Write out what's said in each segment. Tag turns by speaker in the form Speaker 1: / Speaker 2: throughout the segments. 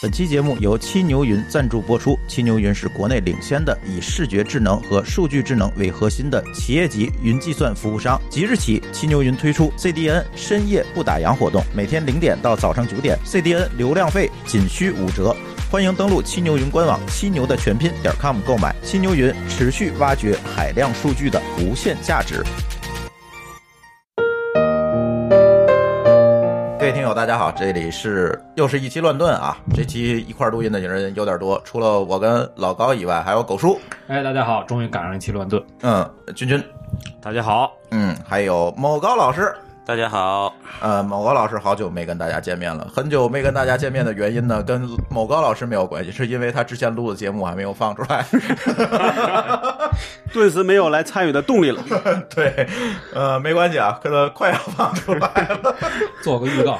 Speaker 1: 本期节目由七牛云赞助播出。七牛云是国内领先的以视觉智能和数据智能为核心的企业级云计算服务商。即日起，七牛云推出 CDN 深夜不打烊活动，每天零点到早上九点，CDN 流量费仅需五折。欢迎登录七牛云官网“七牛”的全拼点 com 购买。七牛云持续挖掘海量数据的无限价值。各位听友，大家好，这里是又是一期乱炖啊！这期一块儿录音的人有点多，除了我跟老高以外，还有狗叔，
Speaker 2: 哎，大家好，终于赶上一期乱炖。
Speaker 1: 嗯，君君，
Speaker 2: 大家好，
Speaker 1: 嗯，还有某高老师。
Speaker 3: 大家好，
Speaker 1: 呃，某高老师好久没跟大家见面了，很久没跟大家见面的原因呢，跟某高老师没有关系，是因为他之前录的节目还没有放出 来。
Speaker 4: 顿时没有来参与的动力了。
Speaker 1: 对，呃，没关系啊，可能快要放出来了。
Speaker 2: 做个预告，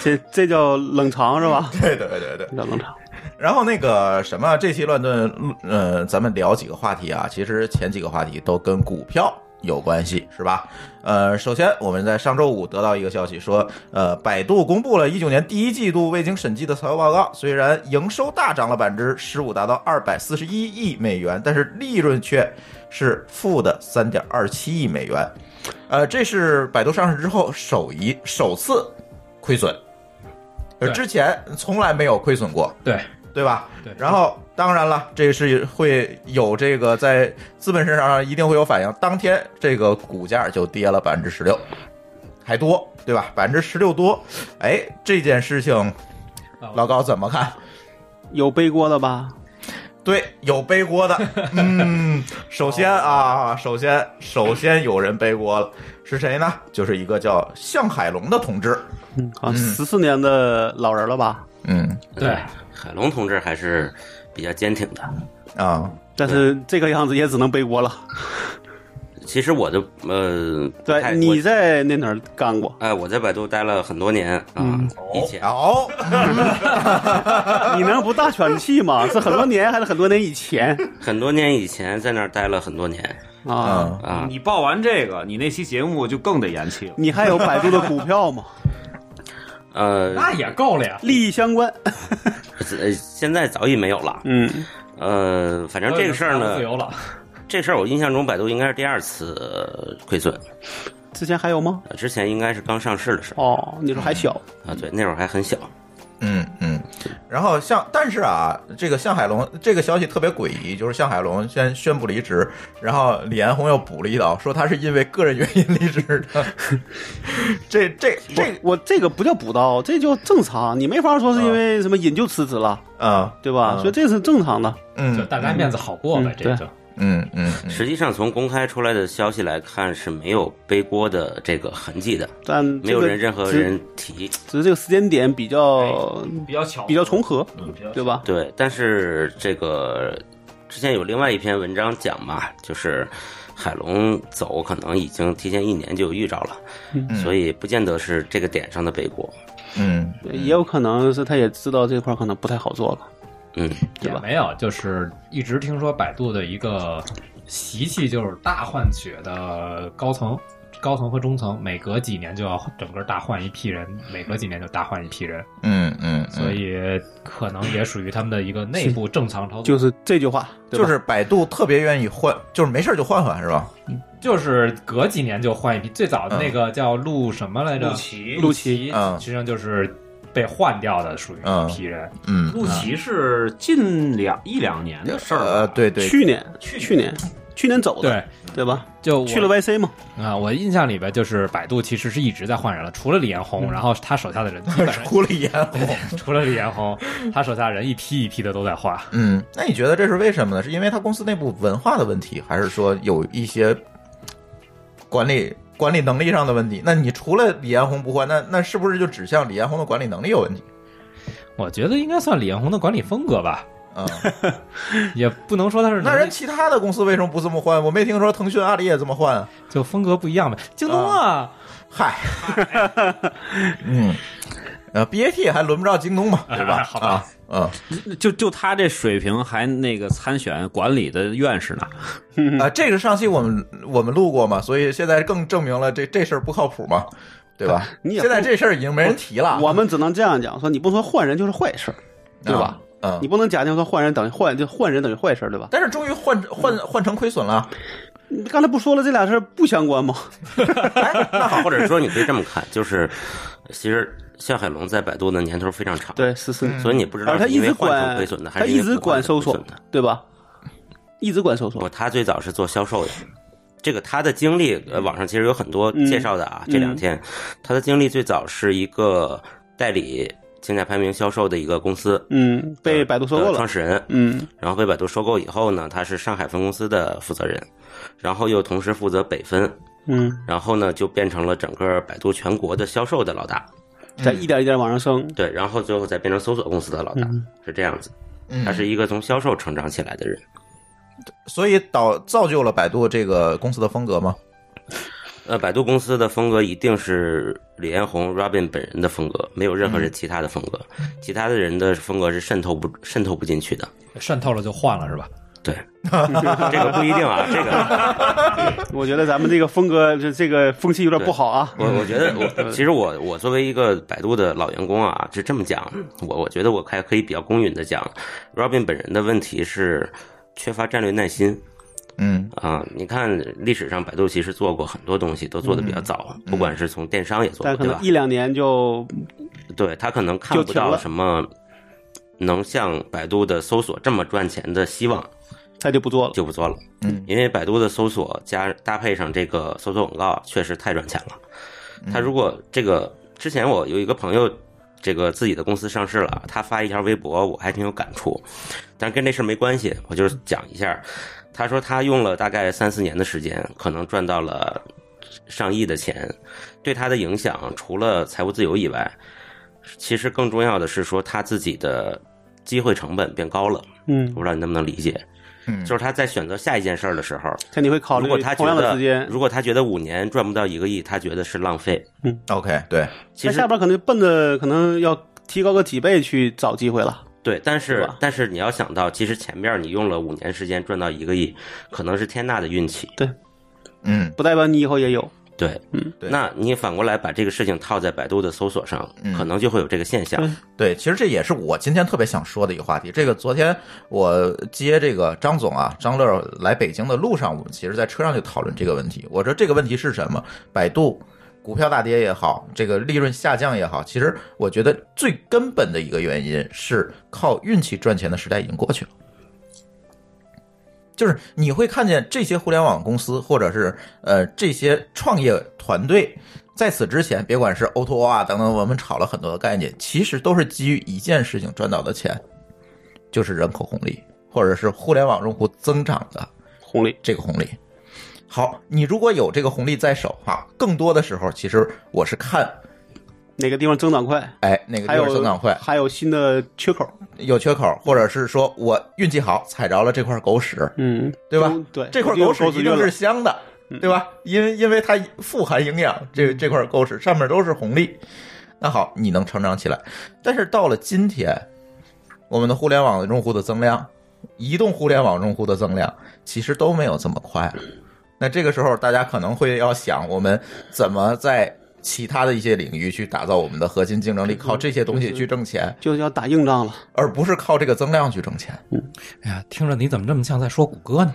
Speaker 4: 这这叫冷藏是吧？
Speaker 1: 对对对对。
Speaker 4: 这叫冷藏。
Speaker 1: 然后那个什么，这期乱炖，呃，咱们聊几个话题啊。其实前几个话题都跟股票有关系，是吧？呃，首先我们在上周五得到一个消息说，呃，百度公布了一九年第一季度未经审计的财务报告，虽然营收大涨了百分之十五，达到二百四十一亿美元，但是利润却是负的三点二七亿美元。呃，这是百度上市之后首一首次亏损，呃，
Speaker 2: 对
Speaker 1: 之前从来没有亏损过。
Speaker 2: 对
Speaker 1: 对吧？
Speaker 2: 对
Speaker 1: 然后当然了，这是会有这个在资本市场上一定会有反应，当天这个股价就跌了百分之十六，还多，对吧？百分之十六多，哎，这件事情
Speaker 2: 啊
Speaker 1: 老高怎么看？
Speaker 4: 有背锅的吧？
Speaker 1: 对，有背锅 的。嗯，首先啊，首先首先有人背锅了，是谁呢？就是一个叫向海龙的同志。
Speaker 4: 嗯，好，十四年的老人了吧？
Speaker 1: 嗯
Speaker 2: 对，
Speaker 3: 海龙同志还是比较坚挺的。
Speaker 1: 啊，
Speaker 4: 但是这个样子也只能背锅了。
Speaker 3: 其实我就呃，不太
Speaker 4: 对，你在那哪儿干过
Speaker 3: 我？哎，我在百度待了很多年啊，以 前
Speaker 1: 哦，
Speaker 4: 你能不大喘气 吗？是很多年还是很多年以前
Speaker 3: 很多年以前在那儿待了很多年
Speaker 4: 啊？
Speaker 1: 嗯，
Speaker 3: 啊。
Speaker 5: 你报完这个，你那期节目就更得延期了。
Speaker 4: 你还有百度的股票 吗？
Speaker 3: 呃，
Speaker 2: 那也够了呀。
Speaker 4: 利益相关。
Speaker 3: 呃现在早已没有了。
Speaker 4: 嗯，
Speaker 3: 呃，反正这个事儿
Speaker 2: 自
Speaker 3: 呢，
Speaker 2: 由了，
Speaker 3: 这事儿我印象中百度应该是第二次呃亏损，
Speaker 4: 之前还有吗？
Speaker 3: 呃之前应该是刚上市的时候
Speaker 4: 哦，你说还小，
Speaker 3: 啊，对，那会儿还很小。
Speaker 1: 嗯，嗯，然后向，但是啊，这个向海龙这个消息特别诡异，就是向海龙先宣布离职，然后李彦宏又补了一刀，说他是因为个人原因离职的。 这这
Speaker 3: 嗯
Speaker 1: 这
Speaker 4: 我这个不叫补刀，这叫正常。你没法说是因
Speaker 3: 啊
Speaker 4: 为什么引咎辞职了，
Speaker 1: 啊，
Speaker 4: 对吧？
Speaker 1: 嗯
Speaker 4: 所以这是正常的。
Speaker 1: 嗯，
Speaker 2: 就大家面子好过呗，
Speaker 4: 嗯
Speaker 2: 这
Speaker 4: 对
Speaker 2: 就
Speaker 1: 嗯嗯
Speaker 3: 实际上，从公开出来的消息来看，是没有背锅的这个痕迹的，
Speaker 4: 但
Speaker 3: 没
Speaker 4: 这
Speaker 3: 有
Speaker 4: 个
Speaker 3: 人任何
Speaker 4: 只
Speaker 3: 人哎提。
Speaker 4: 只是这个时间点比较
Speaker 5: 比较巧，
Speaker 4: 比较重合，
Speaker 5: 嗯，比较
Speaker 4: 对吧？
Speaker 3: 对，但是这个之前有另外一篇文章讲嘛，就是海龙走可能已经提前一年就遇着了，
Speaker 4: 嗯
Speaker 3: 所以不见得是这个点上的背锅。
Speaker 1: 嗯
Speaker 4: 对也有可能是他也知道这块儿可能不太好做了。
Speaker 3: 嗯，
Speaker 2: 也没有，就是一直听说百度的一个习气就是大换血的高层。高层和中层每隔几年就要整个大换一批人，每隔几年就大换一批人，
Speaker 1: 嗯嗯，
Speaker 2: 所以可能也属于他们的一个内部正常操作。
Speaker 4: 就是这句话，对吧
Speaker 1: 就是百度特别愿意换，就是没事就换换是吧？
Speaker 2: 就是隔几年就换一批，最早的那个叫陆什么来着？
Speaker 5: 陆琪
Speaker 2: 陆琪，
Speaker 1: 嗯
Speaker 2: 实际上就是被换掉的，属于一批人。
Speaker 1: 嗯，
Speaker 5: 陆琪是近两一两年的事儿了
Speaker 1: 呃，，对 对，
Speaker 4: 去年，
Speaker 5: 去
Speaker 4: 去年，去年走的，
Speaker 2: 对，
Speaker 4: 对吧？
Speaker 2: 就我
Speaker 4: 去了 YC 嘛，
Speaker 2: 啊、我印象里边就是百度其实是一直在换人了，除了李彦宏，然后他手下的人基本上
Speaker 1: 狐狸 眼红。
Speaker 2: 除了李彦宏，他手下人一批一批的都在换。
Speaker 1: 嗯，那你觉得这是为什么呢？是因为他公司内部文化的问题，还是说有一些管理管理能力上的问题？那你除了李彦宏不换，那那是不是就指向李彦宏的管理能力有问题？
Speaker 2: 我觉得应该算李彦宏的管理风格吧，
Speaker 1: 啊、
Speaker 2: 也不能说他是
Speaker 1: 那
Speaker 2: 能力
Speaker 1: 人其他的公司为什么不这么换？我没听说腾讯、阿里也这么换啊。
Speaker 2: 就风格不一样呗。京东啊，
Speaker 1: 嗨，嗯，呃，BAT 还轮不着京东嘛，对吧？
Speaker 2: 好吧
Speaker 1: 啊，嗯，
Speaker 6: 呃就就他这水平，还那个参选管理的院士呢，
Speaker 4: 嗯
Speaker 1: 啊，这个上期我们我们录过嘛，所以现在更证明了这这事儿不靠谱嘛，对吧？
Speaker 4: 你也
Speaker 1: 现在这事儿已经没人提了。
Speaker 4: 我们只能这样讲，说你不说换人就是坏事儿，
Speaker 6: 对吧？
Speaker 1: 嗯
Speaker 4: 你，不能假定说换人等于坏就换人等于坏事儿，对吧？
Speaker 1: 但是终于换换换成亏损 了。
Speaker 4: 你刚才不说了，这俩事儿不相关吗？
Speaker 1: 哎，那好，
Speaker 3: 或者说你可以这么看，就是其实夏海龙在百度的年头非常长，，
Speaker 4: 对，是是，
Speaker 3: 所以你不知
Speaker 4: 而
Speaker 3: 道
Speaker 4: 他
Speaker 3: 是
Speaker 4: 一
Speaker 3: 嗯因为
Speaker 4: 直
Speaker 3: 换成
Speaker 4: 管
Speaker 3: 亏损的，还
Speaker 4: 他
Speaker 3: 是因
Speaker 4: 一
Speaker 3: 为
Speaker 4: 直
Speaker 3: 不换
Speaker 4: 管
Speaker 3: 成
Speaker 4: 搜
Speaker 3: 亏
Speaker 4: 索
Speaker 3: 损的。，
Speaker 4: 对吧？一直管搜索
Speaker 3: 不，，他最早是做销售的。这个他的经历，呃，网上其实有很多介绍的啊。
Speaker 4: 嗯
Speaker 3: 这两天，他的经历最早是一个代理竞价排名销售的一个公司，
Speaker 4: 嗯，被百度收购
Speaker 3: 呃
Speaker 4: 了
Speaker 3: 创，始人。
Speaker 4: 嗯
Speaker 3: 然后被百度收购以后呢，他是上海分公司的负责人，然后又同时负责北分，
Speaker 4: 嗯，
Speaker 3: 然后呢就变成了整个百度全国的销售的老大，
Speaker 4: 在一点一点往上升，
Speaker 3: 对，然后最后再变成搜索公司的老大，
Speaker 4: 嗯
Speaker 3: 是这样子。
Speaker 1: 嗯
Speaker 3: 他是一个从销售成长起来的人，
Speaker 1: 所以导造就了百度这个公司的风格吗？
Speaker 3: 呃，百度公司的风格一定是李彦宏 Robin 本人的风格，没有任
Speaker 4: 嗯
Speaker 3: 何人其他的风格，其他的人的风格是渗透不渗透不进去的。
Speaker 2: 渗透了就换了是吧？
Speaker 3: 对，这个不一定啊，这个。
Speaker 4: 我觉得咱们这个风格这这个风气有点不好啊。
Speaker 3: 我我觉得我其实我我作为一个百度的老员工啊，是这么讲，我我觉得我还可以比较公允的讲，Robin 本人的问题是缺乏战略耐心
Speaker 1: 嗯
Speaker 3: 啊、你看历史上百度其实做过很多东西，都做的比较早，不管是从电商也
Speaker 4: 嗯
Speaker 3: 做
Speaker 4: 但
Speaker 3: 过，
Speaker 4: 可
Speaker 3: 对
Speaker 4: 能
Speaker 3: 吧
Speaker 4: 一？两年就
Speaker 3: 对他可能看
Speaker 4: 就
Speaker 3: 不
Speaker 4: 停
Speaker 3: 到
Speaker 4: 了
Speaker 3: 什么能像百度的搜索这么赚钱的希望，
Speaker 4: 他就不做了，
Speaker 3: 就不做了。
Speaker 1: 嗯，
Speaker 3: 因为百度的搜索加搭配上这个搜索广告，确实太赚钱了。他如果这个之前我有一个朋友，这个自己的公司上市了，他发一条微博，我还挺有感触，但跟这事儿没关系，我就是讲一下。他说他用了大概三四年的时间，可能赚到了上亿的钱，对他的影响除了财务自由以外，其实更重要的是说他自己的机会成本变高了。
Speaker 4: 嗯
Speaker 3: 我，不知道你能不能理解，
Speaker 1: 嗯
Speaker 3: 就是他在选择下一件事儿的时候，
Speaker 4: 像你会考虑
Speaker 3: 如果他觉
Speaker 4: 哦同样的
Speaker 3: 得
Speaker 4: 时间，
Speaker 3: 如果他觉得五年赚不到一个亿，他觉得是浪费。
Speaker 1: ，OK，对，
Speaker 3: 其
Speaker 4: 那
Speaker 3: 实
Speaker 4: 下边可能奔着可能要提高个几倍去找机会了，
Speaker 3: 对，但
Speaker 4: 是
Speaker 3: 是
Speaker 4: 吧
Speaker 3: 但是你要想到，其实前面你用了五年时间赚到一个亿，可能是天大的运气。
Speaker 1: 嗯
Speaker 4: 不代表你以后也有。
Speaker 3: 对，
Speaker 4: 嗯
Speaker 1: 对
Speaker 3: 那你反过来把这个事情套在百度的搜索上，
Speaker 1: 嗯
Speaker 3: 可能就会有这个现象。
Speaker 1: 对，其实这也是我今天特别想说的一个话题。这个昨天我接这个张总啊，张乐来北京的路上，我们其实在车上就讨论这个问题。我说这个问题是什么？百度股票大跌也好，这个利润下降也好，其实我觉得最根本的一个原因是靠运气赚钱的时代已经过去了。就是你会看见这些互联网公司，或者是呃这些创业团队，在此之前，别管是 O to O 啊等等，我们炒了很多的概念，其实都是基于一件事情赚到的钱，就是人口红利，或者是互联网用户增长的
Speaker 4: 红利，
Speaker 1: 这个红利。好，你如果有这个红利在手哈，更多的时候其实我是看，
Speaker 4: 哪个地方增长快，
Speaker 1: 哎，哪个
Speaker 4: 还
Speaker 1: 地方
Speaker 4: 有
Speaker 1: 增长快，
Speaker 4: 还有新的缺口，
Speaker 1: 有缺口，或者是说我运气好踩着了这块狗屎，
Speaker 4: 嗯，
Speaker 1: 对吧
Speaker 4: 都？对，
Speaker 1: 这块
Speaker 4: 有
Speaker 1: 狗屎一
Speaker 4: 运
Speaker 1: 定
Speaker 4: 了嗯
Speaker 1: 是香的，对吧？因为因为它富含营养，这这块狗屎上面都是红利。那好，你能成长起来，但是到了今天，我们的互联网用户的增量，移动互联网用户的增量，其实都没有这么快。那这个时候，大家可能会要想，我们怎么在其他的一些领域去打造我们的核心竞争力，靠这些东西去挣钱，
Speaker 4: 就是要打硬仗了。
Speaker 1: 而不是靠这个增量去挣钱。
Speaker 2: 哎呀，听着你怎么这么像在说谷歌呢？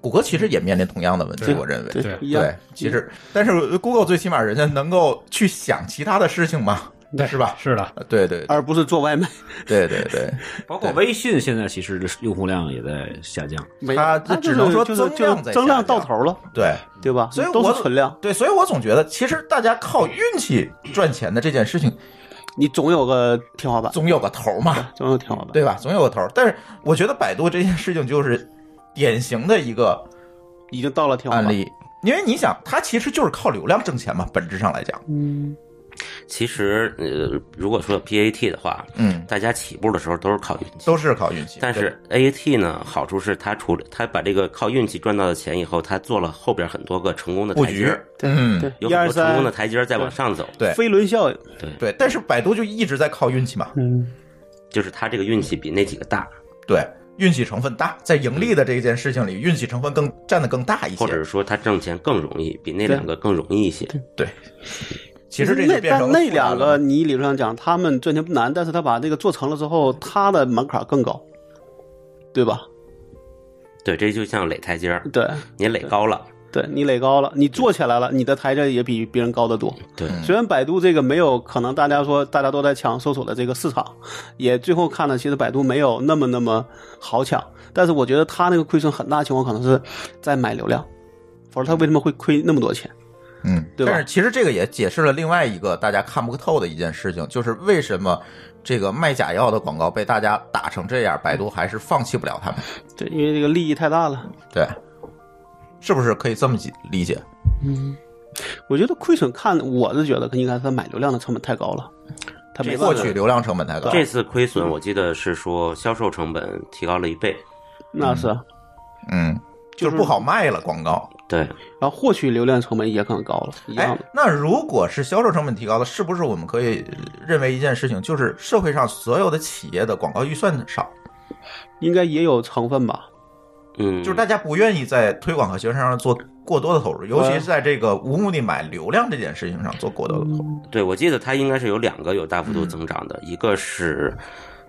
Speaker 1: 谷歌其实也面临同样的问题，
Speaker 4: 对
Speaker 1: 我认为。
Speaker 2: 对
Speaker 4: 一样
Speaker 1: 对，其实，嗯但是 Google 最起码人家能够去想其他的事情嘛，
Speaker 2: 对，
Speaker 1: 是吧？
Speaker 2: 是的，
Speaker 1: 对对
Speaker 4: 而不是做外卖。
Speaker 1: 对对对，
Speaker 6: 包括微信现在其实用户量也在下降。
Speaker 4: 没有
Speaker 1: 它
Speaker 4: 它
Speaker 1: 只能说
Speaker 4: 就是
Speaker 1: 增
Speaker 4: 就是
Speaker 1: 量在
Speaker 4: 增
Speaker 1: 下
Speaker 4: 量
Speaker 1: 降
Speaker 4: 到头了，
Speaker 1: 对
Speaker 4: 对吧？
Speaker 1: 所以
Speaker 4: 都
Speaker 1: 我
Speaker 4: 是存量，
Speaker 1: 对，所以我总觉得，其实大家靠运气赚钱的这件事情，
Speaker 4: 你总有个天花板，
Speaker 1: 总有个头嘛，
Speaker 4: 总有天花板。
Speaker 1: 对吧？总有个头。但是我觉得百度这件事情就是典型的一个
Speaker 4: 已经到了天花
Speaker 1: 案
Speaker 4: 板。
Speaker 1: 例，因为你想，它其实就是靠流量挣钱嘛，本质上来讲，
Speaker 4: 嗯，
Speaker 3: 其实，呃，如果说 PAT 的话，
Speaker 1: 嗯，
Speaker 3: 大家起步的时候都是靠运气。
Speaker 1: 都是靠运气。
Speaker 3: 但是 AAT 呢，好处是他除了他把这个靠运气赚到的钱以后，他做了后边很多个成功的
Speaker 1: 布
Speaker 3: 台阶
Speaker 1: 局
Speaker 3: 儿，，
Speaker 4: 对
Speaker 1: 嗯
Speaker 4: 对，
Speaker 3: 有
Speaker 4: 一
Speaker 3: 很
Speaker 4: 二
Speaker 3: 多成功
Speaker 4: 三
Speaker 3: 的，台阶儿再往上走。
Speaker 1: 对
Speaker 4: 飞轮效应。
Speaker 1: 对，但是百度就一直在靠运气嘛，
Speaker 4: 嗯，
Speaker 3: 就是他这个运气比那几个大，
Speaker 1: 对，运气成分大，在盈利的这一件事情里，运气成分更占的更大一
Speaker 3: 或者
Speaker 1: 些。
Speaker 3: 是说他挣钱更容易，比那两个更容易一些。
Speaker 1: 对，其实这
Speaker 4: 那
Speaker 1: 就变
Speaker 4: 但
Speaker 1: 成了
Speaker 4: 那
Speaker 1: 负担
Speaker 4: 两
Speaker 1: 了
Speaker 4: 个，你理论上讲，他们赚钱不难，但是他把这个做成了之后，他的门槛更高，对吧？
Speaker 3: 对，这就像垒台阶儿，
Speaker 4: 对，
Speaker 3: 你垒高了，
Speaker 4: 对你垒高了，你做起来了，你的台阶也比别人高得多。
Speaker 3: 对
Speaker 4: 虽然百度这个没有，可能大家说大家都在抢搜索的这个市场，也最后看了，其实百度没有那么那么好抢，但是我觉得他那个亏损很大情况可能是在买流量，否则他为什么会亏那么多钱？
Speaker 1: 嗯，
Speaker 4: 对吧
Speaker 1: 但是其实这个也解释了另外一个大家看不透的一件事情，就是为什么这个卖假药的广告被大家打成这样，百度还是放弃不了他们。
Speaker 4: 对，因为这个利益太大了。
Speaker 1: 对，是不是可以这么解理解？
Speaker 4: 我觉得亏损看，我是觉得应该他买流量的成本太高了，他没
Speaker 1: 获
Speaker 4: 过去。
Speaker 1: 取流量成本太高。
Speaker 3: 这次亏损我记得是说销售成本提高了一倍，
Speaker 4: 那是啊，
Speaker 1: 嗯，就是不好卖了广告。
Speaker 3: 对，
Speaker 4: 然后获取流量成本也很高了，一样
Speaker 1: 哎
Speaker 4: 的。，
Speaker 1: 那如果是销售成本提高了，是不是我们可以认为一件事情，就是社会上所有的企业的广告预算少，
Speaker 4: 应该也有成分吧？
Speaker 3: 嗯，
Speaker 1: 就是大家不愿意在推广和宣传上做过多的投入，尤其是在这个无目的买流量这件事情上做过多的投入。
Speaker 3: 对，我记得它应该是有两个有大幅度增长的，一个是，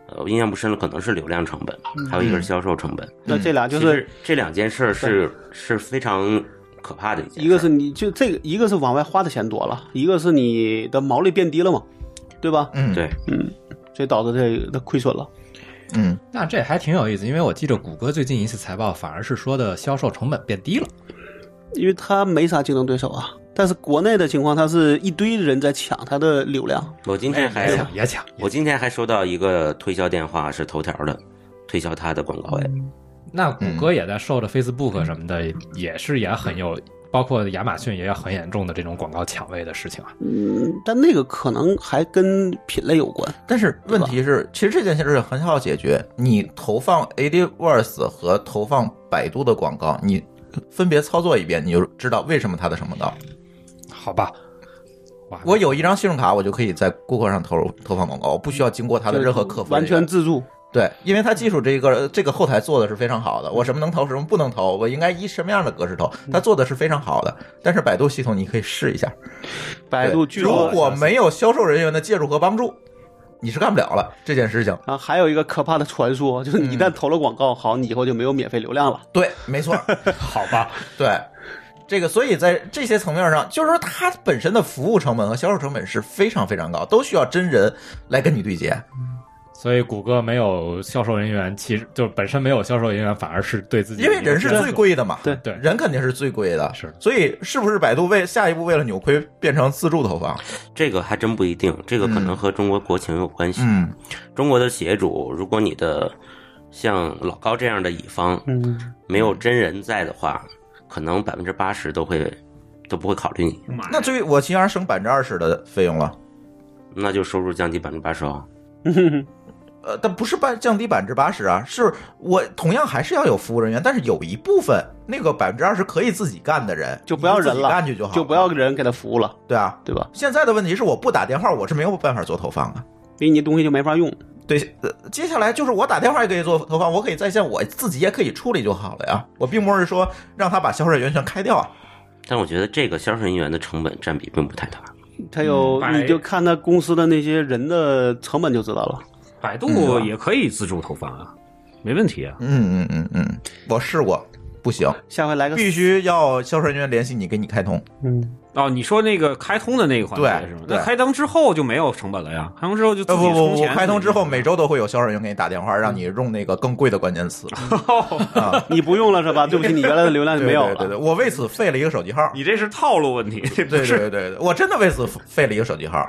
Speaker 3: 呃，我印象不深了，可能是流量成本，还有一个是销售成本。
Speaker 4: 那
Speaker 1: 嗯
Speaker 4: 这俩就
Speaker 3: 其
Speaker 4: 是
Speaker 3: 实这两件事儿是是非常可怕的一件事儿。
Speaker 4: 一个是你就这个，一个是往外花的钱多了，一个是你的毛利变低了嘛，对吧？
Speaker 1: 嗯，
Speaker 3: 对，
Speaker 4: 所以导致这个亏损了。
Speaker 1: 嗯，
Speaker 2: 那这还挺有意思，因为我记着谷歌最近一次财报反而是说的销售成本变低了。
Speaker 4: 因为它没啥竞争对手啊。但是国内的情况，它是一堆人在抢它的流量，
Speaker 3: 我今
Speaker 1: 哎
Speaker 3: 天还
Speaker 2: 也抢也抢，
Speaker 3: 我今天还收到一个推销电话是头条的，推销它的广告哎位。
Speaker 1: 嗯
Speaker 2: 那谷歌也在受着 Facebook 什么的，也是也很有，包括亚马逊也有很严重的这种广告抢位的事情啊。
Speaker 4: 嗯，但那个可能还跟品类有关。
Speaker 1: 但是问题是，其实这件事是很好解决。你投放 AdWords 和投放百度的广告，你分别操作一遍，你就知道为什么它的成本高。
Speaker 2: 好吧，哇
Speaker 1: 我有一张信用卡，我就可以在 Google 上投投放广告，我不需要经过它的任何客服人
Speaker 4: 完
Speaker 1: 员。
Speaker 4: 全自助，
Speaker 1: 对，因为它技术这个这个后台做的是非常好的，我什么能投，什么不能投，我应该以什么样的格式投，它做的是非常好的。但是百度系统你可以试一下，
Speaker 4: 百度
Speaker 1: 对
Speaker 4: 据
Speaker 1: 如
Speaker 4: 说
Speaker 1: 果没有销售人员的介入和帮助，你是干不了了这件事情。
Speaker 4: 啊，还有一个可怕的传
Speaker 1: 嗯
Speaker 4: 说，就是你一旦投了广告，好，你以后就没有免费流量了。
Speaker 1: 对，没错，
Speaker 2: 好吧，
Speaker 1: 对。这个，所以在这些层面上，就是说它本身的服务成本和销售成本是非常非常高，都需要真人来跟你对接。
Speaker 2: 所以谷歌没有销售人员，其实就是本身没有销售人员，反而是对自己
Speaker 1: 因为人是最贵的嘛，
Speaker 4: 对
Speaker 2: 对
Speaker 1: 人肯定是最贵的，
Speaker 2: 是
Speaker 1: 所以是不是百度为下一步为了扭亏变成自助投放？
Speaker 3: 这个还真不一定，这个可能和中国国情有关系。
Speaker 1: 嗯
Speaker 3: 中国的企业主，如果你的像老高这样的乙方
Speaker 4: 嗯，
Speaker 3: 没有真人在的话，可能百分之八十都会都不会考虑你，
Speaker 1: 那至于我其实省百分之二十的费用了，
Speaker 3: 那就收入降低百分之八十哦。
Speaker 1: 呃，但不是半降低百分之八十啊，是我同样还是要有服务人员，但是有一部分那个百分之二十可以自己干的人，
Speaker 4: 就不要人
Speaker 1: 你自己
Speaker 4: 了，
Speaker 1: 干去就好了，
Speaker 4: 不要人给他服务了，
Speaker 1: 对啊。
Speaker 4: 对吧？
Speaker 1: 现在的问题是，我不打电话，我是没有办法做投放的。
Speaker 4: 因为你东西就没法用。
Speaker 1: 对，呃，接下来就是我打电话也可以做投放，我可以在线，我自己也可以处理就好了呀。我并不是说让他把销售人员全开掉啊。
Speaker 3: 但我觉得这个销售人员的成本占比并不太大。
Speaker 4: 他
Speaker 1: 嗯
Speaker 4: 有，
Speaker 6: 百
Speaker 4: 你就看他公司的那些人的成本就知道了。
Speaker 6: 百度也可以自助投放啊，没问题啊。
Speaker 1: 嗯嗯嗯嗯，我试过，不行，
Speaker 4: 下回来个
Speaker 1: 必须要销售人员联系你，给你开通。
Speaker 4: 嗯，
Speaker 6: 哦，你说那个开通的那个环节
Speaker 1: 对
Speaker 6: 是吗？
Speaker 1: 对
Speaker 6: 那开通之后就没有成本了呀？开通之后就自
Speaker 1: 呃
Speaker 6: 己
Speaker 1: 不不
Speaker 6: 充
Speaker 1: 不，
Speaker 6: 钱。
Speaker 1: 开通之后每周都会有销售人员给你打电话，让你用那个更贵的关键词。啊，
Speaker 4: 你不用了是 吧？对不起，你原来的流量就
Speaker 1: 对
Speaker 4: 没有了。
Speaker 1: 对对对，我为此废了一个手机号。
Speaker 6: 你这是套路问题， 对
Speaker 1: 对对对对，我真的为此废了一个手机号。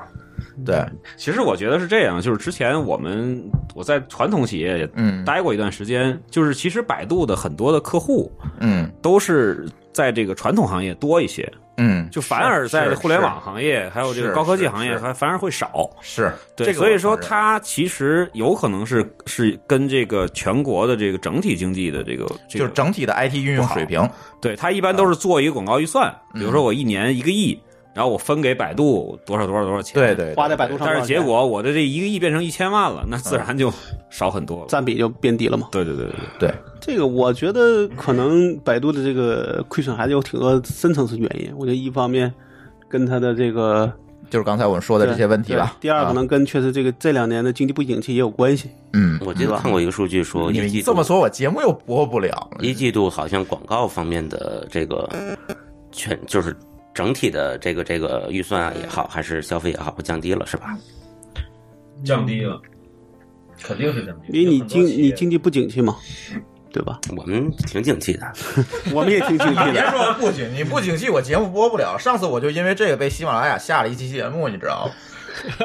Speaker 1: 对，
Speaker 6: 其实我觉得是这样，就是之前我们我在传统企业也
Speaker 1: 嗯
Speaker 6: 待过一段时间，就是其实百度的很多的客户
Speaker 1: 嗯
Speaker 6: 都是在这个传统行业多一些，
Speaker 1: 嗯，
Speaker 6: 就反而在
Speaker 1: 是
Speaker 6: 互联网行业还有这
Speaker 1: 是
Speaker 6: 个高科技
Speaker 1: 是
Speaker 6: 行业
Speaker 1: 是
Speaker 6: 还反而会少。
Speaker 1: 是
Speaker 6: 对，
Speaker 1: 这个我
Speaker 6: 所以说
Speaker 1: 承认
Speaker 6: 它其实有可能是是跟这个全国的这个整体经济的这个这
Speaker 1: 就是
Speaker 6: 个
Speaker 1: 啊整体的 IT 运用水平。
Speaker 6: 对，它一般都是做一个广告预算，比如说
Speaker 1: 嗯
Speaker 6: 我一年一个亿，然后我分给百度多少多少多少钱。
Speaker 1: 对。对，对
Speaker 4: 花在百度上多
Speaker 6: 但
Speaker 4: 少钱，
Speaker 6: 是结果我的这一个亿变成一千万了，那
Speaker 1: 嗯
Speaker 6: 自然就少很多了。
Speaker 4: 占比就变低了嘛。
Speaker 6: 对对对对对，
Speaker 1: 对，
Speaker 4: 这个我觉得可能百度的这个亏损还是有挺多深层次原因。我觉得一方面跟它的这个
Speaker 1: 就是刚才我们说的这些问题吧
Speaker 4: 对。第二，
Speaker 1: 啊
Speaker 4: 可能跟确实这个这两年的经济不景气也有关系。
Speaker 1: 嗯，
Speaker 3: 我记得看过一个数据说，
Speaker 1: 你
Speaker 3: 一季
Speaker 1: 你
Speaker 3: 度
Speaker 1: 这么说，我节目又播不了了。
Speaker 3: 一季度好像广告方面的这个全就是整体的这个这个预算啊也好，还是消费也好，降低了是吧？
Speaker 7: 降低了，肯定是降低了。
Speaker 4: 因为你
Speaker 7: 有很多
Speaker 4: 经
Speaker 7: 企
Speaker 4: 你
Speaker 7: 业
Speaker 4: 经济不景气嘛，对吧？
Speaker 3: 我们挺景气的，
Speaker 4: 我们也挺 景气
Speaker 1: 别
Speaker 4: 的。
Speaker 1: 说不景，你不景气，我节目播不了。上次我就因为这个被喜马拉雅下了一期节目，你知道吗？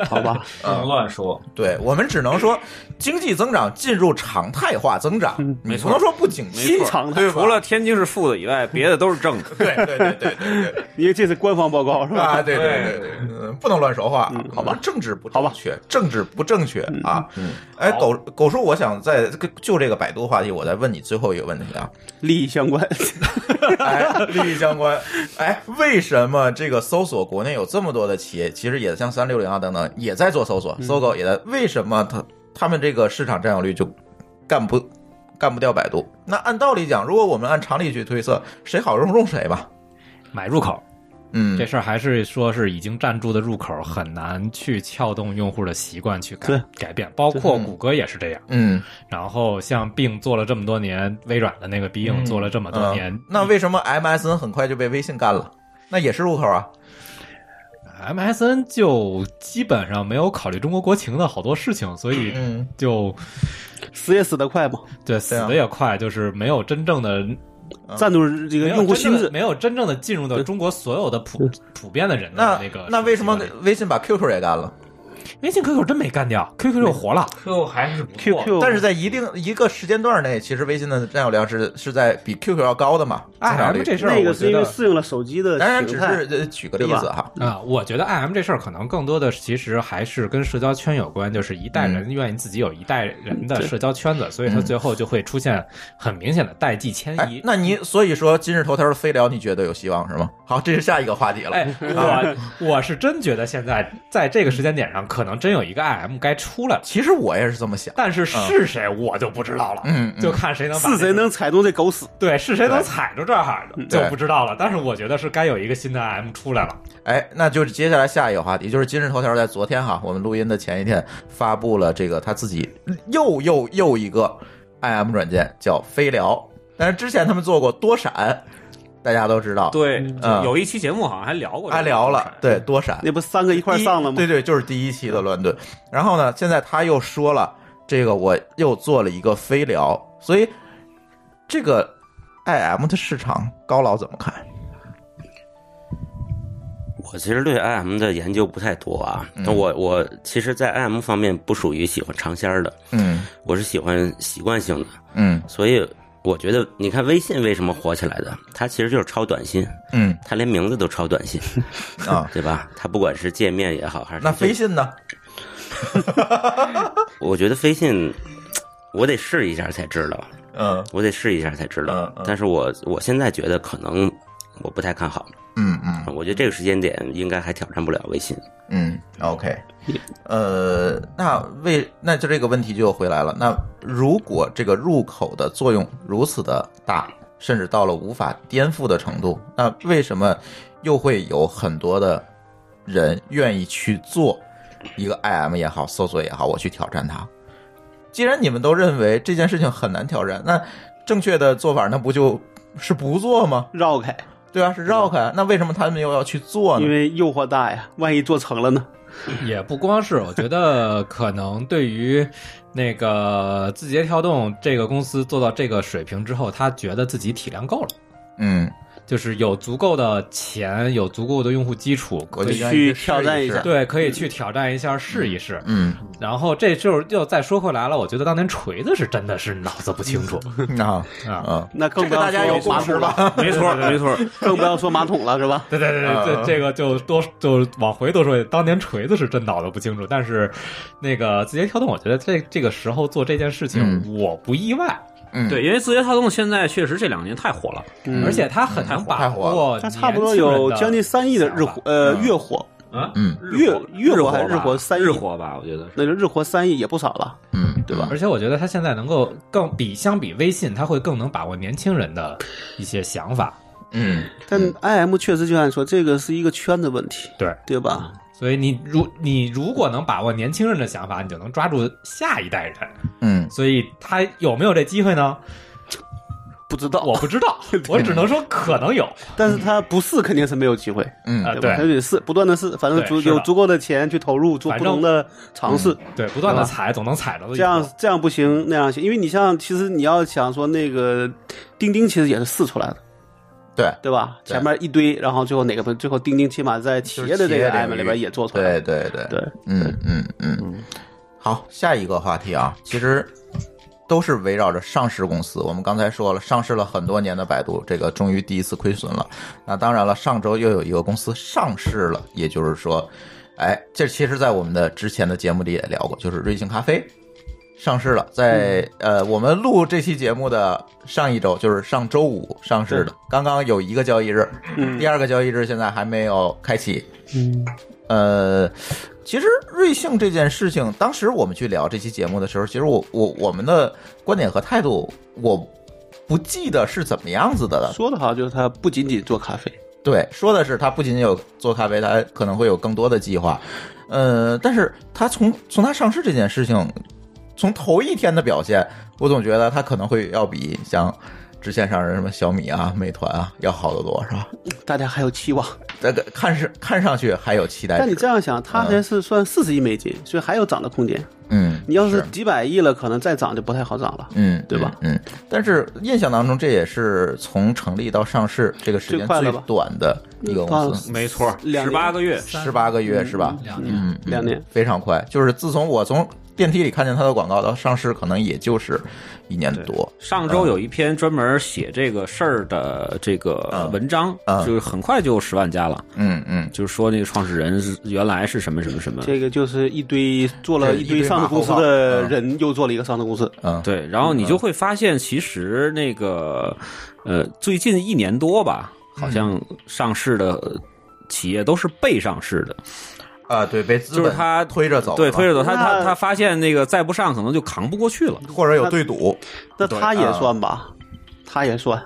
Speaker 4: 好 吧，
Speaker 7: 不能乱说，
Speaker 1: 对我们只能说经济增长进入常态化增长，
Speaker 4: 嗯
Speaker 1: 你不能说不景气
Speaker 4: 新，常态
Speaker 1: 对吧
Speaker 6: 除了天津是负的以外，别的都是正的。
Speaker 1: 对对对对对对
Speaker 4: 因为这是官方报告是吧？
Speaker 1: 啊，对对对对，嗯不能乱说话，好吧？政治不
Speaker 4: 嗯好吧嗯
Speaker 1: 正确，政治不正确啊！哎，狗狗叔，我想在这个就这个百度话题，我再问你最后一个问题啊，
Speaker 4: 利益相关，
Speaker 1: 哎，利益相关。哎，为什么这个搜索国内有这么多的企业，其实也像三六零啊等等也在做搜索，
Speaker 2: 嗯
Speaker 1: 搜狗也在，为什么它他们这个市场占有率就干不干不掉百度？那按道理讲，如果我们按常理去推测，谁好用用谁吧。
Speaker 2: 买入口
Speaker 1: 嗯
Speaker 2: 这，事儿还是说是已经站住的入口，很难去撬动用户的习惯去改
Speaker 4: 对
Speaker 2: 改变，包括
Speaker 1: 嗯
Speaker 2: 谷歌也是这样。
Speaker 1: 嗯，
Speaker 2: 然后像病做了这么多年，微软的那个 Bing、
Speaker 7: 嗯
Speaker 2: 做了这么多
Speaker 1: 嗯
Speaker 2: 年，
Speaker 1: 那为什么 MSN 很快就被微信干了？那也是入口啊。
Speaker 2: MSN 就基本上没有考虑中国国情的好多事情，所以
Speaker 1: 嗯，
Speaker 2: 就
Speaker 4: 死也死得快嘛，
Speaker 2: 对死的也快，就是没有真正的
Speaker 1: 嗯
Speaker 4: 占住这个
Speaker 2: 没有
Speaker 4: 用户
Speaker 2: 真正
Speaker 4: 心
Speaker 2: 的
Speaker 4: 智。
Speaker 2: 没有真正的进入到中国所有的普普遍的人的
Speaker 1: 那
Speaker 2: 那个
Speaker 1: 那为什么
Speaker 2: 习惯里
Speaker 1: 微信把 QQ 也干了？
Speaker 2: 微信 QQ 真没干掉，QQ 又活了？
Speaker 7: Q 还是不错。
Speaker 4: QQ，
Speaker 1: 但是在一定一个时间段内，其实微信的占有量是是在比 QQ 要高的嘛？增长
Speaker 2: IM
Speaker 1: 率
Speaker 2: 哎这事儿，
Speaker 4: 那
Speaker 2: 我
Speaker 4: 个是
Speaker 2: 觉
Speaker 4: 因为
Speaker 2: 得
Speaker 4: 适应了手机的
Speaker 1: 当然
Speaker 4: 形
Speaker 1: 只是
Speaker 4: 态。
Speaker 1: 呃举个例子哈，
Speaker 2: 啊，我觉得 IM 这事儿可能更多的其实还是跟社交圈有关，就是一代人愿意自己有一代人的社交圈子，所以他最后就会出现很明显的代际迁
Speaker 1: 哎
Speaker 2: 移，。
Speaker 1: 那你所以说今日头条飞聊，你觉得有希望是吗？好，这是下一个话题了。啊
Speaker 2: 哎，我我是真觉得现在在这个时间点上，可能真有一个 IM 该出来了，
Speaker 1: 其实我也是这么想，
Speaker 2: 但是是谁我就不知道了，
Speaker 1: 嗯嗯
Speaker 2: 就看谁能把
Speaker 4: 是谁
Speaker 2: 这个
Speaker 4: 能踩中这狗屎？
Speaker 2: 对是谁能踩着这儿的就
Speaker 1: 对
Speaker 2: 不知道了。但是我觉得是该有一个新的 IM 出来了。
Speaker 1: 哎，那就是接下来下一个话题，就是今日头条在昨天哈，我们录音的前一天发布了这个他自己又又又一个 IM 软件叫飞聊，但是之前他们做过多闪，大家都知道，
Speaker 6: 对，
Speaker 1: 嗯
Speaker 6: 有一期节目好像还聊过，
Speaker 1: 还聊了，对多闪，
Speaker 4: 那不三个一块上了吗？
Speaker 1: 对对，就是第一期的乱炖。然后呢，现在他又说了，这个我又做了一个飞聊，所以这个 IM 的市场高老怎么看？
Speaker 3: 我其实对 IM 的研究不太多啊，那我我其实，在 IM 方面不属于喜欢尝鲜儿的，
Speaker 1: 嗯
Speaker 3: 我是喜欢习惯性的，
Speaker 1: 嗯
Speaker 3: 所以我觉得你看微信为什么火起来的，它其实就是抄短信，
Speaker 1: 嗯
Speaker 3: 它连名字都抄短信，
Speaker 1: 啊，
Speaker 3: 对吧？它不管是界面也好，还是
Speaker 1: 那
Speaker 3: 这个
Speaker 1: 飞信呢？
Speaker 3: 我觉得飞信，我得试一下才知道，
Speaker 1: 嗯
Speaker 3: 我得试一下才知道。
Speaker 1: 嗯嗯
Speaker 3: 但是我我现在觉得可能我不太看好，
Speaker 1: 嗯嗯
Speaker 3: 我觉得这个时间点应该还挑战不了微信。
Speaker 1: 嗯，OK。呃，那为那就这个问题就又回来了。那如果这个入口的作用如此的大，甚至到了无法颠覆的程度，那为什么又会有很多的人愿意去做一个 IM 也好，搜索也好，我去挑战它？既然你们都认为这件事情很难挑战，那正确的做法那不就是不做吗？
Speaker 4: 绕开，
Speaker 1: 对啊，是绕开。那为什么他们又要去做呢
Speaker 4: 因？为诱惑大呀。万一做成了呢？
Speaker 2: 也不光是，我觉得可能对于那个字节跳动这个公司做到这个水平之后，他觉得自己体量够了，
Speaker 1: 嗯，
Speaker 2: 就是有足够的钱，有足够的用户基础，
Speaker 1: 我
Speaker 2: 可
Speaker 1: 就
Speaker 2: 以
Speaker 1: 愿意
Speaker 4: 去挑战
Speaker 1: 试
Speaker 4: 一
Speaker 1: 试
Speaker 4: 下
Speaker 2: 对，可以去挑战一下，试一试。
Speaker 1: 嗯，
Speaker 2: 然后这就是又再说回来了，我觉得当年锤子是真的是脑子不清楚
Speaker 1: 啊
Speaker 2: 啊。
Speaker 1: 啊，
Speaker 4: 那更不
Speaker 1: 这个大
Speaker 4: 要
Speaker 1: 家有
Speaker 4: 说
Speaker 1: 共
Speaker 4: 马
Speaker 1: 识
Speaker 4: 桶
Speaker 1: 吧
Speaker 4: 了，
Speaker 6: 没错没错，
Speaker 4: 更不要说马桶了，是吧？
Speaker 2: 对对对对，
Speaker 1: 啊
Speaker 2: 这这个就多就往回多说，当年锤子是真脑子不清楚，但是那个字节跳动，我觉得这这个时候做这件事情，我不意外。
Speaker 1: 嗯，
Speaker 6: 对，因为字节跳动现在确实这两年太火了，
Speaker 4: 嗯
Speaker 2: 而且他很
Speaker 1: 太火
Speaker 2: 能
Speaker 1: 太
Speaker 2: 把
Speaker 1: 火了
Speaker 2: 握
Speaker 4: 它
Speaker 2: 年
Speaker 4: 差不多
Speaker 2: 轻人
Speaker 4: 有
Speaker 2: 的
Speaker 4: 将近三亿的日
Speaker 2: 想法
Speaker 4: 活，呃，
Speaker 1: 嗯
Speaker 4: 月活，
Speaker 6: 嗯，
Speaker 4: 月月活还是日
Speaker 6: 吧
Speaker 4: 活三亿
Speaker 6: 日活吧，我觉得是。
Speaker 4: 那就日活三亿也不少了。
Speaker 1: 嗯，
Speaker 4: 对吧
Speaker 2: 而且我觉得他现在能够更比相比微信，他会更能把握年轻人的一些想法。
Speaker 1: 嗯
Speaker 4: 但 IM 确实就像你说，这个是一个圈子问题，
Speaker 2: 对，
Speaker 4: 对吧？
Speaker 2: 所以你如你如果能把握年轻人的想法，你就能抓住下一代人。
Speaker 1: 嗯，
Speaker 2: 所以他有没有这机会呢？
Speaker 4: 不知道，
Speaker 2: 我不知 道，我只能说可能有。
Speaker 4: 但是他不试肯定是没有机会，
Speaker 1: 嗯
Speaker 2: 呃，
Speaker 4: 吧？
Speaker 2: 对
Speaker 4: 他得试，不断的试，反正
Speaker 2: 对
Speaker 4: 足
Speaker 2: 是的
Speaker 4: 有足够的钱去投入，做
Speaker 2: 反
Speaker 4: 不
Speaker 2: 正嗯
Speaker 4: 同的尝试。
Speaker 2: 对，不断的
Speaker 4: 对吧
Speaker 2: 踩，总能踩着的一波。
Speaker 4: 这样这样不行，那样行，因为你像其实你要想说那个钉钉其实也是试出来的，
Speaker 1: 对
Speaker 4: 对吧？
Speaker 1: 对
Speaker 4: 前面一堆，然后最后哪个不最后钉钉起码在企业的
Speaker 1: 就
Speaker 4: 这
Speaker 1: 是企业领
Speaker 4: 个
Speaker 1: 域
Speaker 4: M 里边也做出来
Speaker 1: 对对
Speaker 4: 了，
Speaker 1: 对，
Speaker 4: 对，
Speaker 1: 嗯嗯嗯。好，下一个话题啊，其实都是围绕着上市公司。我们刚才说了，上市了很多年的百度，这个终于第一次亏损了。那当然了，上周又有一个公司上市了，也就是说，哎，这其实，在我们的之前的节目里也聊过，就是瑞幸咖啡。上市了，在
Speaker 4: 嗯
Speaker 1: 呃，我们录这期节目的上一周，就是上周五上市的，刚刚有一个交易日，
Speaker 4: 嗯
Speaker 1: 第二个交易日现在还没有开启，
Speaker 4: 嗯
Speaker 1: 呃，其实瑞幸这件事情，当时我们去聊这期节目的时候，其实我我我们的观点和态度，我不记得是怎么样子的了。
Speaker 4: 嗯说的好就是它不仅仅做咖啡，
Speaker 1: 对，说的是他不仅仅有做咖啡，他可能会有更多的计划。呃，但是他从从他上市这件事情，从头一天的表现，我总觉得他可能会要比像之前上市什么小米啊、美团啊要好得多，是吧？
Speaker 4: 大家还有期望。
Speaker 1: 这个看是看上去还有期待值。
Speaker 4: 但你这样想，它还是算四十亿美金，所以还有涨的空间。
Speaker 1: 嗯，
Speaker 4: 你要
Speaker 1: 是
Speaker 4: 是几百亿了，可能再涨就不太好涨了。
Speaker 1: 嗯，
Speaker 4: 对吧
Speaker 1: 嗯？嗯，但是印象当中，这也是从成立到上市这个时间
Speaker 4: 最快
Speaker 1: 最
Speaker 4: 了吧
Speaker 1: 短的一个公司，
Speaker 6: 没错，
Speaker 4: 两
Speaker 6: 十八个月，
Speaker 1: 十八个月是吧？
Speaker 2: 两年，
Speaker 1: 嗯，
Speaker 4: 两年
Speaker 1: 嗯非常快。就是自从我从电梯里看见它的广告到上市，可能也就是一年多。
Speaker 6: 上周有一篇专门写这个事儿的这个文章，
Speaker 1: 嗯
Speaker 6: 就是很快就十万加了，
Speaker 1: 嗯嗯，
Speaker 6: 就是说那个创始人是原来是什么什么什么。
Speaker 4: 这个就是一堆做了
Speaker 1: 这
Speaker 4: 一
Speaker 1: 一
Speaker 4: 堆
Speaker 1: 堆
Speaker 4: 上市公司
Speaker 1: 马后炮
Speaker 4: 的
Speaker 1: 嗯
Speaker 4: 人，又做了一个上市公司。
Speaker 1: 嗯，
Speaker 6: 对，然后你就会发现，其实那个呃，最近一年多吧，好像
Speaker 4: 嗯
Speaker 6: 上市的企业都是被上市的，
Speaker 1: 啊，对，被资本
Speaker 6: 就是他
Speaker 1: 推着走，
Speaker 6: 对，推着走，他他
Speaker 4: 那
Speaker 6: 他发现那个再不上，可能就扛不过去了。
Speaker 1: 走，或者有对赌，
Speaker 4: 那
Speaker 1: 对
Speaker 4: 他也
Speaker 1: 啊
Speaker 4: 算吧，他也算。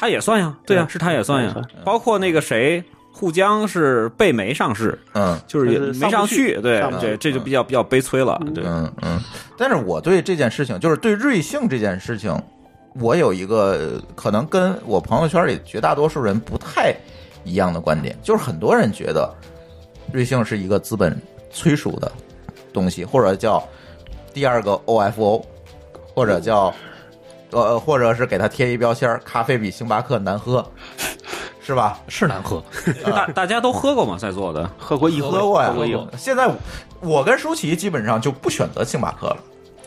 Speaker 6: 他也算呀，对呀、
Speaker 4: 对
Speaker 6: 是他也算呀
Speaker 4: 他也。
Speaker 6: 包括那个谁，沪江是被没上市，
Speaker 1: 嗯。
Speaker 6: 就是也
Speaker 4: 就是
Speaker 6: 没
Speaker 4: 上不
Speaker 6: 去，
Speaker 4: 去
Speaker 6: 对
Speaker 4: 上不，去嗯
Speaker 6: 这这就比较比较悲催了，对。
Speaker 1: 嗯嗯，但是我对这件事情，就是对瑞幸这件事情，我有一个可能跟我朋友圈里绝大多数人不太一样的观点，就是很多人觉得瑞幸是一个资本催熟的东西，或者叫第二个 OFO，或者叫呃，或者是给它贴一标签儿，咖啡比星巴克难喝，是吧？
Speaker 2: 是难喝，
Speaker 4: 嗯
Speaker 6: 大大家都喝过吗？在座的
Speaker 4: 喝过一回
Speaker 1: 喝过呀
Speaker 4: 喝过一回，
Speaker 1: 现在我我跟舒淇基本上就不选择星巴克了。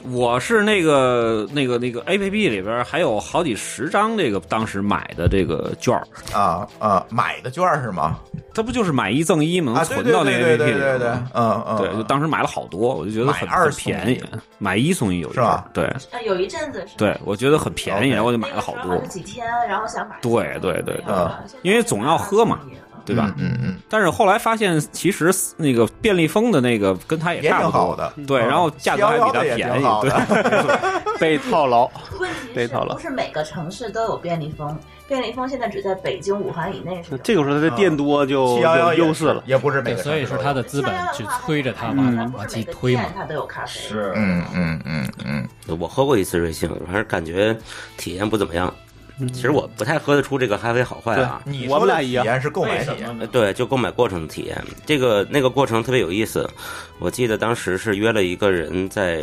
Speaker 6: 我是那个那个那个 A P P 里边还有好几十张这个当时买的这个券儿，
Speaker 1: 啊啊，买的券儿是吗？
Speaker 6: 它不就是买一赠一吗？
Speaker 1: 啊，
Speaker 6: 能
Speaker 1: 对
Speaker 6: 存
Speaker 1: 对
Speaker 6: 到那
Speaker 1: 对对
Speaker 6: 个 A P P
Speaker 1: 对
Speaker 6: 里
Speaker 1: 对对
Speaker 6: 边，
Speaker 1: 嗯嗯，
Speaker 6: 对，就当时买了好多，我就觉得很
Speaker 1: 买二
Speaker 6: 很
Speaker 1: 送一
Speaker 6: 便宜，买一送一有一
Speaker 1: 是吧
Speaker 6: 阵儿？
Speaker 8: 啊，有一阵子是
Speaker 6: 对，对，我觉得很便宜，
Speaker 1: OK
Speaker 6: 然后我就
Speaker 8: 那
Speaker 6: 买
Speaker 8: 个
Speaker 6: 了
Speaker 8: 时
Speaker 6: 好
Speaker 8: 候
Speaker 6: 多
Speaker 8: 好像。几天，然后想买，
Speaker 6: 对对对
Speaker 8: 没有了
Speaker 1: 嗯
Speaker 8: 现在
Speaker 6: 因为总要喝嘛 对吧？
Speaker 1: 嗯嗯，
Speaker 6: 但是后来发现，其实那个便利蜂的那个跟它也
Speaker 1: 也
Speaker 6: 差
Speaker 1: 挺
Speaker 6: 不
Speaker 1: 好
Speaker 6: 多，
Speaker 1: 的，嗯
Speaker 6: 对，然后价格还比
Speaker 1: 711
Speaker 6: 它
Speaker 1: 的也
Speaker 6: 便
Speaker 1: 挺
Speaker 6: 宜，
Speaker 1: 好
Speaker 6: 对，
Speaker 1: 的，
Speaker 4: 被套牢。
Speaker 8: 问
Speaker 4: 被
Speaker 8: 题是
Speaker 4: 套了
Speaker 8: 不是每个城市都有便利蜂？便利蜂现在只在北京、五环以内是有。
Speaker 4: 这个时候他的店多就
Speaker 1: 七幺幺
Speaker 4: 有优势了。
Speaker 1: 也不是每
Speaker 2: 对，
Speaker 1: 个，
Speaker 2: 所以是他。的资本去催着他
Speaker 8: 嗯
Speaker 2: 往往起推嘛。
Speaker 8: 它都有咖啡。
Speaker 7: 是，
Speaker 1: 嗯嗯嗯嗯，
Speaker 3: 我喝过一次瑞幸，反正感觉体验不怎么样。
Speaker 1: 嗯
Speaker 3: 其实我不太喝得出这个咖啡好坏啊。
Speaker 1: 你
Speaker 4: 我
Speaker 1: 说
Speaker 4: 们
Speaker 1: 的
Speaker 4: 俩
Speaker 1: 体
Speaker 4: 一样
Speaker 1: 验是购买
Speaker 7: 为
Speaker 1: 体
Speaker 7: 什
Speaker 1: 验，
Speaker 7: 么呢？
Speaker 3: 对，就购买过程的体验，这个那个过程特别有意思。我记得当时是约了一个人在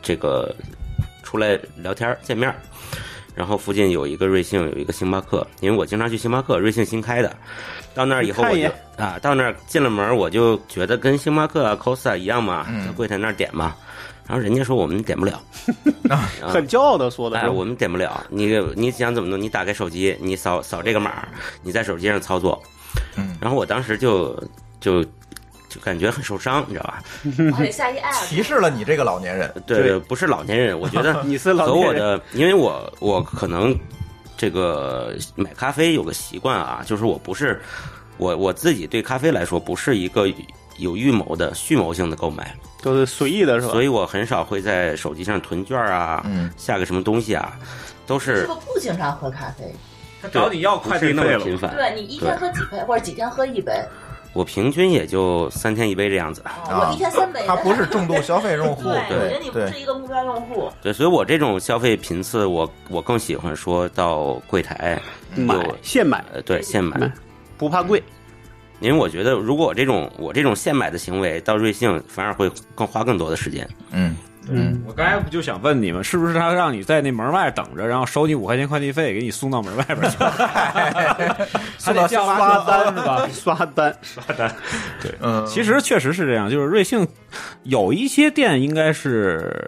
Speaker 3: 这个出来聊天儿见面儿，然后附近有一个瑞幸，有一个星巴克，因为我经常去星巴克，瑞幸新开的。到那儿以后我
Speaker 4: 看一
Speaker 3: 就
Speaker 4: 眼
Speaker 3: 啊，到那儿进了门儿我就觉得跟星巴克啊、Costa 一样嘛，
Speaker 4: 嗯
Speaker 3: 在柜台那儿点嘛，然后人家说我们点不了。啊
Speaker 4: 很骄傲的说的，
Speaker 3: 哎，我们点不了。你你想怎么弄？你打开手机，你扫扫这个码，你在手机上操作。
Speaker 1: 嗯
Speaker 3: 然后我当时就就就感觉很受伤，你知道吧？
Speaker 8: 我得 下一 app。
Speaker 1: 歧视了你这个老年人，
Speaker 3: 对，
Speaker 4: 对
Speaker 3: 不是老年人，我觉得
Speaker 4: 你是 老
Speaker 3: 和我
Speaker 4: 年人，
Speaker 3: 的，因为我我可能这个买咖啡有个习惯啊，就是我不是我我自己对咖啡来说不是一个有预谋的蓄谋性的购买，
Speaker 4: 都是随意的是吧
Speaker 3: 所？以我很少会在手机上囤券啊，
Speaker 1: 嗯
Speaker 3: 下个什么东西啊，都
Speaker 8: 是
Speaker 3: 是
Speaker 8: 不是不经常喝咖啡？
Speaker 6: 他找你要
Speaker 3: 不是那么频繁。
Speaker 6: 哎
Speaker 8: 对你一天喝几杯，或者几天喝一杯？
Speaker 3: 我平均也就三天一杯这样子。
Speaker 8: 哦
Speaker 1: 啊
Speaker 8: 我一天三杯，
Speaker 1: 它不是重度消费用户，
Speaker 8: 对，我觉得
Speaker 1: 对
Speaker 8: 你不是一个目标用户，
Speaker 3: 对，所以我这种消费频次，我我更喜欢说到柜台
Speaker 4: 买
Speaker 3: 有
Speaker 4: 现买
Speaker 3: 呃，对，现买，
Speaker 4: 买不怕贵，
Speaker 3: 因为我觉得如果我这种我这种现买的行为到瑞幸，反而会更花更多的时间。
Speaker 1: 嗯嗯，
Speaker 6: 我刚才不就想问你们，是不是他让你在那门外等着，然后收你五块钱快递费，给你送到门外边 去？
Speaker 1: 送到
Speaker 2: 叫
Speaker 1: 沙
Speaker 2: 刷
Speaker 1: 发
Speaker 2: 单是吧？
Speaker 4: 刷单
Speaker 1: 嗯，
Speaker 6: 其实确实是这样，就是瑞幸有一些店应该是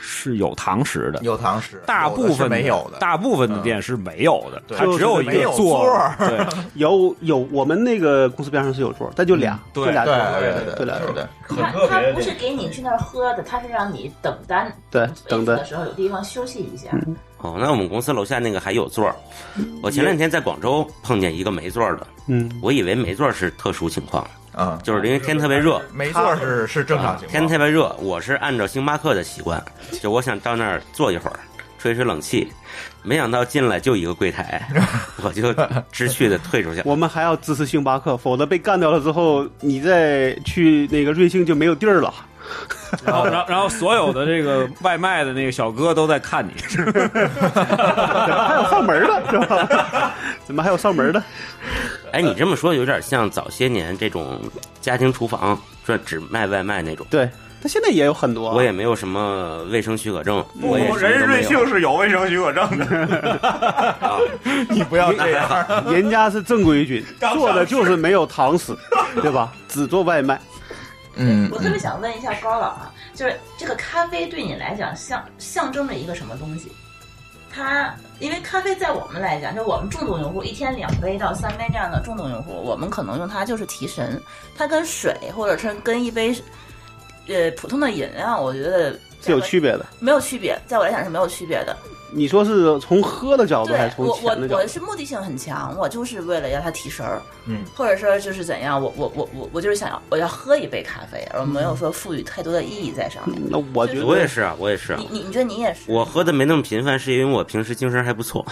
Speaker 6: 是有堂食的，
Speaker 1: 有堂食，
Speaker 6: 大部
Speaker 1: 有的是
Speaker 6: 分
Speaker 1: 没有的，
Speaker 6: 大部分的店是没有的，
Speaker 1: 对
Speaker 6: 它只一
Speaker 1: 就是没
Speaker 6: 个
Speaker 1: 有
Speaker 6: 座
Speaker 1: 座
Speaker 6: 儿
Speaker 1: 儿。
Speaker 6: 对，
Speaker 4: 有有，我们那个公司边上是有桌，但就俩，
Speaker 6: 对
Speaker 4: 就俩
Speaker 1: 对
Speaker 4: 桌，
Speaker 1: 对
Speaker 4: 就俩
Speaker 1: 对
Speaker 4: 桌，
Speaker 1: 对，
Speaker 7: 很
Speaker 8: 他
Speaker 7: 特别
Speaker 8: 他
Speaker 7: 的
Speaker 8: 不是给你去那儿喝的，他是让你等单，
Speaker 4: 对，等
Speaker 8: 的
Speaker 4: 等，
Speaker 8: 时候有地方休息一
Speaker 6: 嗯
Speaker 8: 下。
Speaker 3: 哦，那我们公司楼下那个还有座儿。我前两天在广州碰见一个没座儿的，
Speaker 4: 嗯，
Speaker 3: 我以为没座儿是特殊情况，
Speaker 1: 啊，
Speaker 3: 就是因为天特别热，
Speaker 1: 没座是是正常情况，
Speaker 3: 天特别热，我是按照星巴克的习惯，就我想到那儿坐一会儿，吹吹冷气，没想到进来就一个柜台，我就知趣的退 出去。
Speaker 4: 我们还要支持星巴克，否则被干掉了之后，你再去那个瑞幸就没有地儿了。
Speaker 6: 然后，然后，然后所有的这个外卖的那个小哥都在看你，
Speaker 4: 怎么还有上门的，是吧？怎么还有上门的？
Speaker 3: 哎，你这么说有点像早些年这种家庭厨房，这只卖外卖那种。
Speaker 4: 对，他现在也有很多啊。
Speaker 3: 我也没有什么卫生许可证，我也什
Speaker 6: 人
Speaker 3: 么都没
Speaker 6: 瑞
Speaker 3: 有
Speaker 6: 幸是有卫生许可证 的。
Speaker 1: 你不要啊这样，
Speaker 4: 人家是正规 军，做的就是没有堂食，对吧？只做外卖。
Speaker 1: 嗯
Speaker 8: 我特别想问一下高老啊，就是这个咖啡对你来讲象象征着一个什么东西？它因为咖啡在我们来讲，就我们重度用户一天两杯到三杯这样的重度用户，我们可能用它就是提神。它跟水或者是跟一杯呃普通的饮料，我觉得
Speaker 4: 是有区别的。
Speaker 8: 没有区别，在我来讲是没有区别的。
Speaker 4: 你说是从喝的角度还
Speaker 8: 对
Speaker 4: 是从
Speaker 8: 我我
Speaker 4: 钱的角
Speaker 8: 我
Speaker 4: 度？
Speaker 8: 是目的性很强，我就是为了要它提神儿，
Speaker 1: 嗯，
Speaker 8: 或者说就是怎样，我我我我我就是想要我要喝一杯咖啡，而没有说赋予太多的意义在上面。
Speaker 4: 那嗯我觉
Speaker 3: 我也
Speaker 4: 得
Speaker 3: 是啊，我也是啊
Speaker 8: 你。你你觉得你也是
Speaker 3: 我喝的没那么频繁，是因为我平时精神还不错。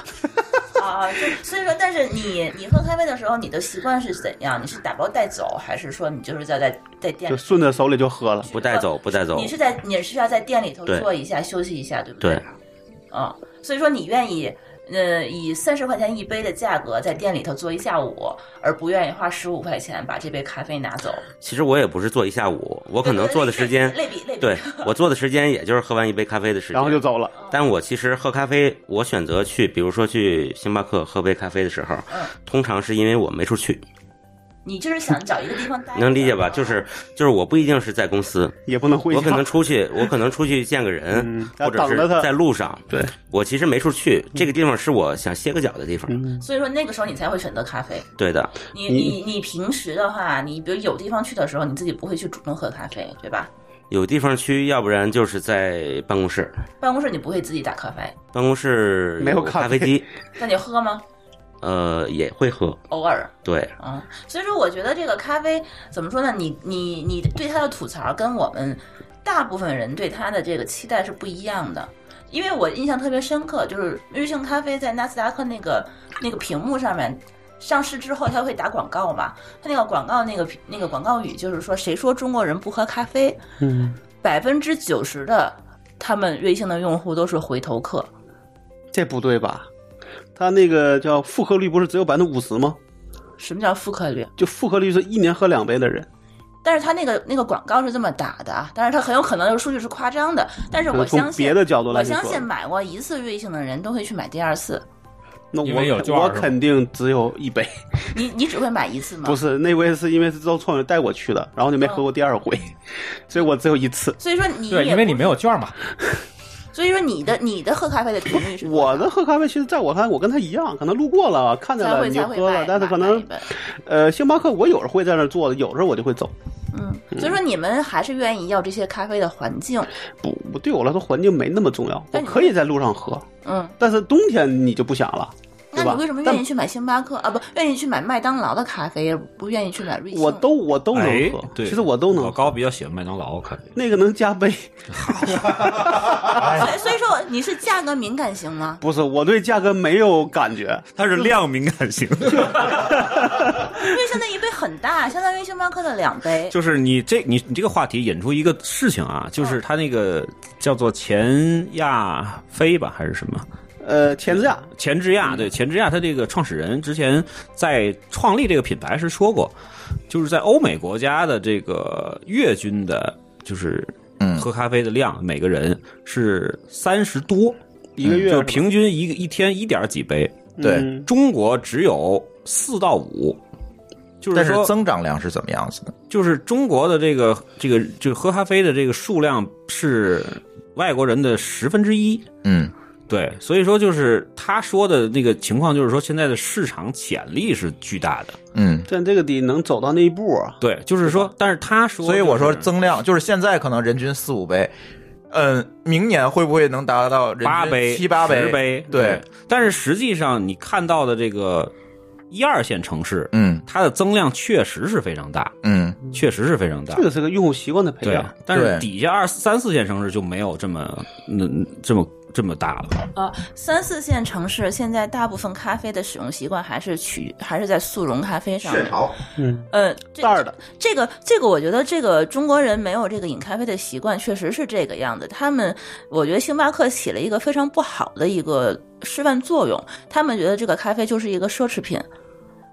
Speaker 8: 啊？就所以说，但是你你喝咖啡的时候，你的习惯是怎样？你是打包带走，还是说你就是在在在店
Speaker 4: 就
Speaker 8: 里？
Speaker 4: 顺着手里就喝了。
Speaker 3: 不带走，不带走
Speaker 8: 你。是在你是要在店里头
Speaker 3: 对
Speaker 8: 坐一下休息一下，对不
Speaker 3: 对
Speaker 8: 啊，所以说你愿意。呃，以三十块钱一杯的价格在店里头坐一下午，而不愿意花十五块钱把这杯咖啡拿走。
Speaker 3: 其实我也不是坐一下午，我可能坐的时间，
Speaker 8: 类比类比，
Speaker 3: 对我坐的时间也就是喝完一杯咖啡的时间。
Speaker 4: 然后就。走了，
Speaker 8: 啊
Speaker 3: 但我其实喝咖啡，我选择去，比如说去星巴克喝杯咖啡的时候
Speaker 8: 嗯，
Speaker 3: 通常是因为我没处去，
Speaker 8: 你就是想找一个地方待着，啊
Speaker 3: 能理解吧？就是就是我不一定是在公司，
Speaker 4: 也不能回家。
Speaker 3: 我可能出去，我可能出去见个人
Speaker 4: 嗯，
Speaker 3: 或者
Speaker 4: 要等着他
Speaker 3: 是在路上。
Speaker 4: 对，
Speaker 3: 我其实没处去，这个地方是我想歇个脚的地方。
Speaker 4: 嗯，
Speaker 8: 所以说那个时候你才会选择咖啡。
Speaker 3: 对的，
Speaker 8: 你你你平时的话，你比如有地方去的时候，你自己不会去主动喝咖啡，对吧？
Speaker 3: 有地方去，要不然就是在办公室，
Speaker 8: 办公室你不会自己打咖啡，
Speaker 3: 办公室
Speaker 4: 没有咖
Speaker 3: 咖
Speaker 4: 啡
Speaker 3: 啡机，
Speaker 8: 那你喝吗？
Speaker 3: 呃，也会喝。
Speaker 8: 偶尔
Speaker 3: 对，
Speaker 8: 啊、所以说我觉得这个咖啡怎么说呢？你你你对它的吐槽跟我们大部分人对它的这个期待是不一样的。因为我印象特别深刻，就是瑞幸咖啡在纳斯达克那个那个屏幕上面上市之后，它会打广告嘛？它那个广告那个那个广告语就是说，谁说中国人不喝咖啡？
Speaker 4: 嗯，
Speaker 8: 百分之九十的他们瑞幸的用户都是回头客。
Speaker 4: 这不对吧？他那个叫复喝率不是只有百分之五十吗？
Speaker 8: 什么叫复刻率？
Speaker 4: 就复喝率是一年喝两杯的人，
Speaker 8: 但是他那个那个广告是这么打的啊，但是他很有可能这个数据是夸张的，但是
Speaker 4: 可
Speaker 8: 我
Speaker 4: 能从
Speaker 8: 相信
Speaker 4: 别的角度
Speaker 8: 我
Speaker 4: 来去
Speaker 8: 相信
Speaker 4: 说，
Speaker 8: 买过一次瑞幸的人都会去买第二次。
Speaker 4: 那
Speaker 2: 因为有
Speaker 4: 我
Speaker 2: 券
Speaker 4: 肯
Speaker 2: 儿
Speaker 4: 我
Speaker 2: 是吧
Speaker 4: 肯定只有一杯。
Speaker 8: 你你只会买一次吗？
Speaker 4: 不，是那回是因为是周创友带我去的，然后就没喝
Speaker 8: 嗯
Speaker 4: 过第二回，所以我只有一次。
Speaker 8: 所以说你
Speaker 2: 对，
Speaker 8: 也
Speaker 2: 因为
Speaker 8: 不
Speaker 2: 你没有券嘛。
Speaker 8: 所以说你的你的喝咖啡的频率是多
Speaker 4: 我
Speaker 8: 少
Speaker 4: 的喝咖啡其实在我看来，我跟他一样，可能路过了看见
Speaker 8: 才
Speaker 4: 了
Speaker 8: 会
Speaker 4: 你
Speaker 8: 才
Speaker 4: 就
Speaker 8: 会
Speaker 4: 喝
Speaker 8: 买
Speaker 4: 了，但是可能
Speaker 8: 买一杯
Speaker 4: 呃星巴克我有时候会在那儿坐着，有时候我就会走。
Speaker 8: 嗯，所以说你们还是愿意要这些咖啡的环境，
Speaker 4: 不，我对我来说环境没那么重要，我
Speaker 8: 但你
Speaker 4: 可以在路上喝，
Speaker 8: 嗯，
Speaker 4: 但是冬天你就不想了。
Speaker 8: 那那
Speaker 4: 吧
Speaker 8: 你为什么？愿
Speaker 4: 但
Speaker 8: 意去买星巴克啊？不，愿意去买麦当劳的咖啡，不愿意去买瑞幸？
Speaker 4: 我都我都能
Speaker 6: 哎
Speaker 4: 喝，，
Speaker 6: 对，
Speaker 4: 其实我都
Speaker 6: 老
Speaker 4: 能喝，
Speaker 6: 高比较喜欢麦当劳，可能
Speaker 4: 那个能加杯。
Speaker 8: 所哎以所以说你是价格敏感型吗？
Speaker 4: 不是，我对价格没有感觉。
Speaker 6: 他是量敏感型，
Speaker 8: 因为现在一杯很大，相当于星巴克的两杯。
Speaker 6: 就是你这你你这个话题引出一个事情啊，就是他那个叫做前亚非吧还是什么
Speaker 4: 呃，前置价
Speaker 6: 前之亚，对前之亚，他这个创始人之前在创立这个品牌时说过，就是在欧美国家的这个月均的，就是
Speaker 1: 嗯
Speaker 6: 喝咖啡的量，每个人是三十多，
Speaker 4: 一个月
Speaker 6: 就是是
Speaker 4: 吧
Speaker 6: 平均一个一天一点几杯。
Speaker 1: 对
Speaker 4: 嗯
Speaker 6: 中国只有四到五，就
Speaker 1: 但
Speaker 6: 是
Speaker 1: 是
Speaker 6: 说，
Speaker 1: 增长量是怎么样子的？
Speaker 6: 就是中国的这个这个就喝咖啡的这个数量是外国人的十分之一。
Speaker 1: 嗯
Speaker 6: 对，所以说就是他说的那个情况，就是说现在的市场潜力是巨大的。
Speaker 1: 嗯，
Speaker 4: 但这个得能走到那一步啊。
Speaker 6: 对，就是说，但是他说、
Speaker 1: 所以我说
Speaker 6: 增
Speaker 1: 增量就是现在可能人均四五杯，嗯，明年会不会能达到人均
Speaker 6: 八杯、
Speaker 1: 七八
Speaker 6: 十杯？
Speaker 1: 对，
Speaker 6: 但是实际上你看到的这个一二线城市，
Speaker 1: 嗯
Speaker 6: 它的增量确实是非常大，
Speaker 1: 嗯，哎
Speaker 6: 确实是非常大
Speaker 4: 这。个是个用户习惯的培
Speaker 6: 对
Speaker 4: 养。，
Speaker 6: 但是
Speaker 1: 对
Speaker 6: 底下二三四线城市就没有这么嗯这么这么大了。
Speaker 8: 呃，三四线城市现在大部分咖啡的使用习惯还是取还是在速溶咖啡上。
Speaker 1: 潮，
Speaker 4: 嗯，
Speaker 8: 呃，这
Speaker 4: 袋儿的
Speaker 8: 这个这个，我觉得这个中国人没有这个饮咖啡的习惯，确实是这个样子。他们，我觉得星巴克起了一个非常不好的一个示范作用，他们觉得这个咖啡就是一个奢侈品，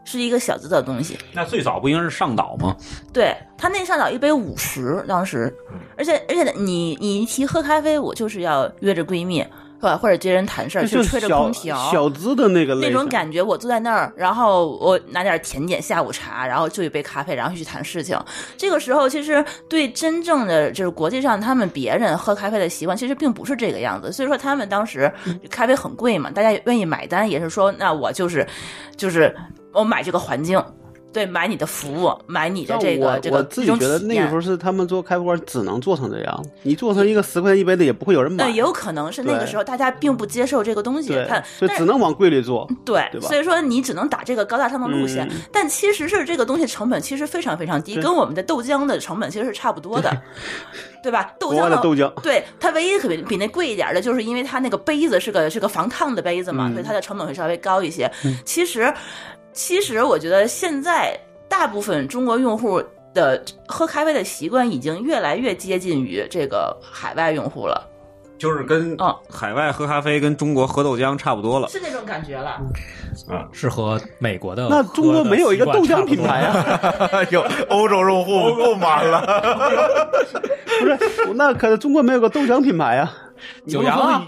Speaker 8: 是一个小资的东西。
Speaker 6: 那最早不应该是上岛吗？
Speaker 8: 对他那上岛一杯五十，当时，
Speaker 4: 嗯
Speaker 8: 而且而且你你一提喝咖啡，我就是要约着闺蜜是吧，或者这人谈事儿，
Speaker 4: 就
Speaker 8: 就是吹着
Speaker 4: 小
Speaker 8: 空调，
Speaker 4: 小资的那个类
Speaker 8: 那种
Speaker 4: 型
Speaker 8: 感觉，我坐在那儿，然后我拿点甜点、下午茶，然后就一杯咖啡，然后去谈事情。这个时候，其实对真正的就是国际上他们别人喝咖啡的习惯，其实并不是这个样子。所以说，他们当时
Speaker 4: 嗯
Speaker 8: 咖啡很贵嘛，大家愿意买单，也是说，那我就是就是我买这个环境。对，买你的服务，买你的
Speaker 4: 但
Speaker 8: 这个
Speaker 4: 我
Speaker 8: 这
Speaker 4: 我
Speaker 8: 个
Speaker 4: 自
Speaker 8: 这
Speaker 4: 己
Speaker 8: 种
Speaker 4: 觉得那个时候是他们做开关只能做成这样，你做成一个十块钱一杯的也不会有人买，
Speaker 8: 那也呃有可能是那个
Speaker 4: 对
Speaker 8: 时候大家并不接受这个东西，
Speaker 4: 对
Speaker 8: 看，，
Speaker 4: 所以
Speaker 8: 但
Speaker 4: 只
Speaker 8: 是
Speaker 4: 能往贵里做。
Speaker 8: 对，
Speaker 4: 对吧
Speaker 8: 所以说你只能打这个高大上的路线，
Speaker 4: 嗯
Speaker 8: 但其实是这个东西成本其实非常非常低，
Speaker 4: 对
Speaker 8: 跟我们的豆浆的成本其实是差不多的， 对吧？豆
Speaker 4: 国外
Speaker 8: 浆啊
Speaker 4: 的豆浆，
Speaker 8: 对它唯一可比比那贵一点的，就是因为它那个杯子是个是个防烫的杯子嘛，
Speaker 4: 嗯
Speaker 8: 所以它的成本会稍微高一些。其实，其实我觉得现在大部分中国用户的喝咖啡的习惯已经越来越接近于这个海外用户了，
Speaker 6: 就是跟
Speaker 8: 嗯
Speaker 6: 啊海外喝咖啡跟中国喝豆浆差不多了。
Speaker 8: 是那种感觉了。
Speaker 2: 是和美国的
Speaker 4: 那中国没有一个豆浆品牌
Speaker 2: 啊。
Speaker 4: 啊？
Speaker 1: 有欧洲用户不满了，
Speaker 4: 不是，那可是中国没有个豆浆品牌啊？你
Speaker 2: 九
Speaker 4: 不能
Speaker 2: 阳
Speaker 4: 说
Speaker 2: 啊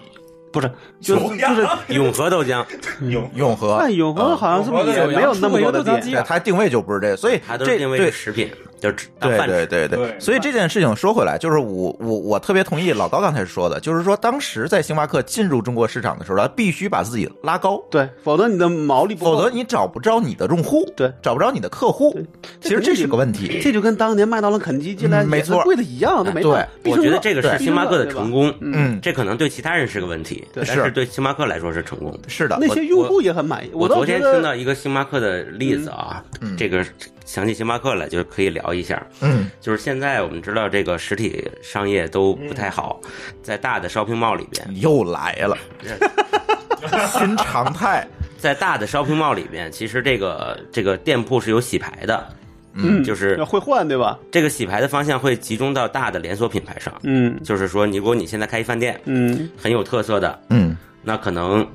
Speaker 4: 不是，就是就是，
Speaker 3: 永和豆浆，
Speaker 1: 永永 和
Speaker 4: 但永
Speaker 2: 啊
Speaker 4: 和好像是不是也没有那么多的
Speaker 2: 永和的豆浆机
Speaker 4: 店？
Speaker 1: 对，它定位就不是这个，所以
Speaker 3: 它都
Speaker 1: 这
Speaker 3: 是定位
Speaker 1: 对
Speaker 3: 是食品，就是当
Speaker 1: 对
Speaker 3: 饭
Speaker 1: 对
Speaker 3: 吃。
Speaker 1: 对对，所以这件事情说回来，就是我我我特别同意老高刚才说的，就是说当时在星巴克进入中国市场的时候，它必须把自己拉高，
Speaker 4: 对，否则你的毛利不够
Speaker 1: 否则你找不着你的用户，
Speaker 4: 对
Speaker 1: 找不着你的客户，其实这是个问题。
Speaker 4: 这就跟当年麦当劳、肯德基进来
Speaker 1: 嗯没
Speaker 4: 也是
Speaker 1: 错
Speaker 4: 贵的一样，都没
Speaker 1: 对
Speaker 4: 办法必
Speaker 3: 我
Speaker 4: 胜
Speaker 3: 觉得
Speaker 4: 客
Speaker 3: 这个
Speaker 4: 对
Speaker 3: 是星巴克的
Speaker 4: 必胜对
Speaker 3: 成
Speaker 4: 吧
Speaker 3: 功，
Speaker 1: 嗯，
Speaker 3: 这可能对其他人是个问题，
Speaker 4: 对
Speaker 3: 但
Speaker 1: 是
Speaker 3: 是对星巴克来说是成功的。
Speaker 1: 是的，
Speaker 4: 那些用户也很满意。
Speaker 3: 我
Speaker 4: 倒
Speaker 3: 昨
Speaker 4: 觉
Speaker 3: 天
Speaker 4: 得
Speaker 3: 听到一个星巴克的例子啊，
Speaker 1: 嗯
Speaker 3: 这个想起星巴克来，就是可以聊一下。
Speaker 1: 嗯
Speaker 3: 就是现在我们知道这个实体商业都不太好，
Speaker 4: 嗯
Speaker 3: 在大的 shopping mall 里边，
Speaker 1: 又来了，新常态，
Speaker 3: 在大的 shopping mall 里边，其实这个这个店铺是有洗牌的，
Speaker 4: 嗯，
Speaker 3: 就是
Speaker 4: 要会换，对吧？
Speaker 3: 这个洗牌的方向会集中到大的连锁品牌上。
Speaker 4: 嗯
Speaker 3: 就是说，如果你现在开一饭店，
Speaker 4: 嗯，
Speaker 3: 很有特色的，
Speaker 1: 嗯
Speaker 3: 那可能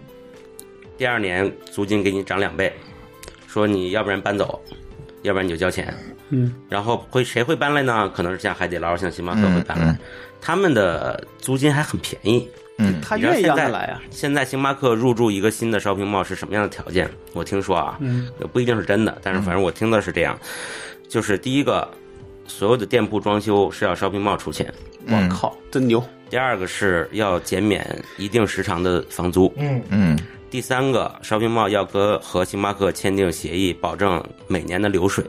Speaker 3: 第二年租金给你涨两倍，说你要不然搬走，要不然你就交钱。
Speaker 4: 嗯，
Speaker 3: 然后会谁会搬来呢？可能是像海底捞、像星巴克会
Speaker 1: 嗯
Speaker 3: 搬来，
Speaker 1: 嗯
Speaker 3: 他们的租金还很便宜。
Speaker 1: 嗯，
Speaker 4: 他
Speaker 3: 你知道
Speaker 4: 愿意
Speaker 3: 现
Speaker 4: 让他
Speaker 3: 在
Speaker 4: 来啊。
Speaker 3: 现在星巴克入驻一个新的 shopping mall 是什么样的条件？我听说啊，
Speaker 4: 嗯
Speaker 3: 不一定是真的，但是反正我听的是这样，就是第一个，所有的店铺装修是要 shopping mall 出钱；
Speaker 1: 嗯
Speaker 4: 我靠，真牛！
Speaker 3: 第二个是要减免一定时长的房租；
Speaker 1: 嗯
Speaker 3: 第三个，shopping mall 要跟和星巴克签订协议，保证每年的流水。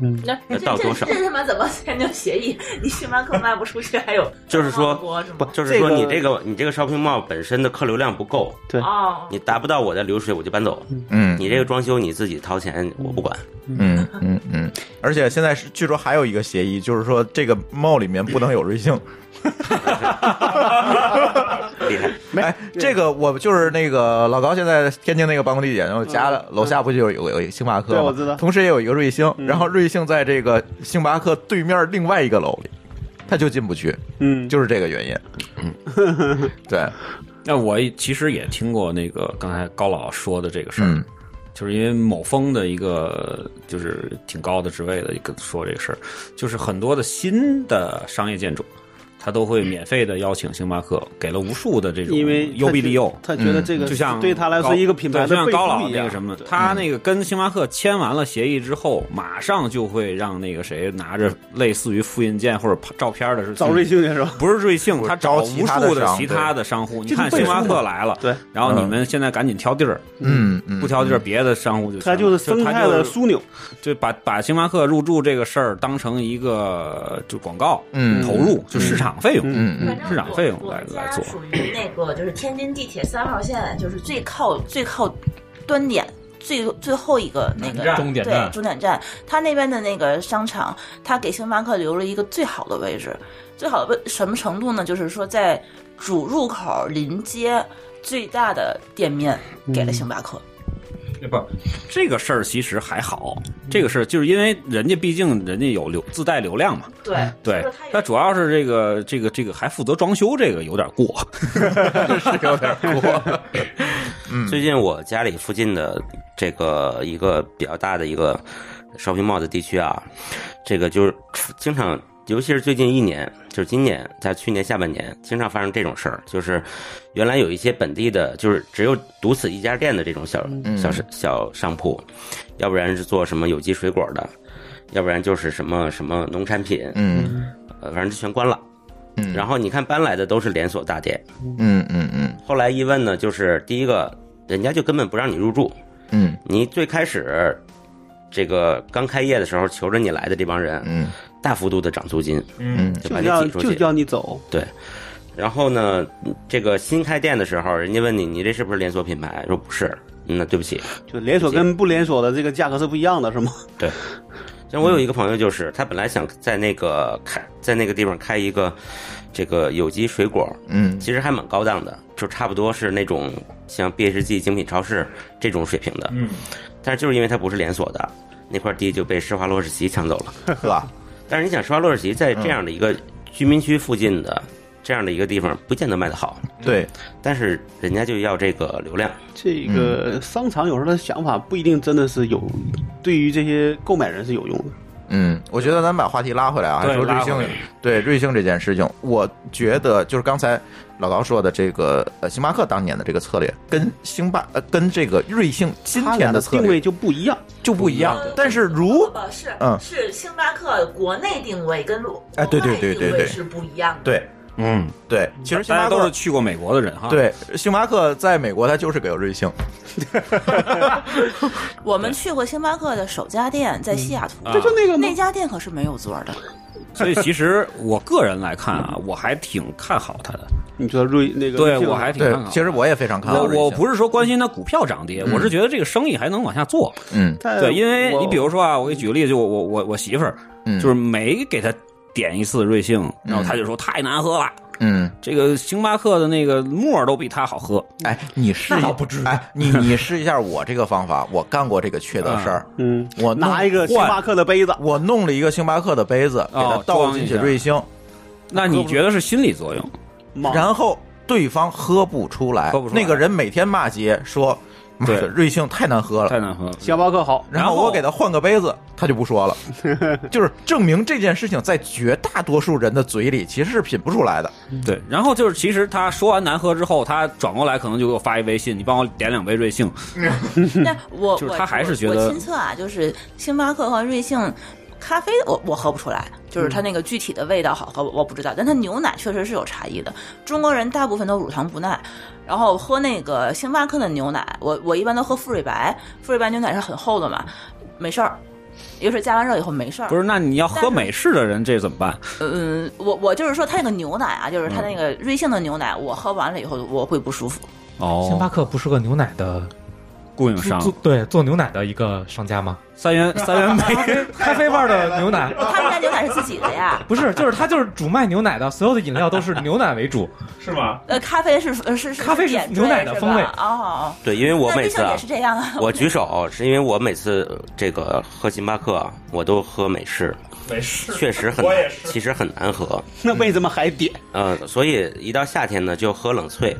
Speaker 4: 嗯，
Speaker 8: 那
Speaker 3: 那
Speaker 8: 这
Speaker 3: 到多
Speaker 8: 这
Speaker 3: 少
Speaker 8: 这他妈怎么签订协议？你星巴克卖不出去， 还有
Speaker 3: 就是说
Speaker 8: 中国是吗
Speaker 4: 不
Speaker 3: 就是说
Speaker 4: 这个
Speaker 3: 你这个你这个 shopping mall 本身的客流量不够，
Speaker 4: 对
Speaker 8: 哦，
Speaker 3: 你达不到我的流水我就搬走。
Speaker 1: 嗯
Speaker 3: 你这个装修你自己掏钱，我不管。
Speaker 1: 嗯嗯嗯，而且现在是据说还有一个协议，就是说这个 mall 里面不能有瑞幸。
Speaker 3: 厉害，
Speaker 1: 哎，这个我就是那个老高现在天津那个办公地点，然后家了楼下不就有有有一个星巴克吗？
Speaker 4: 对我知道
Speaker 1: 同时也有一个瑞幸，然后瑞幸在这个星巴克对面另外一个楼里，他就进不去，
Speaker 4: 嗯，
Speaker 1: 就是这个原因。对，
Speaker 6: 那我其实也听过那个刚才高老说的这个事儿，
Speaker 1: 嗯
Speaker 6: 就是因为某峰的一个就是挺高的职位的一个说这个事儿，就是很多的新的商业建筑，他都会免费的邀请星巴克，给了无数的这种
Speaker 4: 因为他
Speaker 6: 优必利诱。嗯
Speaker 4: 他觉得这个
Speaker 6: 就像
Speaker 4: 对他来说
Speaker 6: 高
Speaker 4: 一个品牌
Speaker 6: 对就
Speaker 4: 的
Speaker 6: 像
Speaker 4: 背
Speaker 6: 高老
Speaker 4: 书一
Speaker 6: 那
Speaker 4: 样
Speaker 6: 个什么，他那个跟星巴克签完了协议之后，马上就会让那个谁拿着类似于复印件或者照片的是
Speaker 4: 找瑞幸去是吧？
Speaker 6: 不是瑞幸，
Speaker 1: 不是
Speaker 6: 他找
Speaker 1: 找其
Speaker 6: 无
Speaker 1: 他的
Speaker 6: 数的
Speaker 1: 商
Speaker 6: 其
Speaker 1: 对
Speaker 6: 他的商户。你
Speaker 4: 这就
Speaker 6: 看
Speaker 4: 背
Speaker 6: 星巴
Speaker 4: 书
Speaker 6: 克
Speaker 4: 嘛
Speaker 6: 来了，
Speaker 4: 对，
Speaker 6: 然后你
Speaker 1: 嗯
Speaker 6: 们现在赶紧挑地儿，
Speaker 1: 嗯嗯，
Speaker 6: 不挑地儿，别的商户就
Speaker 4: 他
Speaker 6: 行
Speaker 4: 就是
Speaker 6: 了
Speaker 4: 生态
Speaker 6: 就
Speaker 4: 的枢纽，
Speaker 6: 就把把星巴克入驻这个事儿当成一个就广告
Speaker 1: 嗯
Speaker 6: 投入，就市场费用，
Speaker 1: 嗯嗯
Speaker 8: 反正
Speaker 6: 市场费用
Speaker 8: 我
Speaker 6: 来
Speaker 8: 们
Speaker 6: 来
Speaker 8: 家
Speaker 6: 做。
Speaker 8: 属于那个就是天津地铁三号线，就是最靠最靠端点。最最后一个那个
Speaker 2: 站终点站
Speaker 8: 对终点站，他那边的那个商场，他给星巴克留了一个最好的位置，最好的位什么程度呢？就是说在主入口临街最大的店面
Speaker 2: 嗯
Speaker 8: 给了星巴克，
Speaker 2: 不，
Speaker 6: 这个事儿其实还好，这个事儿就是因为人家毕竟人家有流自带流量嘛，
Speaker 8: 对
Speaker 6: 对，他主要是这个这个这个还负责装修，这个有点过。
Speaker 1: 是有点 过。嗯
Speaker 3: 最近我家里附近的这个一个比较大的一个 shopping mall 的地区啊，这个就是经常，尤其是最近一年，就是今年在去年下半年，经常发生这种事儿，就是原来有一些本地的，就是只有独此一家店的这种小
Speaker 1: 嗯
Speaker 3: 小小商铺，要不然是做什么有机水果的，要不然就是什么什么农产品，
Speaker 1: 嗯
Speaker 3: 呃，反正就全关了。
Speaker 1: 嗯
Speaker 3: 然后你看搬来的都是连锁大店，
Speaker 1: 嗯嗯嗯
Speaker 3: 后来一问呢，就是第一个，人家就根本不让你入住，
Speaker 1: 嗯
Speaker 3: 你最开始这个刚开业的时候求着你来的这帮人，
Speaker 1: 嗯
Speaker 3: 大幅度的涨租金，
Speaker 1: 嗯
Speaker 3: 就把
Speaker 4: 就
Speaker 3: 你
Speaker 4: 要
Speaker 3: 挤出
Speaker 4: 就
Speaker 3: 去。
Speaker 4: 要你走，
Speaker 3: 然后呢，这个新开店的时候，人家问你，你这是不是连锁品牌？说不是，嗯那对不起。
Speaker 4: 就连锁跟不连锁的这个价格是不一样的，是吗？
Speaker 3: 像我有一个朋友，就是他本来想在那个开在那个地方开一个这个有机水果，
Speaker 1: 嗯
Speaker 3: 其实还蛮高档的，就差不多是那种像 BHG 精品超市这种水平的。
Speaker 7: 嗯，
Speaker 3: 但是就是因为它不是连锁的，那块地就被施华洛世奇抢走了。
Speaker 1: 呵，
Speaker 3: 但是你想，施华洛世奇在
Speaker 7: 嗯
Speaker 3: 这样的一个居民区附近的、这样的一个地方，不见得卖得好，
Speaker 1: 对，
Speaker 3: 但是人家就要这个流量。
Speaker 4: 这
Speaker 6: 嗯
Speaker 4: 个商场有时候的想法不一定真的是有，对于这些购买人是有用的。
Speaker 1: 嗯，我觉得咱们把话题拉回来啊，还说瑞幸，对瑞幸这件事情，我觉得就是刚才老高说的这个，呃，星巴克当年的这个策略，跟星巴呃跟这个瑞幸今
Speaker 4: 它
Speaker 1: 天
Speaker 4: 俩的
Speaker 1: 策
Speaker 4: 定位
Speaker 1: 略
Speaker 4: 就不一样，
Speaker 1: 就不一样
Speaker 8: 呃。
Speaker 1: 啊但是
Speaker 8: 不
Speaker 1: 如
Speaker 8: 不是
Speaker 1: 嗯
Speaker 8: 是星巴克国内定位跟国
Speaker 1: 哎对对对对
Speaker 8: 国外定位
Speaker 1: 对
Speaker 8: 是不一样的。
Speaker 1: 对
Speaker 6: 嗯，
Speaker 1: 对，其实星
Speaker 6: 大
Speaker 1: 巴
Speaker 6: 家都是
Speaker 1: 克
Speaker 6: 去过美国的人哈，，
Speaker 1: 对星巴克在美国它就是个有瑞幸，
Speaker 8: 我们去过星巴克的首家店在西雅图，
Speaker 1: 嗯哎
Speaker 6: 啊这就
Speaker 8: 那个那家店可是没有座儿的。
Speaker 6: 所以其实我个人来看啊，我还挺看好他的，
Speaker 4: 你说瑞那个
Speaker 6: 对
Speaker 4: 瑞幸
Speaker 6: 我还挺
Speaker 1: 对
Speaker 6: 看好，他。啊
Speaker 1: 其实我也非常看好
Speaker 6: 我
Speaker 1: 瑞幸。
Speaker 6: 我不是说关心它股票涨跌，
Speaker 2: 嗯
Speaker 6: 我是觉得这个生意还能往下做。
Speaker 1: 嗯
Speaker 2: 哎
Speaker 4: 但
Speaker 6: 对，因为你比
Speaker 4: 我
Speaker 6: 如说啊，我给举个例子，就我我我我媳妇儿，
Speaker 1: 嗯
Speaker 6: 就是每给她点一次瑞幸，
Speaker 2: 嗯
Speaker 6: 然后她就说太难喝了，
Speaker 1: 嗯，
Speaker 6: 这个星巴克的那个沫儿都比它好喝。
Speaker 1: 哎，你试
Speaker 2: 那倒不至于
Speaker 1: 哎，你你试一下我这个方法，我干过这个缺德事儿，
Speaker 4: 嗯，
Speaker 1: 我弄
Speaker 4: 拿一个星巴克的杯子，
Speaker 1: 我弄了一个星巴克的杯子，给它
Speaker 6: 哦
Speaker 1: 倒
Speaker 6: 装
Speaker 1: 进
Speaker 6: 一
Speaker 1: 去
Speaker 6: 下
Speaker 1: 瑞幸，
Speaker 6: 那你觉得是心理作用？
Speaker 4: 妈
Speaker 1: 然后对方喝不出来，
Speaker 6: 啊喝不出来
Speaker 1: 那个人每天骂街说：“妈的，
Speaker 6: 对
Speaker 1: 瑞幸太难喝了。
Speaker 6: 太难喝了。
Speaker 4: 星巴克好”，
Speaker 1: 然后
Speaker 6: 然后
Speaker 1: 我给他换个杯子，他就不说了。 就是证明这件事情在绝大多数人的嘴里其实是品不出来的。
Speaker 2: 嗯
Speaker 6: 对，然后就是，其实他说完难喝之后，他转过来可能就给我发一微信，你帮我点两杯瑞幸。
Speaker 2: 嗯
Speaker 8: 但我
Speaker 6: 就是
Speaker 8: 我
Speaker 6: 他还是觉
Speaker 8: 我
Speaker 6: 得
Speaker 8: 我亲测啊，就是星巴克和瑞幸。咖啡我我喝不出来，就是
Speaker 6: 嗯
Speaker 8: 它那个具体的味道好喝，我我不知道。但它牛奶确实是有差异的。中国人大部分都乳糖不耐，然后喝那个星巴克的牛奶，我我一般都喝馥芮白，馥芮白牛奶是很厚的嘛，没事儿，有水加完热以后没事儿
Speaker 6: 不。是，那你要喝
Speaker 8: 但是
Speaker 6: 美式的人，这怎么办？
Speaker 8: 嗯，我我就是说，它那个牛奶啊，就是它
Speaker 6: 嗯
Speaker 8: 那个瑞幸的牛奶，我喝完了以后我会不舒服。
Speaker 2: 星巴
Speaker 6: 哦，
Speaker 2: 克不是个牛奶的
Speaker 6: 供应商
Speaker 2: 做对做牛奶的一个商家吗？
Speaker 6: 三元三元
Speaker 4: 哎
Speaker 6: 杯
Speaker 2: 咖啡味儿的牛奶
Speaker 8: 他们家牛奶是自己的呀，
Speaker 2: 不是，就是它就是主卖牛奶的，所有的饮料都是牛奶为 主。
Speaker 7: 是吗？
Speaker 8: 呃，咖啡是呃是是
Speaker 2: 咖啡是
Speaker 8: 点
Speaker 2: 牛
Speaker 8: 缀
Speaker 2: 奶的
Speaker 8: 是
Speaker 2: 风
Speaker 8: 吧
Speaker 2: 味
Speaker 8: 哦哦，
Speaker 3: 对，因为我
Speaker 8: 那
Speaker 3: 每
Speaker 8: 瑞
Speaker 3: 次
Speaker 8: 幸
Speaker 3: 啊
Speaker 8: 也是，这样啊。
Speaker 3: 我举手是因为我每次呃这个喝星巴克啊，我都喝美式，
Speaker 7: 没事，
Speaker 3: 确实很
Speaker 7: 我
Speaker 3: 难
Speaker 7: 也，是
Speaker 3: 其实很难喝。
Speaker 4: 那为什么还点？
Speaker 3: 呃，所以一到夏天呢，就喝冷 萃，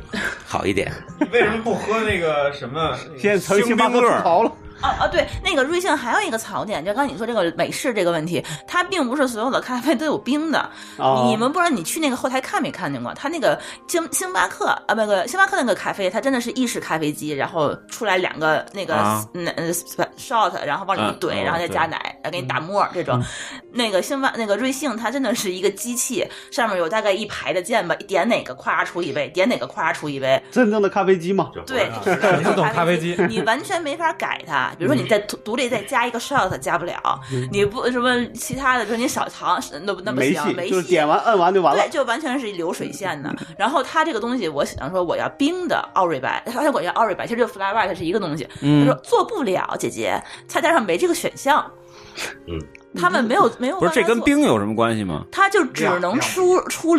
Speaker 3: 好一点。
Speaker 7: 你为什么不喝那个什么？
Speaker 6: 嗯
Speaker 4: 现在成星巴克
Speaker 3: 星冰乐
Speaker 4: 吐槽了。
Speaker 8: 哦哦，对，那个瑞幸还有一个槽点，就刚才你说这个美式这个问题，它并不是所有的咖啡都有冰的。
Speaker 4: 哦
Speaker 8: 你们不知道你去那个后台看没看见过？它那个星星巴克啊，不那个星巴克那个咖啡，它真的是意式咖啡机，然后出来两个那个
Speaker 6: 啊
Speaker 8: 嗯呃 shot，然后往里一
Speaker 6: 嗯
Speaker 8: 怼，
Speaker 6: 嗯
Speaker 8: 然后再加奶，呃给你打
Speaker 3: 嗯
Speaker 8: 沫这种。那个星巴那个瑞幸，它真的是一个机器，上面有大概一排的键吧，点哪个咵出一杯，点哪个咵出一杯。
Speaker 4: 真正的咖啡机嘛，
Speaker 8: 对，
Speaker 6: 啊
Speaker 2: 你不懂咖啡机
Speaker 8: 你完全没法改它。比如
Speaker 6: 嗯
Speaker 8: 说你再独独立再加一个 shot，加不了。你不什么其他的，比如你少糖，那不那不
Speaker 4: 没
Speaker 8: 行，
Speaker 4: 戏，
Speaker 8: 没
Speaker 4: 就是点完摁完就完了
Speaker 8: 对，。就完全是流水线
Speaker 6: 嗯
Speaker 8: 的。 然后它这个东西，我想说我要冰的奥瑞白，他管叫奥瑞白，其实就 fly white 是一个东西。
Speaker 6: 嗯
Speaker 4: 嗯
Speaker 8: 他说做不了，姐姐，菜单上没这个选项。
Speaker 3: 嗯，
Speaker 8: 他们没有没有
Speaker 6: 不是这
Speaker 8: 办法
Speaker 6: 跟
Speaker 8: 做
Speaker 6: 冰有什么关系吗？
Speaker 8: 它就只能出出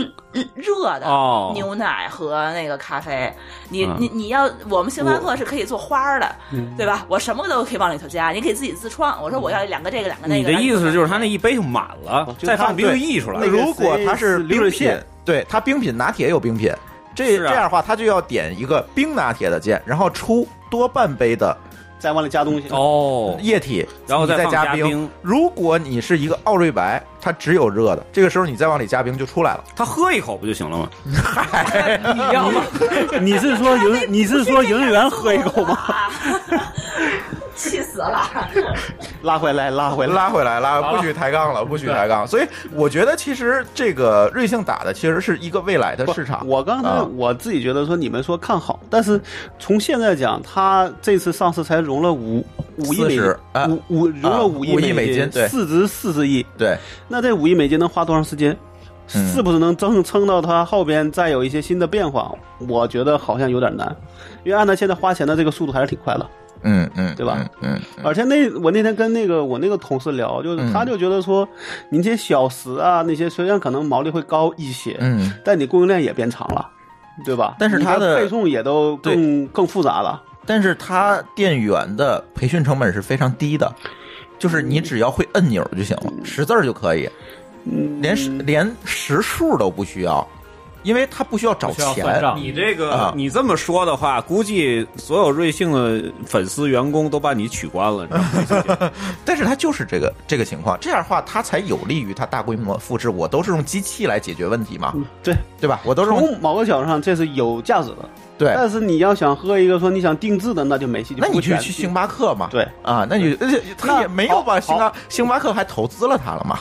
Speaker 8: 热的
Speaker 6: 哦
Speaker 8: 牛奶和那个咖啡。你
Speaker 6: 嗯
Speaker 8: 你你要，我们星巴克
Speaker 6: 我嗯
Speaker 8: 是可以做花儿的，对吧？我什么都可以往里头加，你可以自己自创。我说我要两个这个，两个那
Speaker 6: 你
Speaker 8: 个。
Speaker 6: 的意思就是他那
Speaker 8: 一
Speaker 6: 一杯就满了，
Speaker 4: 就
Speaker 6: 再
Speaker 4: 他
Speaker 6: 放哦冰就
Speaker 4: 对
Speaker 6: 溢出来
Speaker 4: 那
Speaker 6: 了。
Speaker 4: 个
Speaker 1: 如果它是
Speaker 4: 流水
Speaker 1: 冰品
Speaker 4: 线，
Speaker 1: 对它冰品拿铁有冰品，这、
Speaker 6: 是啊
Speaker 1: 这样的话，它就要点一个冰拿铁的键，然后出多半杯的
Speaker 4: 再往里加东西。
Speaker 6: 哦，
Speaker 1: 液体，
Speaker 6: 然后
Speaker 1: 你
Speaker 6: 再
Speaker 1: 再
Speaker 6: 放
Speaker 1: 加
Speaker 6: 冰。
Speaker 1: 如果你是一个奥瑞白，它只有热的，这个时候你再往里加冰就出来了。
Speaker 6: 他喝一口不就行了吗？
Speaker 4: 你要吗？你是说营你是说营业员喝一口吗？
Speaker 8: 吗？ 气死了！
Speaker 4: 拉回来，拉回来，
Speaker 1: 拉回来，拉不许抬杠了，不许抬杠。所以我觉得，其实这个瑞幸打的其实是一个未来的
Speaker 4: 不
Speaker 1: 市场。
Speaker 4: 我刚才
Speaker 1: 啊
Speaker 4: 我自己觉得说你们说看好，但是从现在讲，他这次上市才融了五五亿美
Speaker 1: 40啊
Speaker 4: 金，五五融了五
Speaker 1: 五亿
Speaker 4: 亿
Speaker 1: 美金
Speaker 4: 金，
Speaker 1: 对
Speaker 4: 市值四十亿，
Speaker 1: 对，
Speaker 4: 那这五亿美金能花多长时间？
Speaker 1: 嗯
Speaker 4: 是不是能撑撑到它后边再有一些新的变化？我觉得好像有点难，因为按他现在花钱的这个速度还是挺快的。
Speaker 1: 嗯嗯，
Speaker 4: 对吧
Speaker 1: 嗯？嗯，
Speaker 4: 而且那我那天跟那个我那个同事聊，就是他
Speaker 1: 嗯
Speaker 4: 就觉得说，你这些小时啊那些虽然可能毛利会高一些，
Speaker 1: 嗯嗯，
Speaker 4: 但你供应链也变长了，对吧？
Speaker 1: 但是
Speaker 4: 你
Speaker 1: 它的
Speaker 4: 配送也都更更复杂了。
Speaker 1: 但是它店员的培训成本是非常低的，就是你只要会按钮就行了，
Speaker 4: 嗯
Speaker 1: 识字儿就可以，连识连识数都不需要，因为它不需要找
Speaker 2: 不需要
Speaker 1: 钱
Speaker 2: 算。账
Speaker 6: 你这个、
Speaker 1: 啊
Speaker 6: 你这么说的话，估计所有瑞幸的粉丝员工都把你取关了。你知道吗
Speaker 1: 但是它就是这个这个情况，这样的话它才有利于它大规模复制。我都是用机器来解决问题嘛，
Speaker 4: 对，
Speaker 1: 对吧？我都是用
Speaker 4: 从某个角度上这是有价值的，
Speaker 1: 对。
Speaker 4: 但是你要想喝一个说你想定制的，那就没戏。
Speaker 1: 那你
Speaker 4: 就
Speaker 1: 去去星巴克嘛？
Speaker 4: 对
Speaker 1: 啊，那你而且他也没有把星巴星巴克还投资了他了嘛？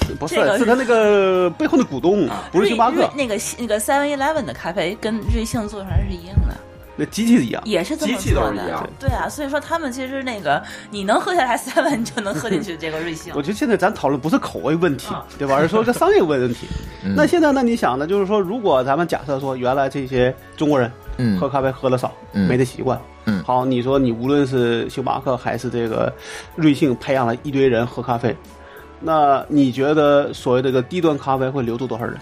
Speaker 4: 克不是
Speaker 8: 这个
Speaker 4: 是他那个背后的股东，不是星巴
Speaker 8: 瑞
Speaker 4: 克
Speaker 8: 瑞，那个那个 Seven Eleven 的咖啡跟瑞幸做出来是一样的，
Speaker 4: 那机器一样。
Speaker 8: 也是这么
Speaker 7: 机器都
Speaker 8: 做
Speaker 7: 是一
Speaker 8: 的
Speaker 7: 样。
Speaker 8: 对啊，所以说他们其实那个你能喝下来 Seven 就能喝进去这个 瑞幸
Speaker 4: 我。觉得现在咱讨论不是口味问题
Speaker 8: 啊，
Speaker 4: 对吧？而是说这商业问题。
Speaker 1: 嗯
Speaker 4: 那现在那你想呢？就是说，如果咱们假设说，原来这些中国人
Speaker 1: 嗯
Speaker 4: 喝咖啡喝的少，
Speaker 1: 嗯
Speaker 4: 没这习惯。
Speaker 1: 嗯
Speaker 4: 好，你说你无论是星巴克还是这个瑞幸，培养了一堆人喝咖啡，那你觉得所谓这个低端咖啡会留住多少人？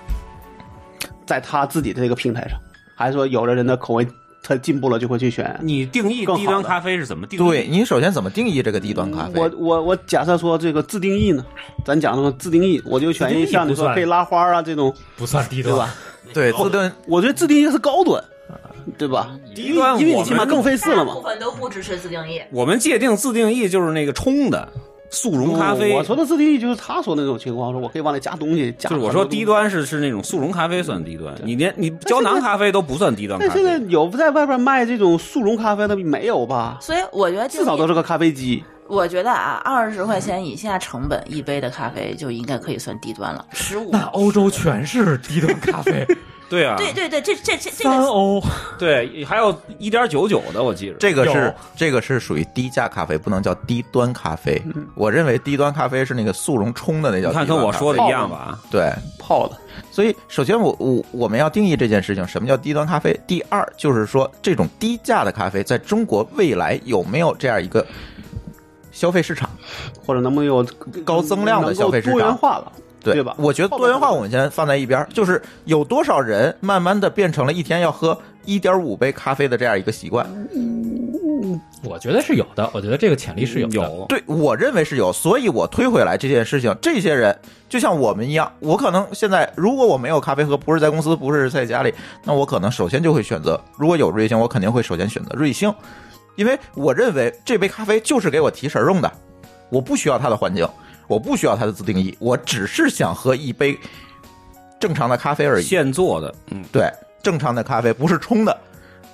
Speaker 4: 在他自己的这个平台上，还是说有的人的口味他进步了就会去选？
Speaker 6: 你定义
Speaker 4: 更好
Speaker 6: 低端
Speaker 4: 的
Speaker 6: 咖啡是怎么定义？
Speaker 1: 对，你首先怎么定义这个低端咖啡？
Speaker 4: 我我我假设说这个自定义呢，咱讲说自定义，我就选
Speaker 2: 自定
Speaker 4: 一
Speaker 2: 义
Speaker 4: 像你
Speaker 2: 不
Speaker 4: 说
Speaker 2: 算
Speaker 4: 可以拉花啊这种，
Speaker 2: 不算低
Speaker 4: 对
Speaker 2: 端
Speaker 4: 吧？？
Speaker 1: 对自定
Speaker 4: 我觉得自定义是高端，对吧？
Speaker 6: 低端
Speaker 4: 因为
Speaker 6: 我
Speaker 4: 你起码
Speaker 6: 们
Speaker 4: 更费事了嘛
Speaker 8: 大部。分都不支持自定义。
Speaker 6: 我们界定自定义就是那个冲的速溶咖啡。
Speaker 4: 哦我说的自定义就是他说的那种情况，说我可以往里加东西，加
Speaker 6: 就是我
Speaker 4: 很多
Speaker 6: 说
Speaker 4: 东西
Speaker 6: 低。端是是那种速溶咖啡算低端，你连你胶囊咖啡都不算低端
Speaker 4: 但
Speaker 6: 咖
Speaker 4: 现在
Speaker 6: 啡。
Speaker 4: 有在外边卖这种速溶咖啡的没有吧？
Speaker 8: 所以我觉得这
Speaker 4: 至少都是个咖啡机，
Speaker 8: 我觉得啊，二十块钱以下成本一杯的咖啡就应该可以算低端了。十五，
Speaker 2: 那欧洲全是低端咖啡，
Speaker 6: 对啊，
Speaker 8: 对对对，这这这这
Speaker 2: 三
Speaker 8: 个
Speaker 2: 欧，
Speaker 6: 对，还有一点九九的，我记着。
Speaker 1: 这个是
Speaker 2: 有
Speaker 1: 这个是属于低价咖啡，不能叫低端咖啡。我认为低端咖啡是那个速溶冲的那叫
Speaker 6: 你
Speaker 1: 低端咖
Speaker 6: 看
Speaker 1: 啡。
Speaker 6: 跟我说的一样吧？
Speaker 1: 对，
Speaker 4: 泡的，
Speaker 1: 所以首先我我我们要定义这件事情，什么叫低端咖啡？第二就是说，这种低价的咖啡在中国未来有没有这样一个消费市场？
Speaker 4: 或者能不能有
Speaker 1: 高增量的消费市场
Speaker 4: 能够多元化了？
Speaker 1: 对
Speaker 4: 对吧
Speaker 1: 我觉得多元化我们先放在一边儿，就是有多少人慢慢的变成了一天要喝一点五杯咖啡的这样一个习惯。
Speaker 2: 我觉得是有的，我觉得这个潜力是有的。
Speaker 6: 有，
Speaker 1: 对，我认为是有，所以我推回来这件事情。这些人就像我们一样，我可能现在如果我没有咖啡喝，不是在公司，不是在家里，那我可能首先就会选择，如果有瑞幸，我肯定会首先选择瑞幸，因为我认为这杯咖啡就是给我提神儿用的，我不需要它的环境，我不需要它的自定义，我只是想喝一杯正常的咖啡而已。
Speaker 6: 现做的，嗯，
Speaker 1: 对，正常的咖啡不是冲的，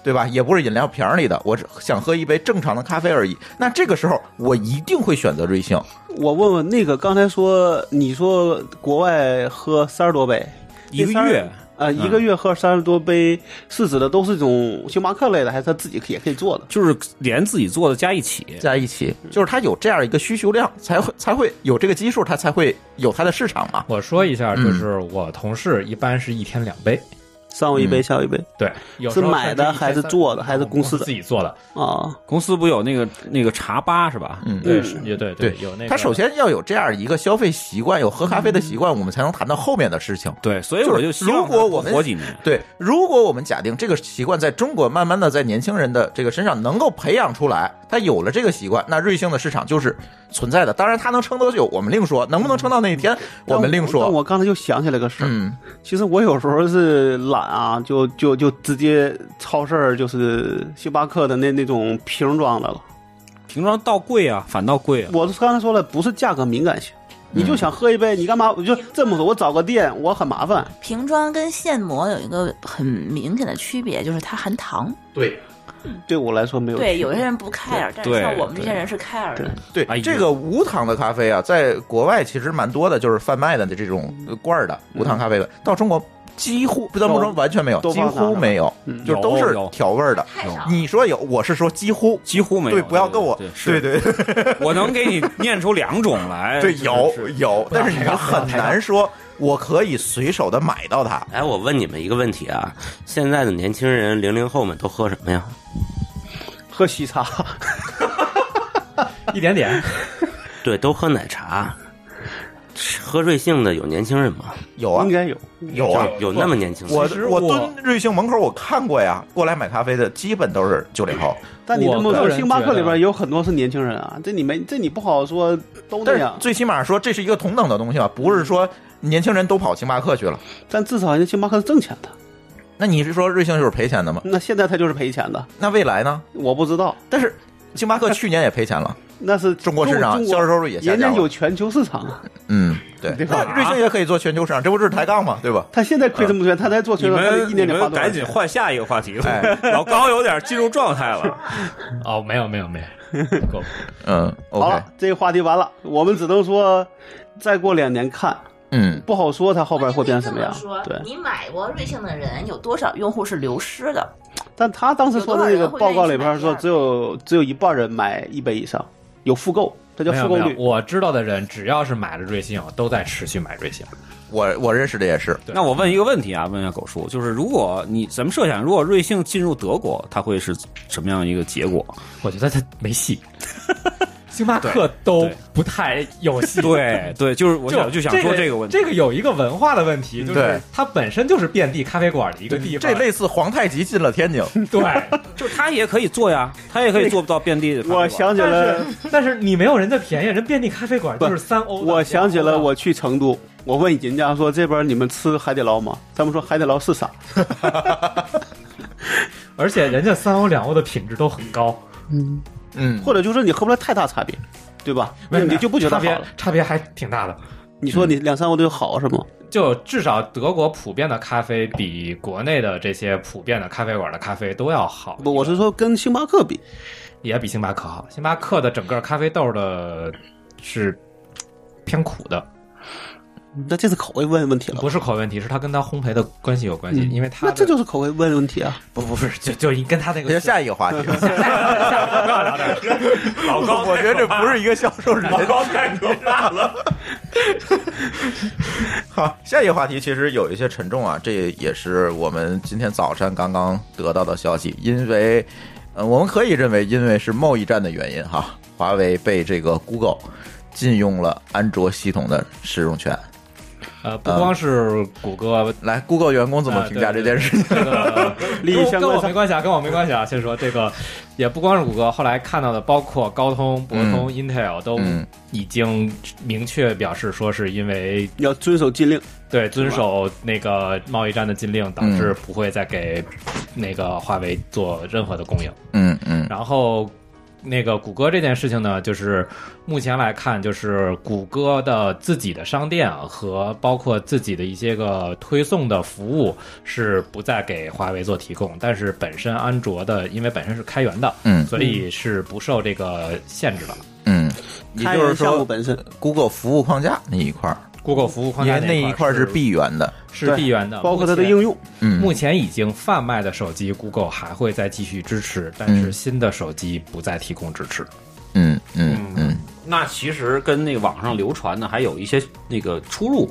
Speaker 1: 对吧？也不是饮料瓶儿里的，我只想喝一杯正常的咖啡而已。那这个时候，我一定会选择瑞幸。
Speaker 4: 我问问那个刚才说你说国外喝三十多杯，
Speaker 6: 一个
Speaker 4: 这三
Speaker 6: 月
Speaker 4: 呃，一
Speaker 1: 嗯
Speaker 4: 个月喝三十多杯，是指的都是这种星巴克类的，还是他自己也可以做的？
Speaker 6: 就是连自己做的加一起，
Speaker 1: 在一起，就是它有这样一个需求量，才会才会有这个基数，它才会有它的市场嘛。
Speaker 2: 我说一下，就是我同事一般是一天两杯，
Speaker 4: 上午一杯，
Speaker 1: 嗯
Speaker 4: 下午一杯
Speaker 2: 对，有时候
Speaker 4: 是买
Speaker 2: 甚至一
Speaker 4: 的
Speaker 2: 天
Speaker 4: 还是
Speaker 2: 三
Speaker 4: 做的还是公司的
Speaker 2: 自己做的？
Speaker 4: 啊，
Speaker 6: 公司不有那个那个茶吧是吧？
Speaker 1: 嗯，
Speaker 2: 对，是也对
Speaker 1: 对
Speaker 2: 有那个。
Speaker 1: 它首先要有这样一个消费习惯，有喝咖啡的习惯，我们才能谈到后面的事情。
Speaker 6: 对，所以我
Speaker 1: 就
Speaker 6: 就是希望
Speaker 1: 如果我
Speaker 6: 他
Speaker 1: 们
Speaker 6: 多活几年，
Speaker 1: 对，如果我们假定这个习惯在中国慢慢的在年轻人的这个身上能够培养出来，他有了这个习惯，那瑞幸的市场就是存在的。当然，它能撑多久，我们另说；能不能撑到那一天，我们另
Speaker 4: 但
Speaker 1: 说。
Speaker 4: 我刚才就想起来个事儿，
Speaker 1: 嗯，
Speaker 4: 其实我有时候是懒啊，就就就直接超市儿就是星巴克的那那种瓶装的了。
Speaker 6: 瓶装倒贵啊，反倒贵啊。
Speaker 4: 我刚才说了，不是价格敏感性，你就想喝一杯，你干嘛？我就这么说，我找个店，我很麻烦。
Speaker 8: 瓶装跟现磨有一个很明显的区别，就是它含糖。
Speaker 1: 对
Speaker 4: 对我来说没有区别。
Speaker 8: 对，有些人不 care，但是
Speaker 6: 对
Speaker 8: 像我们这些
Speaker 6: 对
Speaker 8: 人是 care 的
Speaker 1: 对
Speaker 4: 对。
Speaker 6: 哎，呦
Speaker 1: 这个无糖的咖啡啊，在国外其实蛮多的，就是贩卖的这种呃罐儿的无糖咖啡的，到中国几乎不，到中国完全没有，
Speaker 4: 都
Speaker 1: 几
Speaker 4: 放糖
Speaker 1: 乎
Speaker 4: 了
Speaker 1: 没有，
Speaker 4: 嗯
Speaker 1: 就是都
Speaker 6: 有
Speaker 1: 是
Speaker 6: 有
Speaker 1: 调味儿的。
Speaker 8: 太少了
Speaker 1: 你说有，我是说几乎。
Speaker 6: 几乎没有，
Speaker 1: 对，不要跟我
Speaker 6: 对，，
Speaker 1: 对
Speaker 6: 是
Speaker 1: 对对
Speaker 6: 我能给你念出两种
Speaker 2: 哎
Speaker 6: 来，
Speaker 1: 对，
Speaker 6: 就是
Speaker 1: 有
Speaker 6: 是
Speaker 1: 有，但是你
Speaker 2: 要
Speaker 1: 很难说我可以随手的买到它。
Speaker 3: 哎，我问你们一个问题啊，现在的年轻人零零后们都喝什么呀？
Speaker 4: 喝 喜茶，
Speaker 2: 一点点，
Speaker 3: 对，都喝奶茶。喝瑞幸的有年轻人吗？
Speaker 1: 有啊
Speaker 4: 应，该有。
Speaker 1: 有啊。
Speaker 3: 有那么年轻的？
Speaker 1: 我
Speaker 2: 其实
Speaker 1: 我
Speaker 2: 我
Speaker 1: 蹲瑞幸门口，我看过呀，过来买咖啡的基本都是九零后。
Speaker 4: 但你这么
Speaker 2: 我个
Speaker 4: 说，
Speaker 2: 人
Speaker 4: 星巴克
Speaker 2: 觉得
Speaker 4: 里边有很多是年轻人啊，这你没这你不好说都
Speaker 1: 但
Speaker 4: 那
Speaker 1: 是
Speaker 4: 样。
Speaker 1: 最起码说这是一个同等的东西吧，不是说年轻人都跑星巴克去了。
Speaker 4: 但至少人家星巴克是挣钱的，
Speaker 1: 那你是说瑞幸就是赔钱的吗？
Speaker 4: 那现在他就是赔钱的，
Speaker 1: 那未来呢？
Speaker 4: 我不知道。
Speaker 1: 但是星巴克去年也赔钱了，
Speaker 4: 那是
Speaker 1: 中国市场
Speaker 4: 中
Speaker 1: 销售收入也下
Speaker 4: 人家
Speaker 1: 降
Speaker 4: 有
Speaker 1: 了。
Speaker 4: 全球市场啊，
Speaker 1: 嗯，对
Speaker 4: 对。吧
Speaker 1: 那瑞幸也可以做全球市场，这不就是抬杠吗？对吧？
Speaker 4: 他现在亏这么多钱，他才做
Speaker 6: 你
Speaker 4: 全球，他得
Speaker 6: 们
Speaker 4: 一
Speaker 6: 你
Speaker 4: 年得花
Speaker 6: 们
Speaker 4: 多少
Speaker 6: 赶
Speaker 4: 钱
Speaker 6: 紧换下一个话题吧
Speaker 1: 哎，
Speaker 6: 老高有点进入状态了。
Speaker 2: 哦，没有没有没有，够了。
Speaker 1: 嗯
Speaker 4: 好
Speaker 1: ，OK，
Speaker 4: 了，这个话题完了，我们只能说，再过两年看，
Speaker 1: 嗯，
Speaker 4: 不好说它后边会变成什么样
Speaker 8: 你这么。说
Speaker 4: 对，
Speaker 8: 你买过瑞幸的人有多少用户是流失的？
Speaker 4: 但他当时说的那个报告里边说，
Speaker 8: 有多少人会愿意去买
Speaker 4: 只有只有一半人买一杯以上，有复购，这叫
Speaker 2: 没
Speaker 4: 复
Speaker 2: 有
Speaker 4: 购
Speaker 2: 没有，
Speaker 4: 率。
Speaker 2: 我知道的人只要是买了瑞幸，都在持续买瑞幸。
Speaker 1: 我我认识的也是，
Speaker 2: 对
Speaker 6: 那我问一个问题啊，问一下狗叔，就是如果你咱们设想，如果瑞幸进入德国，它会是什么样一个 结果？
Speaker 2: 我觉得他没戏，星巴克都
Speaker 6: 对
Speaker 2: 不太有戏。
Speaker 6: 对对，就是我
Speaker 2: 就
Speaker 6: 想就想说这个问题，
Speaker 2: 这个有一个文化的问题，就是
Speaker 1: 对
Speaker 2: 它本身就是遍地咖啡馆的一个地方。
Speaker 1: 这类似皇太极进了天津。
Speaker 2: 对，
Speaker 6: 就是它也可以做呀，它也可以做不到遍地的咖啡馆。
Speaker 4: 我想起
Speaker 2: 但
Speaker 4: 了，
Speaker 2: 是但是你没有人家便宜，人遍地咖啡馆就是三欧的。
Speaker 4: 我想起了
Speaker 2: 两欧的
Speaker 4: 我去成都，我问人家说这边你们吃海底捞吗？他们说海底捞是啥？
Speaker 2: 而且人家三欧两欧的品质都很高，
Speaker 1: 嗯，
Speaker 4: 或者就是你喝不出来太大差别，对吧？那你就不觉得
Speaker 2: 差
Speaker 4: 好
Speaker 2: 别
Speaker 4: 了？
Speaker 2: 差别还挺大的。
Speaker 4: 你说你两三个都好是吗？
Speaker 2: 就至少德国普遍的咖啡比国内的这些普遍的咖啡馆的咖啡都要好，
Speaker 4: 不，我是说跟星巴克比，
Speaker 2: 也比星巴克好。星巴克的整个咖啡豆的是偏苦的，
Speaker 4: 那这是口味问问题了
Speaker 2: 不。是口味问题，是它跟它烘焙的关系有关系，
Speaker 4: 嗯
Speaker 2: 因为它
Speaker 4: 那
Speaker 2: 的
Speaker 4: 这就是口味问问题啊！
Speaker 2: 不不不是呃就就跟它那
Speaker 1: 那就
Speaker 2: 个
Speaker 1: 下一个话题吧。
Speaker 2: 不要聊这个，
Speaker 1: 老高，我觉得这不是一个销售人。老高太可怕了。 好，下一个话题其实有一些沉重啊，这也是我们今天早上刚刚得到的消息，因为，呃，我们可以认为，因为是贸易战的原因哈，华为被这个 Google 禁用了安卓系统的使用权。
Speaker 2: 呃，不光是谷歌。
Speaker 1: 来，Google 员工怎么评价这件事情？
Speaker 2: 这个
Speaker 4: 利益相
Speaker 2: 跟我
Speaker 4: 关
Speaker 2: 没
Speaker 4: 上，
Speaker 2: 关系啊，跟我没关系啊。先说这个，也不光是谷歌，后来看到的，包括高通、博通、Intel 都
Speaker 1: 嗯
Speaker 2: 已经明确表示说是因为
Speaker 4: 要遵守禁令。
Speaker 2: 对遵守那个贸易战的禁令，导致
Speaker 1: 嗯
Speaker 2: 不会再给那个华为做任何的供应。
Speaker 1: 嗯嗯
Speaker 2: 然后那个谷歌这件事情呢，就是目前来看，就是谷歌的自己的商店啊和包括自己的一些个推送的服务是不再给华为做提供，但是本身安卓的因为本身是开源的，
Speaker 1: 嗯
Speaker 2: 所以是不受这个限制的。
Speaker 1: 嗯，也
Speaker 4: 开
Speaker 1: 就是
Speaker 4: 源项目
Speaker 1: 说
Speaker 4: 本身，
Speaker 2: 啊
Speaker 1: ，Google 服务框架那一块儿，
Speaker 2: Google 服务框
Speaker 1: 因
Speaker 2: 架
Speaker 1: 为那
Speaker 2: 一
Speaker 1: 一块儿
Speaker 2: 是
Speaker 1: 是闭源的。
Speaker 2: 是闭源的，
Speaker 4: 包括它
Speaker 2: 目
Speaker 4: 的
Speaker 2: 前
Speaker 4: 应用，
Speaker 1: 嗯，
Speaker 2: 目前已经贩卖的手机，Google 还会再继续支持，但是新的手机不再提供支持。
Speaker 1: 嗯嗯嗯，
Speaker 6: 那其实跟那个网上流传的还有一些那个出入。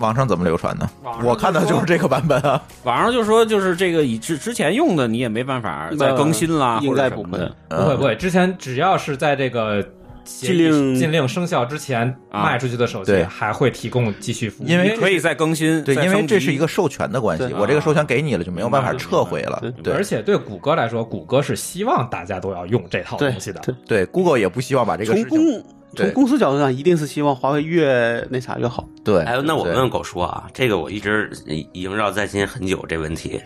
Speaker 1: 网上怎么流传呢？
Speaker 6: 网上
Speaker 1: 我看到就是这个版本啊。
Speaker 6: 网上就说就是这个以之之前用的你也没办法再更新啦，
Speaker 1: 呃
Speaker 4: 应
Speaker 6: 或者
Speaker 4: 该
Speaker 6: 什
Speaker 4: 不
Speaker 6: 么
Speaker 4: 会
Speaker 6: 的。
Speaker 1: 嗯
Speaker 2: 不会不会，之前只要是在这个协议
Speaker 4: 禁令
Speaker 2: 禁令生效之前
Speaker 6: 啊
Speaker 2: 卖出去的手机，
Speaker 1: 对
Speaker 2: 还会提供继续服务，
Speaker 1: 因为
Speaker 6: 可以再更新，
Speaker 1: 对，
Speaker 6: 再
Speaker 1: 因为
Speaker 6: 升级
Speaker 1: 这是一个授权的关系，
Speaker 4: 对
Speaker 1: 我这个授权给你了，就没有办法撤回了
Speaker 4: 明。
Speaker 1: 对
Speaker 2: 而且对谷歌来说，谷歌是希望大家都要用这套
Speaker 4: 对
Speaker 2: 东西的。
Speaker 4: 对，
Speaker 1: 对，Google 也不希望把这个
Speaker 4: 从
Speaker 1: 事情
Speaker 4: 公
Speaker 1: 对
Speaker 4: 从公司角度上，一定是希望华为越那啥越好。
Speaker 1: 对。
Speaker 3: 哎，那我
Speaker 1: 对
Speaker 3: 问问狗叔啊，这个我一直萦绕在心很久这问题，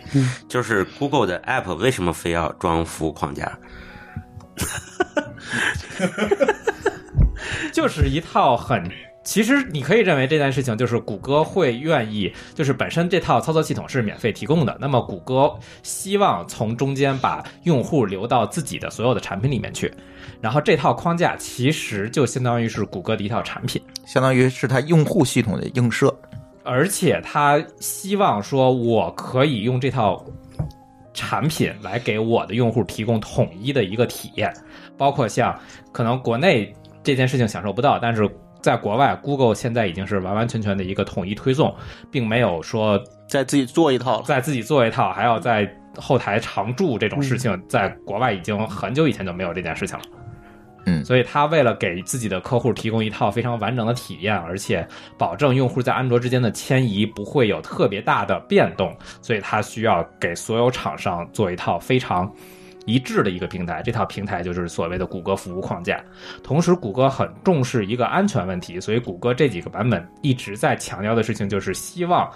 Speaker 3: 就是 Google 的 App 为什么非要装服务框架？
Speaker 2: 就是一套很。其实你可以认为这件事情就是谷歌会愿意，就是本身这套操作系统是免费提供的，那么谷歌希望从中间把用户留到自己的所有的产品里面去，然后这套框架其实就相当于是谷歌的一套产品，
Speaker 1: 相当于是它用户系统的映射。
Speaker 2: 而且他希望说我可以用这套产品来给我的用户提供统一的一个体验，包括像可能国内这件事情享受不到，但是在国外，Google 现在已经是完完全全的一个统一推送，并没有说
Speaker 4: 再自己做一套了，
Speaker 2: 在自己做一套，还要在后台常驻这种事情，在国外已经很久以前就没有这件事情了。
Speaker 1: 嗯
Speaker 2: 所以他为了给自己的客户提供一套非常完整的体验，而且保证用户在安卓之间的迁移不会有特别大的变动，所以他需要给所有厂商做一套非常一致的一个平台。这套平台就是所谓的谷歌服务框架。同时，谷歌很重视一个安全问题，所以谷歌这几个版本一直在强调的事情就是希望。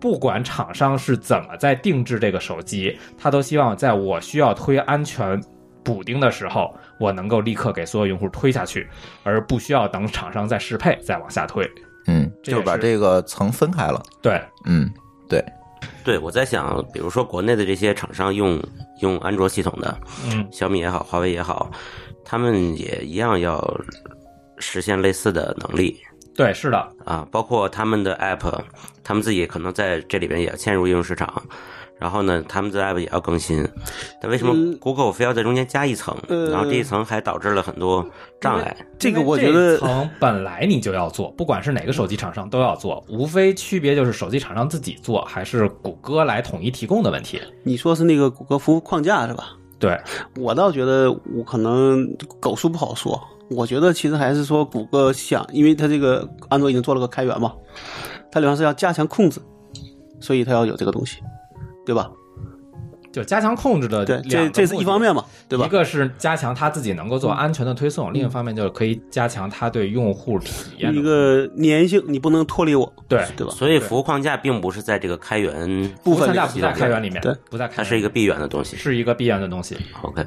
Speaker 2: 不管厂商是怎么在定制这个手机，他都希望在我需要推安全补丁的时候，我能够立刻给所有用户推下去，而不需要等厂商再适配再往下推。
Speaker 1: 嗯，
Speaker 2: 这
Speaker 1: 就
Speaker 2: 也
Speaker 1: 是把
Speaker 2: 是
Speaker 1: 这个层分开了。
Speaker 2: 对，
Speaker 1: 嗯，
Speaker 3: 对我在想，比如说国内的这些厂商用用安卓系统的，
Speaker 2: 嗯，
Speaker 3: 小米也好，华为也好，他们也一样要实现类似的能力
Speaker 2: 对，是的，
Speaker 3: 啊，包括他们的 App，他们自己可能在这里边也要嵌入应用市场。然后呢，他们的 app 也要更新，但为什么
Speaker 4: 嗯
Speaker 3: Google 非要在中间加一层？
Speaker 4: 呃
Speaker 3: 然后这一层还导致了很多障碍。
Speaker 4: 这个
Speaker 2: 因为
Speaker 4: 我觉得
Speaker 2: 层本来你就要做，不管是哪个手机厂商都要做，无非区别就是手机厂商自己做还是谷歌来统一提供的问题。
Speaker 4: 你说是那个谷歌服务框架是吧？
Speaker 2: 对，
Speaker 4: 我倒觉得我可能狗叔不好说，我觉得其实还是说谷歌想，因为它这个安卓已经做了个开源嘛，它里面是要加强控制，所以它要有这个东西，对吧？
Speaker 2: 就加强控制的
Speaker 4: 对，
Speaker 2: 两
Speaker 4: 这
Speaker 2: 个
Speaker 4: 这是
Speaker 2: 目
Speaker 4: 一
Speaker 2: 的
Speaker 4: 方面嘛，对吧嗯
Speaker 2: 一？个是加强他自己能够做安全的推送，另一方面就是可以加强他对用户体验的
Speaker 4: 一个粘性，你不能脱离我，
Speaker 2: 对
Speaker 4: 对吧？
Speaker 3: 所以服务框架并不是在这个开源，
Speaker 4: 部
Speaker 2: 不参
Speaker 4: 分里
Speaker 2: 加
Speaker 4: 面
Speaker 2: 不在开源里面，
Speaker 4: 对，
Speaker 2: 不在开源里面，
Speaker 3: 它是一个闭源的东西。
Speaker 2: 是一个必然的东西。
Speaker 3: OK，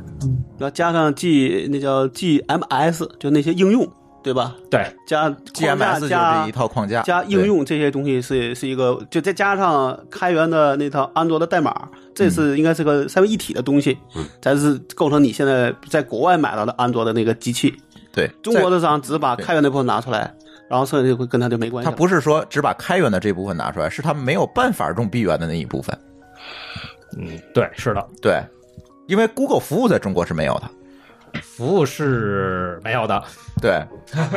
Speaker 4: 要加上 G 那叫 GMS，就那些应用，对吧？
Speaker 2: 对，
Speaker 4: 加
Speaker 1: GMS 就是这一套框架
Speaker 4: 加应。用这些东西是是一个，就再加上开源的那套安卓的代码，
Speaker 1: 嗯
Speaker 4: 这是应该是个三位一体的东西，
Speaker 3: 嗯
Speaker 4: 才是构成你现在在国外买到的安卓的那个机器。
Speaker 1: 对，对
Speaker 4: 中国的商只把开源那部分拿出来，然后剩下就会跟他就没关系
Speaker 1: 它
Speaker 4: 了。
Speaker 1: 不是说只把开源的这部分拿出来，是它没有办法用闭源的那一部分。
Speaker 2: 嗯，对，是的，
Speaker 1: 对，因为 Google 服务在中国是没有的。
Speaker 2: 服务是没有的，
Speaker 1: 对，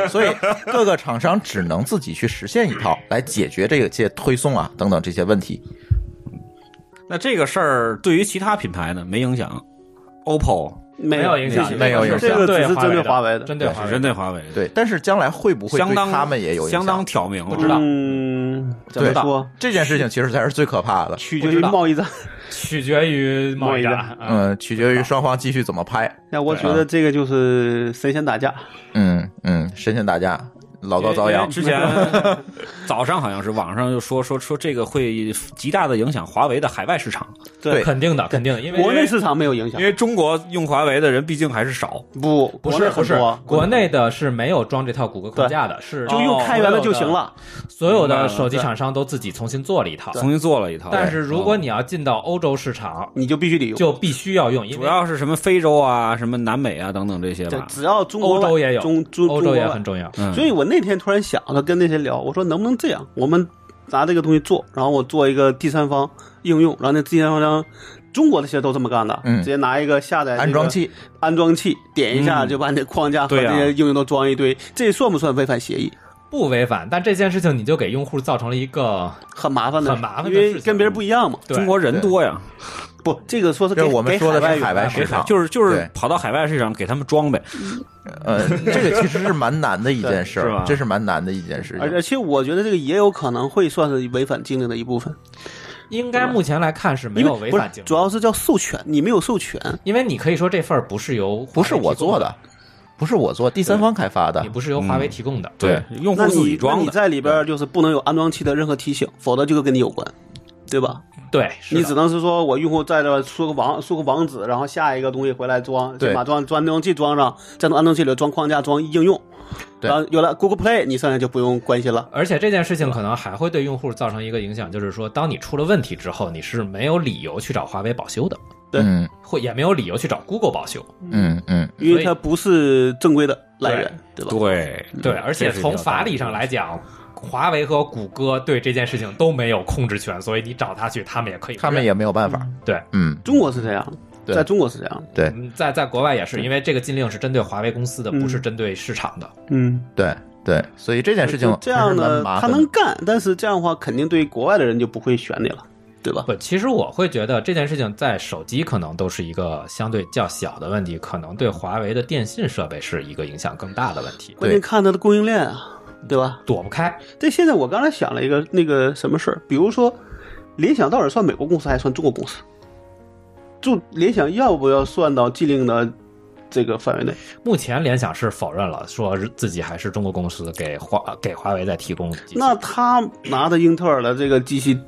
Speaker 1: 所以各个厂商只能自己去实现一套来解决这些推送啊等等这些问题。
Speaker 6: 那这个事儿对于其他品牌呢没影响，OPPO
Speaker 4: 没
Speaker 2: 有影响，
Speaker 1: 没有影响
Speaker 4: 这个只是针对
Speaker 2: 对
Speaker 4: 华为的
Speaker 2: 的，针对华
Speaker 6: 是
Speaker 2: 为
Speaker 6: 针
Speaker 2: 的。
Speaker 6: 对华为，，
Speaker 1: 哎对，但是将来会不会
Speaker 6: 相
Speaker 1: 对
Speaker 6: 当
Speaker 1: 他们也有影响？
Speaker 6: 相当挑明了，
Speaker 2: 不知道
Speaker 4: 嗯，怎么
Speaker 1: 对
Speaker 4: 说？
Speaker 1: 这件事情其实才是最可怕的。
Speaker 4: 取决于贸易战。
Speaker 2: 取决于贸易战。嗯，
Speaker 1: 嗯，取决于双方继续怎么拍。
Speaker 4: 那我觉得这个就是神仙打架。
Speaker 1: 嗯嗯，神仙打架，老高遭
Speaker 6: 因为
Speaker 1: 殃。
Speaker 6: 之前 早上好像是网上就说说说这个会极大的影响华为的海外市场，
Speaker 1: 对
Speaker 2: 肯定的，肯定的，因为
Speaker 4: 国内市场没有影响
Speaker 6: 因，为中国用华为的人毕竟还是少，
Speaker 4: 不，
Speaker 2: 不
Speaker 4: 国内
Speaker 2: 是不
Speaker 4: 很
Speaker 2: 是
Speaker 4: 多啊
Speaker 2: 国内的是没有装这套谷歌框架的，是哦
Speaker 4: 就用开源的就行。了。嗯
Speaker 2: 所有
Speaker 6: 明白
Speaker 2: 的
Speaker 6: 了
Speaker 2: 手机厂商都自己重新做了一套，
Speaker 6: 重新做了一套。嗯
Speaker 2: 但是如果你要进到欧洲市场，
Speaker 4: 你就必须得用，
Speaker 2: 就必须要用，因
Speaker 6: 主
Speaker 2: 为
Speaker 6: 要是什么非洲啊、什么南美啊等等这些
Speaker 4: 对
Speaker 6: 吧，
Speaker 4: 只要中国
Speaker 2: 欧
Speaker 4: 外
Speaker 2: 洲也有，
Speaker 4: 中中
Speaker 2: 欧
Speaker 4: 中
Speaker 2: 洲
Speaker 4: 国
Speaker 2: 也
Speaker 4: 外
Speaker 2: 很重要。
Speaker 6: 嗯
Speaker 4: 所以我那天突然想了，跟那些聊，我说能不能这样，我们拿这个东西做，然后我做一个第三方应用，然后那第三方中国的其实都这么干的，
Speaker 1: 嗯
Speaker 4: 直接拿一个下载、
Speaker 1: 安装，器，
Speaker 4: 安装器点一下、
Speaker 6: 嗯
Speaker 4: 就把你的框架和
Speaker 6: 对
Speaker 4: 这
Speaker 6: 啊
Speaker 4: 些应用都装一堆，这算不算违反协议？
Speaker 2: 不违反，但这件事情你就给用户造成了一个
Speaker 4: 很麻烦的，
Speaker 2: 很麻烦的
Speaker 4: 因为
Speaker 2: 事情
Speaker 4: 跟别人不一样嘛。
Speaker 2: 对
Speaker 6: 中国人多呀，
Speaker 4: 不，这个说是
Speaker 1: 这
Speaker 4: 给
Speaker 1: 是我们
Speaker 4: 给
Speaker 1: 说的是海
Speaker 4: 海
Speaker 1: 外
Speaker 4: 用
Speaker 1: 市场，
Speaker 6: 就是就是
Speaker 1: 对
Speaker 6: 跑到海外市场给他们装呗，
Speaker 1: 呃，这个其实是蛮难的一件事
Speaker 6: 对是
Speaker 1: 儿
Speaker 6: 吧，
Speaker 1: 这是蛮难的一件事
Speaker 4: 而
Speaker 1: 情。
Speaker 4: 而且我觉得这个也有可能会算是违反禁令的一部分，
Speaker 2: 应该目前来看是没
Speaker 4: 因
Speaker 2: 有
Speaker 4: 为
Speaker 2: 违
Speaker 4: 不
Speaker 2: 反
Speaker 4: 是
Speaker 2: 竞
Speaker 4: 主
Speaker 2: 争，
Speaker 4: 要是叫授权，你没有授权，
Speaker 2: 因为你可以说这份儿不是由
Speaker 1: 不是我做
Speaker 2: 的，
Speaker 1: 的，不是我做，第三方开发的
Speaker 2: 也。不是由华为提供的。
Speaker 1: 对，
Speaker 6: 用户
Speaker 4: 那
Speaker 6: 自
Speaker 4: 你
Speaker 6: 己装
Speaker 4: 那你
Speaker 6: 的。
Speaker 4: 在里边儿就是不能有安装器的任何提醒，否则就会跟你有关，对吧？
Speaker 2: 对，是的
Speaker 4: 你只能是说我用户在这儿输个网输个网址，然后下一个东西回来装，
Speaker 1: 对
Speaker 4: 先把装装安装器装上，再从安装器里装框架装应用，
Speaker 1: 对
Speaker 4: 然后有了 Google Play，你剩下就不用关心了。
Speaker 2: 而且这件事情可能还会对用户造成一个影响，就是说，当你出了问题之后，你是没有理由去找华为保修的，
Speaker 4: 对
Speaker 1: 嗯
Speaker 2: 或也没有理由去找 Google 保修。
Speaker 1: 嗯嗯，
Speaker 4: 因为它不是正规的来源，对吧？
Speaker 6: 对，
Speaker 1: 嗯
Speaker 2: 对，而且从法理上来讲，华为和谷歌对这件事情都没有控制权，所以你找他去，他们也可以不认。
Speaker 1: 他们也没有办法。
Speaker 2: 对，
Speaker 1: 嗯，
Speaker 4: 中国是这样，
Speaker 1: 对
Speaker 4: 在中国是这样，
Speaker 1: 对
Speaker 2: 嗯在在国外也是，因为这个禁令是针对华为公司的，
Speaker 4: 嗯
Speaker 2: 不是针对市场的。
Speaker 4: 嗯，
Speaker 1: 对对，所以这件事情
Speaker 4: 这样
Speaker 1: 还是蛮
Speaker 4: 的
Speaker 1: 麻
Speaker 4: 他
Speaker 1: 烦
Speaker 4: 能干，但是这样的话肯定对国外的人就不会选你了，对吧？
Speaker 2: 不，其实我会觉得这件事情在手机可能都是一个相对较小的问题，可能对华为的电信设备是一个影响更大的问题，
Speaker 4: 关键看它的供应链啊，对吧？
Speaker 2: 躲不开。
Speaker 4: 这现在我刚才想了一个那个什么事儿，比如说，联想到底算美国公司还是算中国公司？就联想要不要算到禁令的这个范围内？
Speaker 2: 目前联想是否认了，说自己还是中国公司给华给华为在提供机器。
Speaker 4: 那他拿着英特尔的这个机器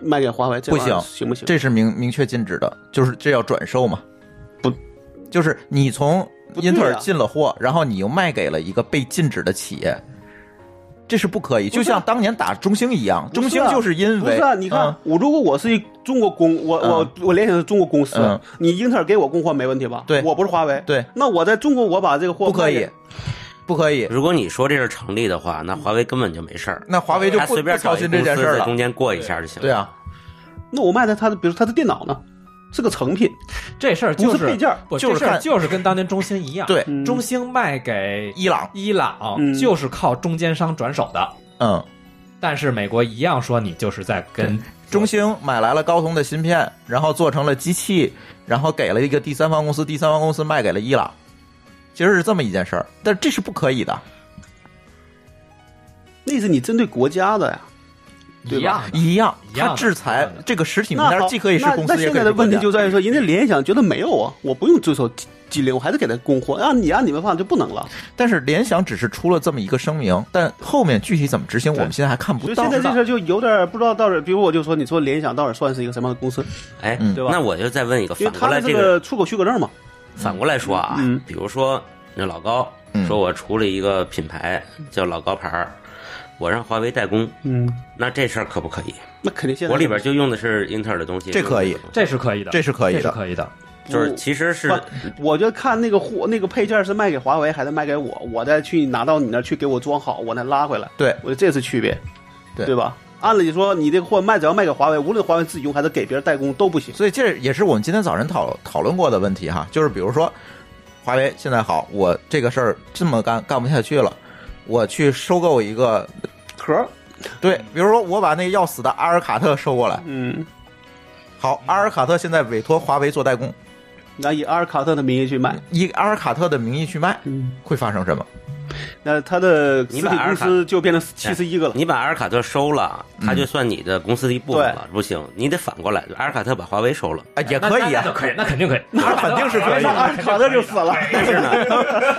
Speaker 4: 卖给华为，这玩意儿
Speaker 1: 不行
Speaker 4: 行不行？
Speaker 1: 这是明明确禁止的，就是这要转售嘛？
Speaker 4: 不，
Speaker 1: 就是你从
Speaker 4: 不对啊
Speaker 1: 英特尔进了货，然后你又卖给了一个被禁止的企业，这是不可以。
Speaker 4: 不是啊
Speaker 1: 就像当年打中兴一样，
Speaker 4: 不
Speaker 1: 中
Speaker 4: 是啊
Speaker 1: 兴就是因
Speaker 4: 不
Speaker 1: 为
Speaker 4: 是啊，你看、
Speaker 1: 嗯
Speaker 4: 我，如果我是一中国公，我、我我联想是中国公司，
Speaker 1: 嗯
Speaker 4: 你英特尔给我供货没问题吧？
Speaker 1: 对
Speaker 4: 我不是华为，
Speaker 1: 对，
Speaker 4: 那我在中国我把这个货
Speaker 1: 不可
Speaker 4: 卖
Speaker 1: 以
Speaker 4: 给，
Speaker 1: 不可以。
Speaker 3: 如果你说这是成立的话，那华为根本就没事儿，
Speaker 1: 那华为就
Speaker 3: 他
Speaker 1: 不
Speaker 3: 随便
Speaker 1: 不
Speaker 3: 找
Speaker 1: 操
Speaker 3: 一个
Speaker 1: 心
Speaker 3: 公
Speaker 1: 这件
Speaker 3: 司
Speaker 1: 事儿
Speaker 3: 在
Speaker 1: 了
Speaker 3: 中。间过一下就行。
Speaker 1: 对，啊，
Speaker 4: 那我卖的他的，比如他的电脑呢，是个成品，
Speaker 2: 这事儿
Speaker 4: 不
Speaker 2: 就是
Speaker 4: 配件儿
Speaker 2: 不
Speaker 1: 就是
Speaker 2: 这事儿
Speaker 1: 看
Speaker 2: 就是跟当年中兴一样，
Speaker 1: 对
Speaker 4: 嗯
Speaker 2: 中兴卖给
Speaker 1: 伊朗，
Speaker 2: 伊朗
Speaker 4: 嗯
Speaker 2: 就是靠中间商转手的，
Speaker 1: 嗯，
Speaker 2: 但是美国一样说你就是在跟
Speaker 1: 中兴买来了高通的芯片，然后做成了机器，然后给了一个第三方公司，第三方公司卖给了伊朗，其实是这么一件事儿，但这是不可以的。
Speaker 4: 那是你针对国家的呀。
Speaker 2: 一样的。
Speaker 1: 一样，嗯
Speaker 2: 一样
Speaker 1: 它
Speaker 2: 的
Speaker 1: 制
Speaker 2: 一
Speaker 1: 裁
Speaker 2: 样的
Speaker 1: 这个实体名
Speaker 4: 那
Speaker 1: 单
Speaker 4: 好
Speaker 1: 既可以是公司，
Speaker 4: 那。那
Speaker 1: 也
Speaker 4: 现
Speaker 1: 可以
Speaker 4: 在
Speaker 1: 是
Speaker 4: 的
Speaker 1: 国
Speaker 4: 问题
Speaker 1: 家。
Speaker 4: 就在于说，人家联想觉得没有啊，我不用遵守禁禁令，我还是给他供货。让、你按你们放就不能了。
Speaker 1: 但是联想只是出了这么一个声明，但后面具体怎么执行，我们现在还看
Speaker 4: 所
Speaker 1: 不
Speaker 4: 以
Speaker 1: 到。
Speaker 4: 现在这事儿就有点不知道到底，比如我就说，你说联想到底算是一个什么样的公司？
Speaker 3: 哎，
Speaker 1: 嗯
Speaker 4: 对吧
Speaker 3: 那我就再问一个，
Speaker 4: 因为
Speaker 3: 反过
Speaker 4: 它
Speaker 3: 来
Speaker 4: 是
Speaker 3: 这个
Speaker 4: 个出口许可证嘛。
Speaker 3: 反过来说啊，
Speaker 4: 嗯
Speaker 3: 比如说那老高
Speaker 1: 嗯
Speaker 3: 说我出了一个品牌叫老高牌儿，我让华为代工，
Speaker 4: 嗯，
Speaker 3: 那这事儿可不可以？
Speaker 4: 那肯定现在
Speaker 3: 我里边就用的是英特尔的东西，
Speaker 1: 这可以
Speaker 3: 用的是
Speaker 2: 这是可以的，
Speaker 1: 这是可以的
Speaker 2: 这是可以的。
Speaker 3: 就是其实是
Speaker 4: 我就看那个货那个配件是卖给华为还是卖给我，我再去拿到你那儿去给我装好，我再拉回来。
Speaker 1: 对
Speaker 4: 我觉得这是区别，
Speaker 1: 对
Speaker 4: 吧？按理说，你这个货卖只要卖给华为，无论华为自己用还是给别人代工都不行。
Speaker 1: 所以这也是我们今天早晨讨讨论过的问题哈，就是比如说，华为现在好，我这个事儿这么干干不下去了，我去收购一个
Speaker 4: 壳儿，
Speaker 1: 对，比如说我把那要死的阿尔卡特收过来，
Speaker 4: 嗯，
Speaker 1: 好，阿尔卡特现在委托华为做代工，
Speaker 4: 那以阿尔卡特的名义去卖，
Speaker 1: 以阿尔卡特的名义去卖，
Speaker 4: 嗯，
Speaker 1: 会发生什么？
Speaker 4: 那他的
Speaker 3: 你
Speaker 4: 实
Speaker 3: 把
Speaker 4: 体
Speaker 3: 阿尔
Speaker 4: 公
Speaker 3: 卡
Speaker 4: 司就变成七十一个了。
Speaker 3: 你把阿尔卡特收了，他
Speaker 4: 嗯
Speaker 3: 就算你的公司的一部分了，不行，你得反过来，阿尔卡特把华为收了。
Speaker 1: 啊，也可以
Speaker 2: 那
Speaker 1: 啊
Speaker 2: 就，可以，那肯定可以，
Speaker 1: 那肯定是可以
Speaker 4: 那阿尔卡特就死了，
Speaker 3: 但是呢，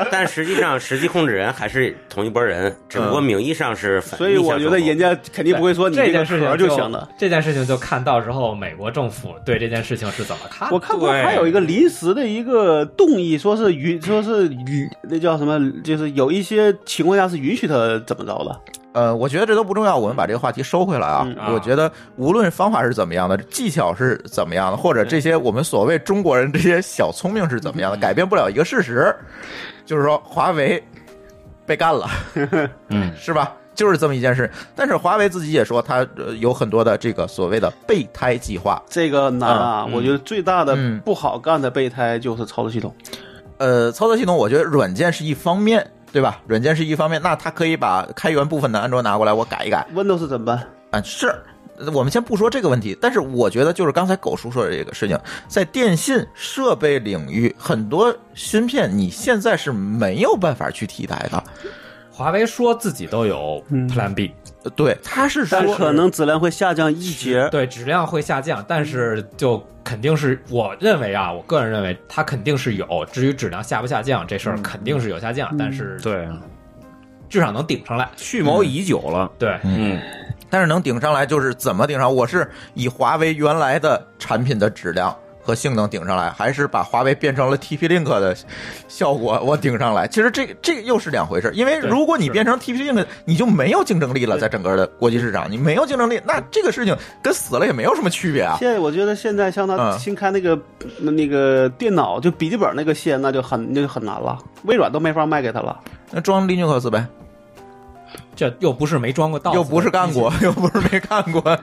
Speaker 3: 但实际上实际控制人还是同一拨人，只不过名义上是
Speaker 4: 嗯
Speaker 3: 反。
Speaker 4: 所以我觉得人家肯定不会说你
Speaker 2: 这
Speaker 4: 个
Speaker 2: 件事
Speaker 4: 壳
Speaker 2: 情
Speaker 4: 儿就行了。。
Speaker 2: 这件事情就看到时候美国政府对这件事情是怎么看的。
Speaker 4: 我看过，
Speaker 6: 对
Speaker 4: 还有一个临时的一个动议，说是允，说是允，那叫什么？就是有一些情况下是允许他怎么着了。
Speaker 1: 呃，我觉得这都不重要，我们把这个话题收回来啊。
Speaker 4: 嗯
Speaker 2: 啊
Speaker 1: 我觉得无论方法是怎么样的，技巧是怎么样的，或者这些我们所谓中国人这些小聪明是怎么样的，改变不了一个事实，就是说华为被干了，
Speaker 7: 嗯，
Speaker 1: 是吧？就是这么一件事。但是华为自己也说，它呃有很多的这个所谓的备胎计划。
Speaker 4: 这个难啊，我觉得最大的
Speaker 1: 嗯
Speaker 4: 不好干的备胎就是操作系统。
Speaker 1: 呃，操作系统，我觉得软件是一方面，对吧？软件是一方面，那它可以把开源部分的安卓拿过来，我改一改。
Speaker 4: Windows 怎么办？
Speaker 1: 啊，是呃我们先不说这个问题，但是我觉得就是刚才狗叔说的这个事情，在电信设备领域，很多芯片你现在是没有办法去替代的。
Speaker 2: 华为说自己都有 Plan B，、
Speaker 1: 呃对，他是说
Speaker 4: 但可能质量会下降一 截。
Speaker 2: 对质量会下降，但是
Speaker 7: 嗯
Speaker 2: 就肯定是我认为啊，我个人认为它肯定是有。至于质量下不下降这
Speaker 7: 嗯
Speaker 2: 事儿，肯定是有下降，但是
Speaker 6: 对，
Speaker 2: 至少能顶上来。
Speaker 6: 蓄谋已久了，
Speaker 2: 对，
Speaker 6: 嗯，
Speaker 1: 但是能顶上来就是怎么顶上？我是以华为原来的产品的质量和性能顶上来，还是把华为变成了 TP-Link 的效果我顶上来？其实这个这个又是两回事，因为
Speaker 2: 对
Speaker 1: 如果你
Speaker 2: 是
Speaker 1: 变成 TP-Link，你就没有竞争力了，在整个的国际市场，你没有竞争力，那这个事情跟死了也没有什么区别 啊。
Speaker 4: 现在我觉得现在像他
Speaker 1: 嗯
Speaker 4: 新开那个、那个电脑，就笔记本那个线，那就很那就很难了。微软都没法卖给他了。
Speaker 1: 那装 Linux 呗，
Speaker 2: 这又不是没装过道，
Speaker 1: 又不是干过， 又不是没干过，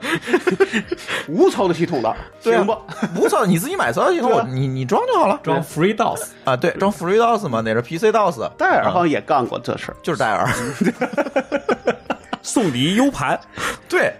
Speaker 4: 无操作系统的，
Speaker 1: 对啊
Speaker 4: 行不？
Speaker 1: 不错，你自己买操作系统，
Speaker 4: 对啊
Speaker 1: 我你你装就好了。
Speaker 2: 装 Free DOS，
Speaker 1: 啊，对，装 FreeDOS 嘛，那是 PC DOS，
Speaker 4: 戴尔好像也干过这事儿。
Speaker 1: 就是戴尔。
Speaker 6: 送你一 U 盘，
Speaker 1: 对，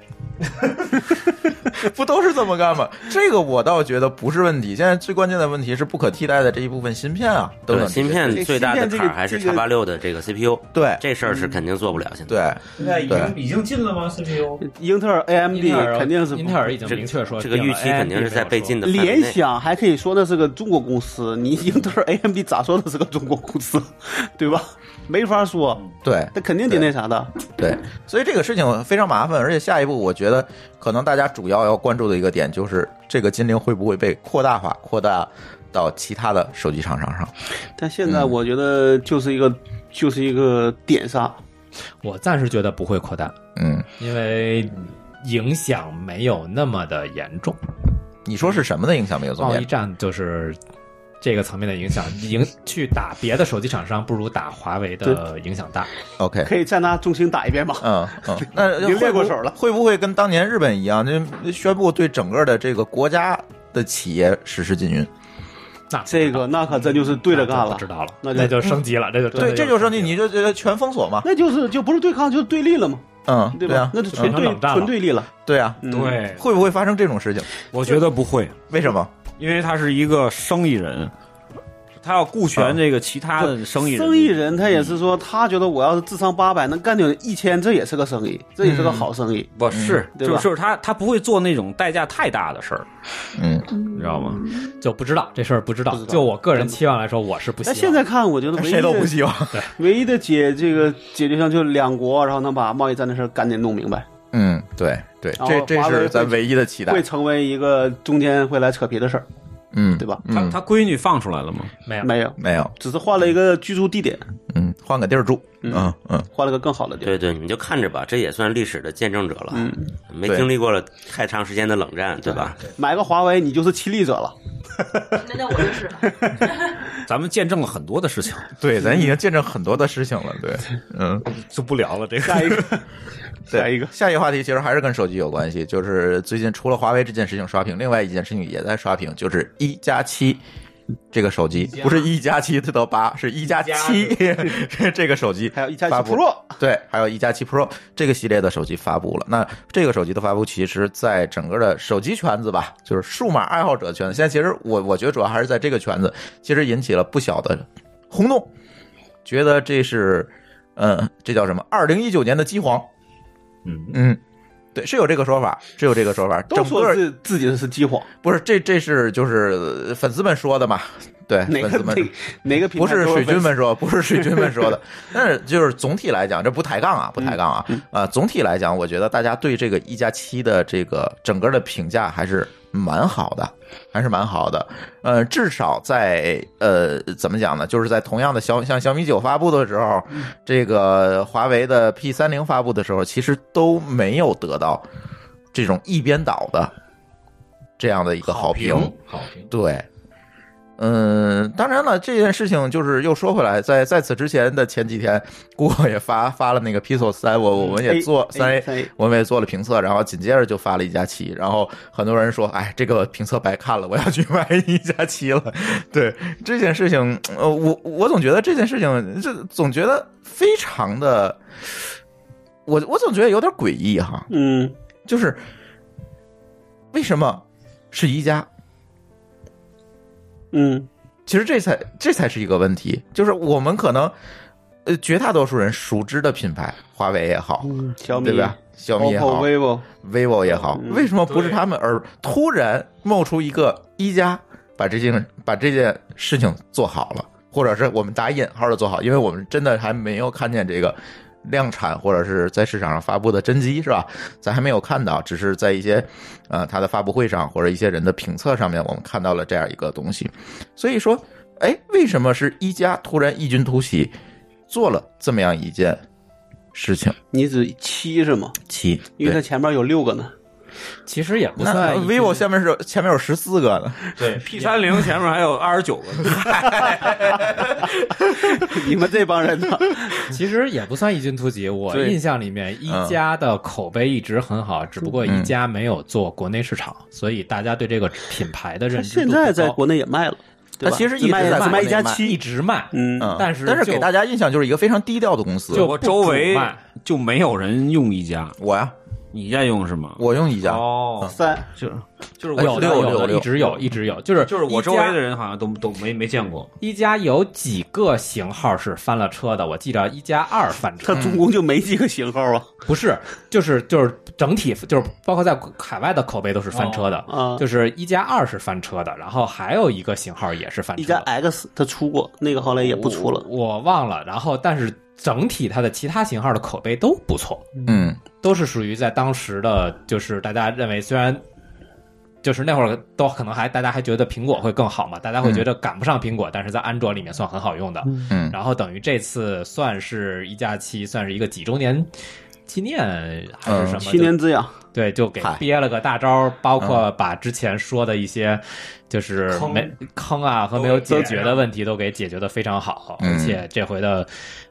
Speaker 1: 不都是这么干吗？这个我倒觉得不是问题。现在最关键的问题是不可替代的这一部分芯片啊，等等
Speaker 3: 对
Speaker 1: 这些
Speaker 3: 芯片最大
Speaker 4: 这
Speaker 3: 的
Speaker 4: 个芯片这
Speaker 3: 坎
Speaker 4: 个
Speaker 3: 儿还是
Speaker 4: 这
Speaker 3: 叉
Speaker 4: 个嗯
Speaker 3: 八六的这个 CPU，
Speaker 1: 对
Speaker 3: 这事儿是肯定做不了。现在
Speaker 1: 对，
Speaker 7: 现在已
Speaker 1: 对
Speaker 7: 经已经进了吗？CPU
Speaker 4: 英特尔、AMD
Speaker 2: 英特尔
Speaker 4: 肯定是不
Speaker 2: 英特尔已经明确说哎
Speaker 3: 这个预期肯定是在被禁
Speaker 2: 的。
Speaker 3: 的范围
Speaker 4: 联
Speaker 3: 内。
Speaker 4: 想还可以说那是个中国公司，你英特尔、AMD 咋说都是个中国公司， 对吧？没法说，
Speaker 1: 对
Speaker 4: 那肯定得那啥的。
Speaker 1: 嗯对，所以这个事情非常麻烦，而且下一步我觉得可能大家主要要关注的一个点就是这个金陵会不会被扩大化，扩大到其他的手机厂商上。
Speaker 4: 但现在
Speaker 1: 嗯
Speaker 4: 我觉得就是一个、就是一个点杀，
Speaker 2: 我暂时觉得不会扩大，
Speaker 1: 嗯，
Speaker 2: 因为影响没有那么的严重。
Speaker 1: 你说是什么的影响没有总
Speaker 2: 贸
Speaker 1: 结
Speaker 3: 哦
Speaker 2: 易？战就是这个层面的影 响，影去打别的手机厂商不如打华为的影响大。
Speaker 1: OK，
Speaker 4: 可以再拿重心打一遍吧。
Speaker 1: 嗯嗯， 那
Speaker 4: 已经
Speaker 1: 会
Speaker 4: 练
Speaker 1: 不
Speaker 4: 过手了
Speaker 1: 会不会跟当年日本一样，那宣布对整个的这个国家的企业实施禁运？
Speaker 2: 那
Speaker 4: 这个那可真就是对着干
Speaker 2: 那就
Speaker 4: 了
Speaker 2: 不知，道了，
Speaker 4: 那就
Speaker 2: 那就升级了，这就真的
Speaker 1: 对，这就
Speaker 2: 升
Speaker 1: 是你
Speaker 2: 了
Speaker 1: 你就觉得全封锁嘛？
Speaker 4: 那就是就不是对抗就是对立了嘛，
Speaker 1: 嗯，
Speaker 4: 对
Speaker 1: 对
Speaker 4: 吧？
Speaker 1: 啊，
Speaker 4: 那就纯
Speaker 2: 全
Speaker 4: 对
Speaker 2: 冷战了
Speaker 4: 纯对立了。
Speaker 1: 对啊，
Speaker 4: 嗯、，
Speaker 6: 对，
Speaker 1: 会不会发生这种事情？
Speaker 6: 我觉得不会，
Speaker 1: 为什么？
Speaker 6: 因为他是一个生意人，他要顾全这个其他的生意人，
Speaker 4: 生意人他也是说，他觉得我要是智商八百能干掉一千，这也是个生意，这也是个好生意。
Speaker 6: 不是，
Speaker 4: 嗯对
Speaker 6: 就
Speaker 4: 吧
Speaker 6: 就是他他不会做那种代价太大的事儿，
Speaker 1: 嗯，
Speaker 6: 你知道吗？
Speaker 2: 就不知道这事儿不知
Speaker 4: 不
Speaker 2: 道
Speaker 4: 知。道
Speaker 2: 就我个人期望来说，我是不希啊
Speaker 4: 但
Speaker 2: 望。
Speaker 4: 现在看，我觉得唯一
Speaker 1: 谁都不
Speaker 4: 的
Speaker 1: 希望。
Speaker 4: 唯一的解这个解决项就是两国，然后能把贸易战的事儿赶紧弄明白，
Speaker 1: 嗯，对对，
Speaker 4: 然后
Speaker 1: 这这
Speaker 4: 华为
Speaker 1: 是
Speaker 4: 会
Speaker 1: 咱唯一的期待
Speaker 4: 会。成为一个中间会来扯皮的事儿，
Speaker 1: 嗯，
Speaker 4: 对吧？
Speaker 6: 他
Speaker 1: 嗯，
Speaker 6: 他闺女放出来了吗？
Speaker 2: 没有
Speaker 4: 没有，
Speaker 1: 没有。
Speaker 4: 只是换了一个居住地点。
Speaker 1: 嗯，换个地儿住，
Speaker 4: 嗯
Speaker 1: 嗯 嗯，
Speaker 4: 换了个更好的地儿。
Speaker 3: 对对，你就看着吧，这也算历史的见证者了。
Speaker 4: 嗯，
Speaker 3: 没
Speaker 1: 对
Speaker 3: 经历过了太长时间的冷战，对吧？
Speaker 4: 买个华为，你就是亲历者 了。
Speaker 8: 那那我就是了。
Speaker 6: 咱们见证了很多的事情，
Speaker 1: 对，咱已经见证很多的事情了， 对，嗯，
Speaker 6: 就不聊了。这个
Speaker 4: 下一个，
Speaker 1: 对
Speaker 4: 下一个，
Speaker 1: 下一个话题其实还是跟手机有关系，就是最近除了华为这件事情刷屏，另外一件事情也在刷屏，就是一加七。这个手机不是一加七到八，是一加七 这个手机
Speaker 4: 还有一加
Speaker 1: 发
Speaker 4: 七
Speaker 1: 布
Speaker 4: Pro，
Speaker 1: 对，还有一加七 Pro 这个系列的手机发布了。那这个手机的发布，其实在整个的手机圈子吧，就是数码爱好者圈子，现在其实我我觉得主要还是在这个圈子，其实引起了不小的轰动，觉得这是，嗯，这叫什么？二零一九年的机皇，
Speaker 7: 嗯
Speaker 1: 嗯。对，是有这个说法，是有这个说法。
Speaker 4: 都
Speaker 1: 整
Speaker 4: 说
Speaker 1: 个
Speaker 4: 自自己是机皇，
Speaker 1: 不是这，这是就是粉丝们说的嘛？对，
Speaker 4: 哪
Speaker 1: 粉
Speaker 4: 个
Speaker 1: 丝们
Speaker 4: 哪哪个品
Speaker 1: 不
Speaker 4: 牌
Speaker 1: 是
Speaker 4: 都
Speaker 1: 水
Speaker 4: 粉
Speaker 1: 军
Speaker 4: 丝
Speaker 1: 们说，不是水军们说的，但是就是总体来讲，这不抬杠啊，不抬杠
Speaker 4: 嗯
Speaker 1: 啊，啊，总体来讲，我觉得大家对这个一加七的这个整个的评价还是蛮好的，还是蛮好的。呃，至少在呃怎么讲呢，就是在同样的小像小米九发布的时候，
Speaker 4: 嗯
Speaker 1: 这个华为的 P 三零发布的时候，其实都没有得到这种一边倒的这样的一个好评。
Speaker 7: 好评，
Speaker 1: 对，嗯，当然了，这件事情就是又说回来，在在此之前的前几天，Google 也发发了那个 Pixel 三，我我们
Speaker 4: 哎
Speaker 1: 也做三 A。
Speaker 4: A，
Speaker 1: 我们也做了评测，然后紧接着就发了一加七，然后很多人说：“哎，这个评测白看了，我要去买一加七了。”对这件事情，呃，我我总觉得这件事情，这总觉得非常的，我我总觉得有点诡异哈。
Speaker 4: 嗯，
Speaker 1: 就是为什么是一加，
Speaker 4: 嗯，
Speaker 1: 其实这才这才是一个问题，就是我们可能呃绝大多数人熟知的品牌，华为也好，
Speaker 4: 嗯小米
Speaker 1: 对吧？小米也好
Speaker 4: OPPO、vivo，
Speaker 1: ，vivo 也好，
Speaker 4: 嗯
Speaker 1: 为什么不是他们，而突然冒出一个一加，把这件把这件事情做好了，或者是我们打引号的做好，因为我们真的还没有看见这个。量产或者是在市场上发布的真机是吧？咱还没有看到，只是在一些呃它的发布会上或者一些人的评测上面，我们看到了这样一个东西。所以说，哎，为什么是一加突然异军突起，做了这么样一件事情？
Speaker 4: 你指七是吗？
Speaker 1: 七，
Speaker 4: 因为它前面有六个呢。
Speaker 2: 其实也不
Speaker 1: 那
Speaker 4: 呃
Speaker 2: 算一
Speaker 1: vivo 下面是有前面有十四个呢，
Speaker 7: 对
Speaker 6: P 三零前面还有二十九个，
Speaker 4: 你们这帮人呢？
Speaker 2: 其实也不算异军突起。我
Speaker 4: 对嗯
Speaker 2: 印象里面，一加的口碑一直很好，只不过一加没有做国内市场，所以大家对这个品牌的认
Speaker 4: 它
Speaker 2: 知
Speaker 4: 嗯现
Speaker 2: 度
Speaker 4: 在
Speaker 2: 不
Speaker 4: 在
Speaker 2: 高
Speaker 4: 国内也卖了，对吧？
Speaker 1: 它其实一
Speaker 4: 只
Speaker 1: 直
Speaker 4: 卖
Speaker 1: 在
Speaker 4: 只
Speaker 1: 国
Speaker 4: 卖
Speaker 1: 内
Speaker 4: 一加
Speaker 1: 卖
Speaker 2: 一
Speaker 4: 七，
Speaker 2: 直卖，
Speaker 4: 嗯，
Speaker 1: 嗯，
Speaker 2: 但是
Speaker 1: 但是
Speaker 2: 就
Speaker 1: 给大家印象就是一个非常低调的公司。
Speaker 2: 就
Speaker 6: 我周围
Speaker 2: 不卖
Speaker 6: 就没有人用一加，
Speaker 1: 我呀，
Speaker 6: 你在用是吗？
Speaker 1: 我用一加，
Speaker 6: 哦，
Speaker 4: 三
Speaker 6: 就是就是
Speaker 1: 哎
Speaker 6: 我
Speaker 2: 有的
Speaker 1: 六
Speaker 2: 有
Speaker 1: 六
Speaker 2: 的
Speaker 1: 六
Speaker 2: 一直有一直有，就是
Speaker 6: 就是我周围
Speaker 2: 一加
Speaker 6: 的人好像都都没没见过。
Speaker 2: 一加有几个型号是翻了车的，我记着一加二翻
Speaker 4: 它
Speaker 2: 车，嗯
Speaker 4: 总共就没几个型号啊。
Speaker 2: 不是，就是就是整体就是包括在海外的口碑都是翻车的，
Speaker 4: 啊
Speaker 2: 就是一加二是翻车的，然后还有一个型号也是哦翻
Speaker 4: 一
Speaker 2: 车
Speaker 4: 加
Speaker 2: 的，
Speaker 4: X 它出过，那个后来也不出了。
Speaker 2: 我我忘了，然后但是整体它的其他型号的口碑都不错，
Speaker 1: 嗯，
Speaker 2: 都是属于在当时的，就是大家认为虽然。就是那会儿都可能还大家还觉得苹果会更好嘛，大家会觉得赶不上苹果，但是在安卓里面算很好用的。
Speaker 1: 嗯
Speaker 2: 然后等于这次算是一假期，算是一个几周年纪念还是什么？
Speaker 4: 嗯七年之痒，
Speaker 2: 就对，就给
Speaker 1: 嗨嗯
Speaker 2: 憋了个大招，包括把之前说的一些就是
Speaker 7: 坑
Speaker 2: 没坑啊和没有解决的问题都给解决的非常好，
Speaker 1: 嗯
Speaker 2: 而且这回的，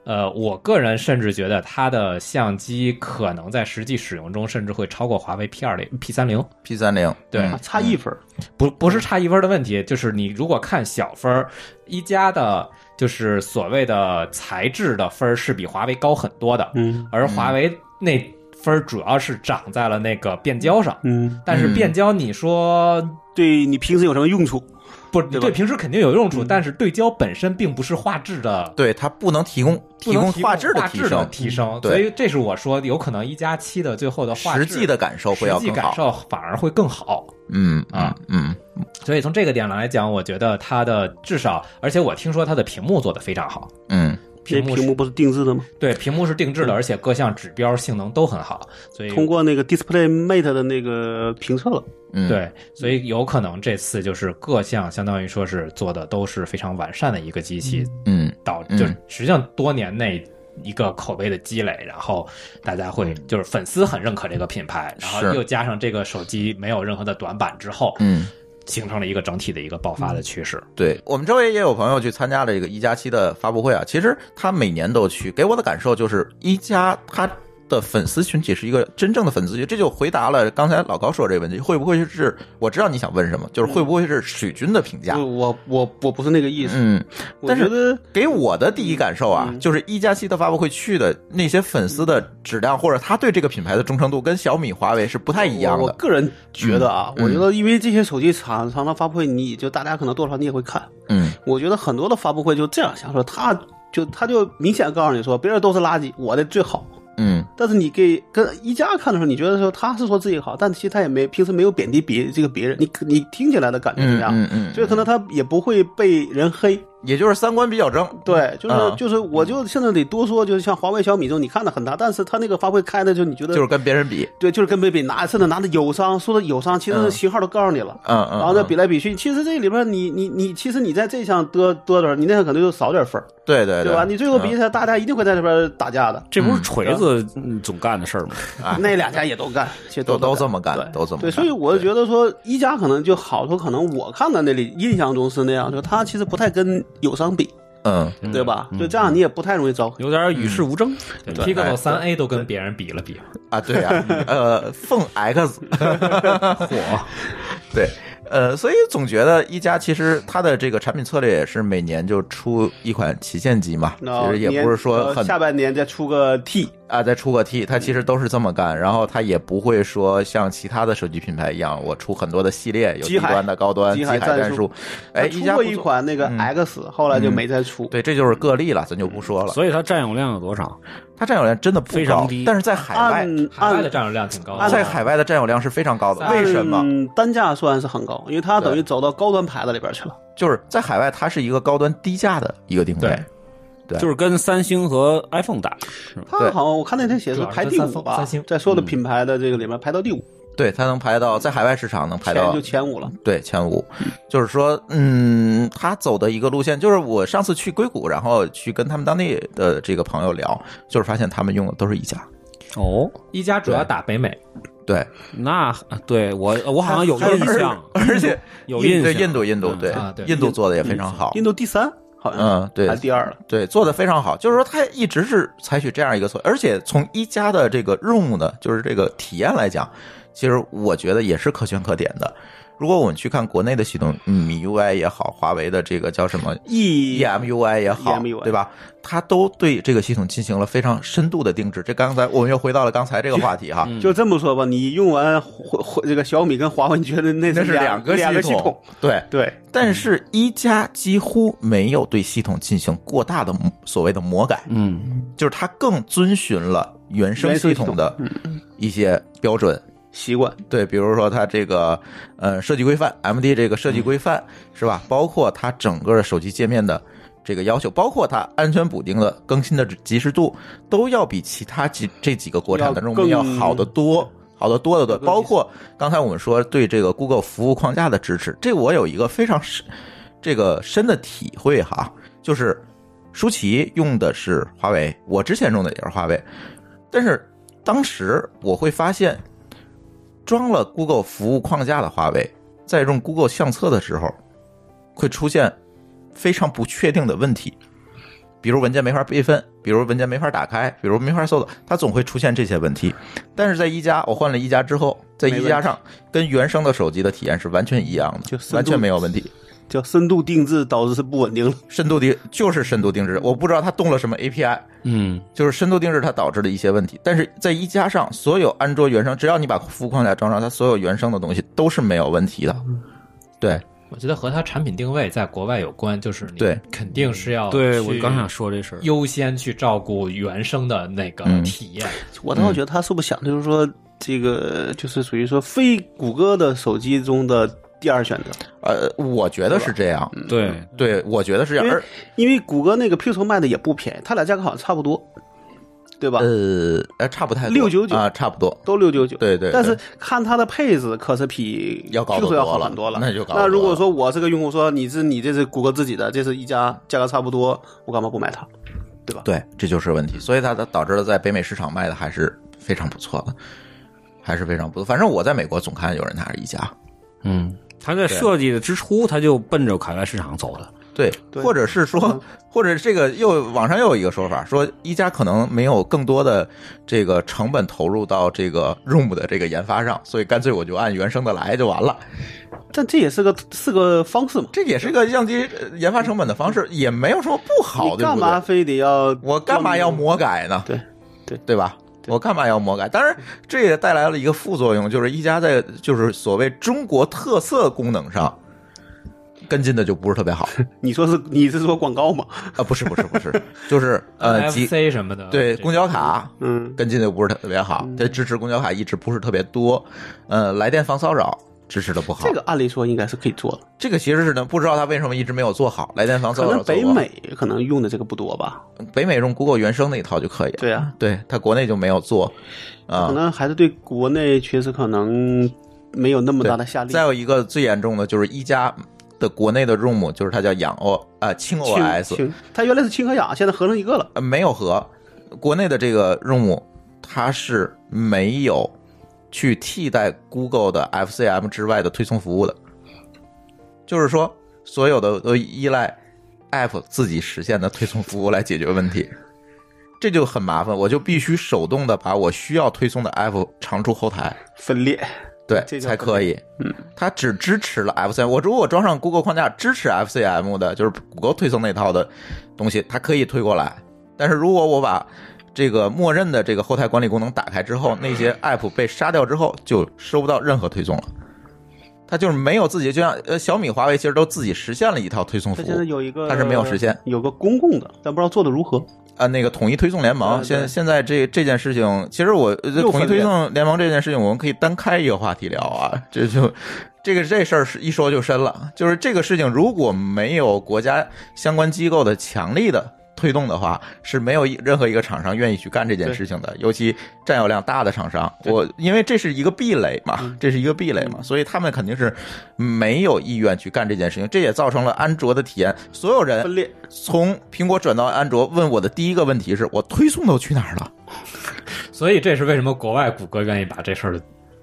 Speaker 2: 呃，我个人甚至觉得它的相机可能在实际使用中甚至会超过华为 P 二零 P 三零。
Speaker 1: ，P 三零，
Speaker 2: 对
Speaker 1: 嗯
Speaker 4: 啊差一分儿。
Speaker 2: 不不是差一分的问题，就是你如果看小分儿，一加的就是所谓的材质的分儿是比华为高很多的，
Speaker 4: 嗯
Speaker 2: 而华为那分儿主要是长在了那个变焦上。
Speaker 4: 嗯，
Speaker 2: 但是变焦，你说
Speaker 4: 对你平时有什么用处？
Speaker 2: 不你
Speaker 4: 对吧
Speaker 2: 对平时肯定有用处，
Speaker 1: 嗯
Speaker 2: 但是对焦本身并不是画质的。
Speaker 1: 对它不能提供
Speaker 2: 不
Speaker 1: 提
Speaker 2: 能
Speaker 1: 供
Speaker 2: 提
Speaker 1: 画质
Speaker 2: 的
Speaker 1: 的提升，嗯
Speaker 2: 提升，
Speaker 1: 对
Speaker 2: 所以这是我说有可能一加七的最后的画质
Speaker 1: 实际的感受会要
Speaker 2: 实际
Speaker 1: 更
Speaker 2: 感
Speaker 1: 好。
Speaker 2: 受反而会更好。
Speaker 1: 嗯
Speaker 2: 啊，
Speaker 1: 嗯
Speaker 2: 所以从这个点来讲，我觉得它的至少，而且我听说它的屏幕做的非常好，
Speaker 1: 嗯
Speaker 4: 这
Speaker 2: 屏幕是
Speaker 4: 屏幕不是定制的吗？
Speaker 2: 对，屏幕是定制的，而且各项指标性能都很好，所以
Speaker 4: 通过那个 Display Mate 的那个评测了。
Speaker 1: 嗯，，
Speaker 2: 对，所以有可能这次就是各项相当于说是做的都是非常完善的一个机器，
Speaker 1: 嗯
Speaker 2: 导
Speaker 1: 嗯
Speaker 2: 就是实际上多年内一个口碑的积累，然后大家会就是粉丝很认可这个品牌，然后
Speaker 1: 是
Speaker 2: 又加上这个手机没有任何的短板之后，
Speaker 1: 嗯，
Speaker 2: 形成了一个整体的一个爆发的趋势。
Speaker 1: 对我们周围也有朋友去参加了这个一加七的发布会啊。其实他每年都去，给我的感受就是一加他的粉丝群体是一个真正的粉丝群，这就回答了刚才老高说这个问题，会不会是我知道你想问什么，就是
Speaker 4: 嗯
Speaker 1: 会不会是水军的评价
Speaker 4: 我？我我我不是那个意思，
Speaker 1: 嗯，
Speaker 4: 我
Speaker 1: 但
Speaker 4: 觉
Speaker 1: 是
Speaker 4: 得
Speaker 1: 给我的第一感受啊，
Speaker 4: 嗯
Speaker 1: 就是一加七的发布会去的那些粉丝的质量，或者他对这个品牌的忠诚度，跟小米、华为是不太一样
Speaker 4: 我我
Speaker 1: 的。
Speaker 4: 个人觉得啊，
Speaker 1: 嗯
Speaker 4: 我觉得因为这些手机厂商的发布会，你就大家可能多少你也会看。
Speaker 1: 嗯，
Speaker 4: 我觉得很多的发布会就这样想说，他就他就明显告诉你说，别人都是垃圾，我的最好。
Speaker 1: 嗯，
Speaker 4: 但是你给跟一加看的时候，你觉得说他是说自己好，但其实他也没平时没有贬低别这个别人，你你听起来的感觉是
Speaker 1: 嗯
Speaker 4: 这样，
Speaker 1: 嗯嗯，
Speaker 4: 所以可能他也不会被人黑。
Speaker 1: 也就是三观比较正。
Speaker 4: 对，就是、
Speaker 1: 嗯
Speaker 4: 就是，我就现在得多说，就是像华为、小米这种，你看的很大，但是他那个发布会开的就你觉得
Speaker 1: 就是跟别人比，
Speaker 4: 对，就是跟贝贝拿，甚至拿的友商，说的友商，其实
Speaker 1: 嗯
Speaker 4: 是型号都告诉你了。
Speaker 1: 嗯嗯，
Speaker 4: 然后再
Speaker 1: 嗯
Speaker 4: 比来比去，其实这里边你你你，其实你在这项多多点儿，你那项可能就少点儿分儿，
Speaker 1: 对对
Speaker 4: 对吧？你最后比起
Speaker 1: 嗯
Speaker 4: 来，大家一定会在这边打架的。
Speaker 6: 这不是锤子嗯总干的事儿吗？
Speaker 1: 哎
Speaker 4: 那俩家也都 干，其实
Speaker 1: 都
Speaker 4: 都
Speaker 1: 都这么干，都这么
Speaker 4: 对，
Speaker 1: 干
Speaker 4: 所以我觉得说一加可能就好说，可能我看到那里印象中是那样，就他其实不太跟友商比，
Speaker 1: 嗯，
Speaker 4: 对吧？就这样你也不太容易招黑。
Speaker 6: 有点与世无争。
Speaker 1: 对
Speaker 2: Pico 三 A 都跟别人比了比，
Speaker 1: 啊，对 呀，呃，凤 X
Speaker 2: 火，
Speaker 1: 对，呃，所以总觉得一加其实它的这个产品策略也是每年就出一款旗舰机嘛，
Speaker 4: 那
Speaker 1: 嗯其实也不是说
Speaker 4: 年呃
Speaker 1: 很
Speaker 4: 下半年再出个 T，
Speaker 1: 啊，再出个 T，它其实都是这么干，然后它也不会说像其他的手机品牌一样，我出很多的系列，有低
Speaker 4: 机海
Speaker 1: 端的、高端、机
Speaker 4: 机海
Speaker 1: 海战
Speaker 4: 战
Speaker 1: 术
Speaker 4: 术，
Speaker 1: 哎，
Speaker 4: 出
Speaker 1: 一加
Speaker 4: 过
Speaker 1: 不
Speaker 4: 一
Speaker 1: 错，
Speaker 4: 款那个
Speaker 1: 嗯
Speaker 4: X，后来就没再出。
Speaker 1: 对，这就是个例了，咱就不说了。
Speaker 6: 所以它占有量有多少？
Speaker 1: 它占有量真的不
Speaker 6: 非常
Speaker 1: 高
Speaker 6: 低，
Speaker 1: 但是在海外，
Speaker 4: 按
Speaker 2: 海外
Speaker 4: 按
Speaker 2: 的占有量挺高的，
Speaker 1: 在海外的占有量是非常高的，为什么？
Speaker 4: 嗯，单价算是很高，因为它等于走到高端牌子里边去了。
Speaker 1: 就是在海外，它是一个高端低价的一个定位
Speaker 2: 对。
Speaker 1: 对
Speaker 6: 就是跟三星和 iPhone 打，
Speaker 4: 它
Speaker 1: 嗯对嗯
Speaker 4: 好像我看那天写
Speaker 2: 主
Speaker 4: 是
Speaker 2: 要是
Speaker 4: 排第
Speaker 2: 三
Speaker 4: 五
Speaker 2: 星
Speaker 4: 吧
Speaker 2: 三星，
Speaker 4: 在所有的品牌的这个里面排到第五，
Speaker 1: 对，它能排到在海外市场能排
Speaker 4: 前
Speaker 1: 到
Speaker 4: 就前五了。
Speaker 1: 对前五，就是说，嗯，他走的一个路线，就是我上次去硅谷，然后去跟他们当地的这个朋友聊，就是发现他们用的都是一加。
Speaker 6: 哦，
Speaker 2: 一加主要打北美，
Speaker 1: 对，
Speaker 6: 那对我我好像有印象，
Speaker 1: 而且
Speaker 6: 有
Speaker 1: 印
Speaker 6: 印
Speaker 1: 对
Speaker 6: 象，
Speaker 1: 印度，印度
Speaker 6: 嗯
Speaker 1: 对
Speaker 2: 啊对
Speaker 1: 印度做的也非常好
Speaker 4: 印。度第三好像，
Speaker 1: 嗯，对
Speaker 4: 排第二了。
Speaker 1: 对，做的非常好。就是说，他一直是采取这样一个策略，而且从一加的这个任务呢，就是这个体验来讲，其实我觉得也是可圈可点的。如果我们去看国内的系统，嗯，MIUI 也好，华为的这个叫什么
Speaker 4: E
Speaker 1: EMUI 也好
Speaker 4: EMUI
Speaker 1: 对吧？它都对这个系统进行了非常深度的定制。这刚才我们又回到了刚才这个话题哈，
Speaker 4: 就这么说吧，你用完华华这个小米跟华为，你觉得那
Speaker 1: 那
Speaker 4: 是
Speaker 1: 是
Speaker 4: 两
Speaker 1: 个
Speaker 4: 两个
Speaker 1: 系
Speaker 4: 统？，
Speaker 1: 对。
Speaker 4: 对，
Speaker 1: 但是一加几乎没有对系统进行过大的所谓的魔改，
Speaker 6: 嗯，
Speaker 1: 就是它更遵循了原生
Speaker 4: 原生
Speaker 1: 系
Speaker 4: 系
Speaker 1: 统
Speaker 4: 统嗯
Speaker 1: 的一些标准。
Speaker 4: 习惯。
Speaker 1: 对，比如说它这个呃设计规范，MD 这个设计规范、是吧？包括它整个手机界面的这个要求，包括它安全补丁的更新的及时度，都要比其他几这几个国产的
Speaker 4: 要
Speaker 1: 用户要
Speaker 4: 更
Speaker 1: 好得多。好得多得多，
Speaker 4: 更
Speaker 1: 包括刚才我们说对这个 Google 服务框架的支持，这我有一个非常深这个深的体会哈，就是舒淇用的是华为，我之前用的也是华为，但是当时我会发现，装了 Google 服务框架的华为，在用 Google 相册的时候，会出现非常不确定的问题，比如文件没法备份，比如文件没法打开，比如没法搜索，它总会出现这些问题。但是在一加，我换了一加之后，在一加上跟原生的手机的体验是完全一样的
Speaker 4: 就，深度
Speaker 1: 完全没有问题。
Speaker 4: 叫深度定制导致是不稳定了，
Speaker 1: 深度定就是深度定制，我不知道它动了什么 API，
Speaker 6: 嗯，
Speaker 1: 就是深度定制它导致的一些问题。但是在一加上，所有安卓原生，只要你把服务框架装上，它所有原生的东西都是没有问题的。
Speaker 4: 嗯
Speaker 1: 对，
Speaker 2: 我觉得和它产品定位在国外有关，就是你
Speaker 1: 对
Speaker 2: 肯定是要
Speaker 6: 对我
Speaker 2: 去
Speaker 6: 刚想说这事儿，
Speaker 2: 优先去照顾原生的那个
Speaker 1: 嗯
Speaker 2: 体验，
Speaker 4: 我倒觉得他是不是想就是说这个就是属于说非谷歌的手机中的第二选择，
Speaker 1: 呃，我觉得是这样，
Speaker 6: 对，
Speaker 1: 对，我觉得是这样。
Speaker 4: 因为
Speaker 1: 而
Speaker 4: 因为谷歌那个 Pixel 卖的也不便宜，它俩价格好像差不多。对吧？
Speaker 1: 呃，呃，差不太多
Speaker 4: 699
Speaker 1: 啊，差不多，
Speaker 4: 都六九九，
Speaker 1: 对对对
Speaker 4: 但是看它的配置，可是比
Speaker 1: 要高得
Speaker 4: Q
Speaker 1: 多
Speaker 4: 要好很多
Speaker 1: 了
Speaker 4: 了。
Speaker 1: 那就高得多了
Speaker 4: 那如果说我这个用户说你是你这是谷歌自己的，这是一家价格差不多，我干嘛不买它？
Speaker 1: 对，这就是问题，所以它它导致了在北美市场卖的还是非常不错的，还是非常不错。反正我在美国总看有人拿着一加，
Speaker 6: 嗯，它的
Speaker 1: 对
Speaker 6: 设计的支出，它就奔着海外市场走的。
Speaker 1: 对，
Speaker 4: 对嗯
Speaker 1: 或者是说，或者这个又网上又有一个说法，说一加可能没有更多的这个成本投入到这个 Room 的这个研发上，所以干脆我就按原生的来就完了。
Speaker 4: 但这也是个是个方式嘛。
Speaker 1: 这也是个降低呃研发成本的方式，也没有什么不好，
Speaker 4: 你
Speaker 1: 对
Speaker 4: 干
Speaker 1: 不
Speaker 4: 嘛
Speaker 1: 对？
Speaker 4: 非得要
Speaker 1: 我干嘛要魔改呢？
Speaker 4: 对，对
Speaker 1: 对吧？我干嘛要魔改？当然，这也带来了一个副作用，就是一加在就是所谓中国特色功能上跟进的就不是特别好
Speaker 4: 你说是你是说广告吗？
Speaker 1: 啊，不是不是不是，就是 呃，几
Speaker 2: FC 什么的，
Speaker 1: 对
Speaker 2: 啊这
Speaker 1: 公交卡
Speaker 4: 嗯，
Speaker 1: 跟进的不是特别好，它支持公交卡一直不是特别多，呃，来电防骚扰支持的不好
Speaker 4: 这，个按理说应该是可以做的，
Speaker 1: 这个其实是呢，不知道它为什么一直没有做好来电防骚
Speaker 4: 可
Speaker 1: 扰
Speaker 4: 能
Speaker 1: 做
Speaker 4: 北
Speaker 1: 不好。
Speaker 4: 美可能用的这个不多吧。
Speaker 1: 北美用 Google 原生那一套就可以了。
Speaker 4: 对啊，
Speaker 1: 对它国内就没有做啊
Speaker 4: 可。能还是对国内确实可能没有那么
Speaker 1: 对
Speaker 4: 大的下力。
Speaker 1: 再有一个最严重的就是一加的国内的 Room，就是它叫氧 O 啊氢
Speaker 4: 氢
Speaker 1: OS，
Speaker 4: 氢，它原来是氢和氧，现在合成一个了。
Speaker 1: 呃没有和国内的这个 Room，它是没有去替代 Google 的 FCM 之外的推送服务的，就是说所有的都依赖 App 自己实现的推送服务来解决问题。这就很麻烦，我就必须手动的把我需要推送的 app 长出后台，
Speaker 4: 分裂，
Speaker 1: 对，
Speaker 4: 这叫
Speaker 1: 才可以。嗯，它只支持了 FCM。我如果装上 Google 框架支持 FCM 的，就是谷歌推送那套的东西，它可以推过来。但是如果我把这个默认的这个后台管理功能打开之后，那些 App 被杀掉之后，就收不到任何推送了。它就是没有自己，就像呃小米、华为其实都自己实现了一套推送服务
Speaker 4: 它现在有一个，
Speaker 1: 它是没有实现，
Speaker 4: 有个公共的，但不知道做的如何。
Speaker 1: 啊。那个统一推送联盟，
Speaker 4: 对对
Speaker 1: 现现在这这件事情，其实我呃
Speaker 4: 又
Speaker 1: 统一
Speaker 4: 分
Speaker 1: 推
Speaker 4: 裂
Speaker 1: 送联盟这件事情，我们可以单开一个话题聊啊。 这就这个这事儿是一说就深了，就是这个事情如果没有国家相关机构的强力的推动的话，是没有一任何一个厂商愿意去干这件事情的，尤其占有量大的厂商。我因为这是一个壁垒
Speaker 4: 嗯
Speaker 1: 嘛，这是一个壁垒嘛，所以他们肯定是没有意愿去干这件事情，这也造成了安卓的体验，所有人
Speaker 4: 分裂
Speaker 1: 从苹果转到安卓，问我的第一个问题是我推送都去哪儿了？
Speaker 2: 所以这是为什么国外谷歌愿意把这事儿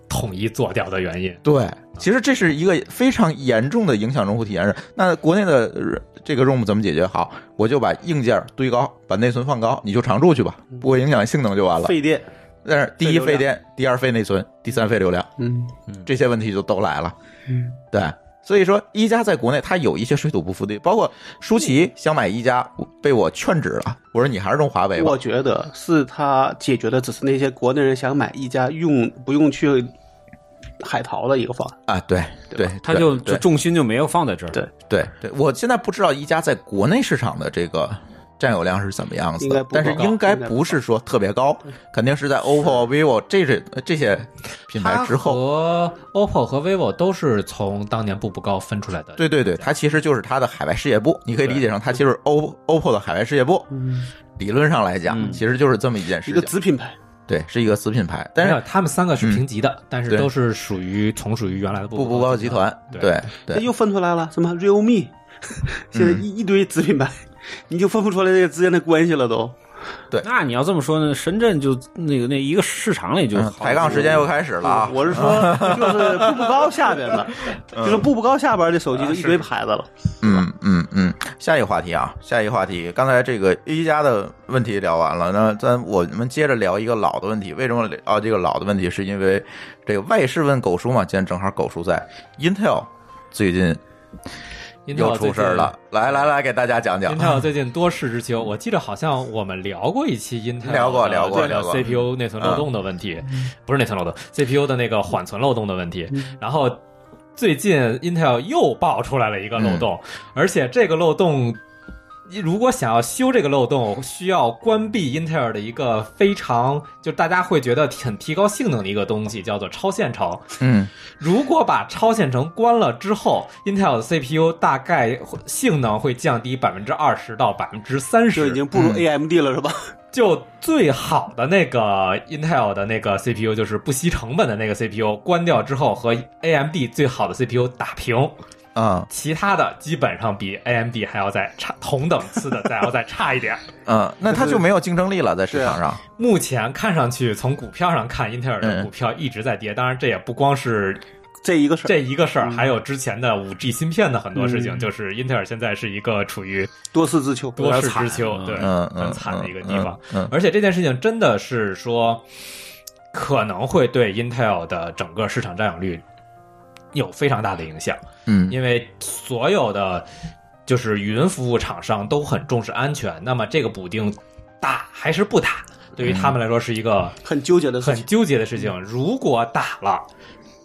Speaker 2: 统一做掉的原因。
Speaker 1: 对，其实这是一个非常严重的影响用户体验是。那国内的呃这个 ROM 怎么解决？好，我就把硬件堆高，把内存放高，你就常驻去吧，不会影响性能就完了。
Speaker 4: 嗯费电，
Speaker 1: 但是第一
Speaker 4: 费
Speaker 1: 费
Speaker 4: 流量
Speaker 1: 电，第二费内存，第三费流量，
Speaker 4: 嗯，
Speaker 1: 这些问题就都来了。嗯，对。所以说，一加在国内它有一些水土不服的，包括舒淇想买一加，被我劝止了。我说你还是用华为吧
Speaker 4: 我。觉得是它解决的只是那些国内人想买一家用不用去海淘的一个方案。
Speaker 1: 啊，对对，
Speaker 6: 它就
Speaker 1: 对
Speaker 6: 就重心就没有放在这儿。
Speaker 4: 对
Speaker 1: 对对，我现在不知道一加在国内市场的这个占有量是怎么样子
Speaker 4: 应该
Speaker 1: 的，
Speaker 4: 不
Speaker 1: 但是
Speaker 4: 高嗯
Speaker 1: 应该
Speaker 4: 应该不
Speaker 1: 不是说特别高，肯定是在 OPPO、vivo 这是这些品牌哎之后。
Speaker 2: 和 OPPO 和 vivo 都是从当年步步高分出来的。
Speaker 1: 对对对，它其实就是它的海外事业部，你可以理解成它就是 O OPPO 的海外事业部。理论上来讲，其实就是这么一件事
Speaker 4: 嗯一个
Speaker 1: 情。
Speaker 4: 子品牌，
Speaker 1: 对，是一个子品牌，但
Speaker 2: 没
Speaker 1: 是嗯
Speaker 2: 有，他们三个是平级的，但是
Speaker 1: 对
Speaker 2: 都是属于从属于原来的步
Speaker 1: 步步高集团，对
Speaker 4: 它
Speaker 1: 对嗯
Speaker 4: 又分出来了，什么 realme，现在一一堆子品牌，你就分不出来这个之间的关系了都。
Speaker 6: 那你要这么说呢，深圳就那个那一个市场里就
Speaker 1: 嗯
Speaker 6: 好
Speaker 1: 抬杠时间又开始了啊！
Speaker 4: 我 是说，就是步步高下边的，就是步步高下边的手
Speaker 1: 啊
Speaker 4: 机就一堆牌子了。
Speaker 1: 嗯嗯嗯，下一个话题啊，下一个话题，刚才这个一加的问题聊完了，那咱我们接着聊一个老的问题。为什么聊这个老的问题？是因为这个外事问狗叔嘛，今天正好狗叔在，Intel 最近又出事儿了。，来来来，给大家讲讲。
Speaker 2: Intel 最近多事之秋，我记得好像我们聊过一期 Intel
Speaker 1: 聊过
Speaker 2: 的
Speaker 1: 聊过
Speaker 2: 这个
Speaker 1: 聊过嗯
Speaker 2: CPU 内存漏洞的问题，不是内存漏洞，CPU 的那个缓存漏洞的问题。然后
Speaker 1: 嗯
Speaker 2: 最近 Intel 又爆出来了一个漏洞，而且这个漏洞如果想要修这个漏洞，需要关闭英特尔的一个非常就大家会觉得很提高性能的一个东西，叫做超线程。
Speaker 1: 嗯，
Speaker 2: 如果把超线程关了之后，Intel 的 CPU 大概会性能会降低百分之二十到百分之三
Speaker 4: 就已
Speaker 2: 十，
Speaker 4: 经不
Speaker 1: 嗯
Speaker 4: 如 AMD 了，是吧？
Speaker 2: 就最好的那个 Intel 的那个 CPU 就是不惜成本的那个 CPU 关掉之后和 AMD 最好的 CPU 打平，
Speaker 1: 啊
Speaker 2: 其他的基本上比 AMD 还要再差同等次的再要再差一 点。
Speaker 1: 嗯，那它就没有竞争力了，在市
Speaker 4: 对啊
Speaker 1: 场上。
Speaker 2: 目前看上去从股票上看，英特尔的
Speaker 1: 嗯
Speaker 2: 股票一直在跌，当然这也不光是
Speaker 4: 这一个 事儿，
Speaker 2: 这一个事儿，还有之前的五 G 芯片的很多事情，
Speaker 4: 嗯
Speaker 2: 就是英特尔现在是一个处于
Speaker 4: 多事之秋，
Speaker 2: 多事之秋，
Speaker 6: 有点惨
Speaker 2: 对，
Speaker 1: 嗯嗯，
Speaker 2: 很惨的一个地方。
Speaker 1: 嗯。嗯，
Speaker 2: 而且这件事情真的是说，可能会对 Intel 的整个市场占有率有非常大的影响，
Speaker 1: 嗯
Speaker 2: 因为所有的就是云服务厂商都很重视安全，那么这个补丁打还是不打，
Speaker 1: 嗯
Speaker 2: 对于他们来说是一个。
Speaker 4: 很纠结的事
Speaker 2: 很
Speaker 4: 情。
Speaker 2: 纠结的事情。如果打了，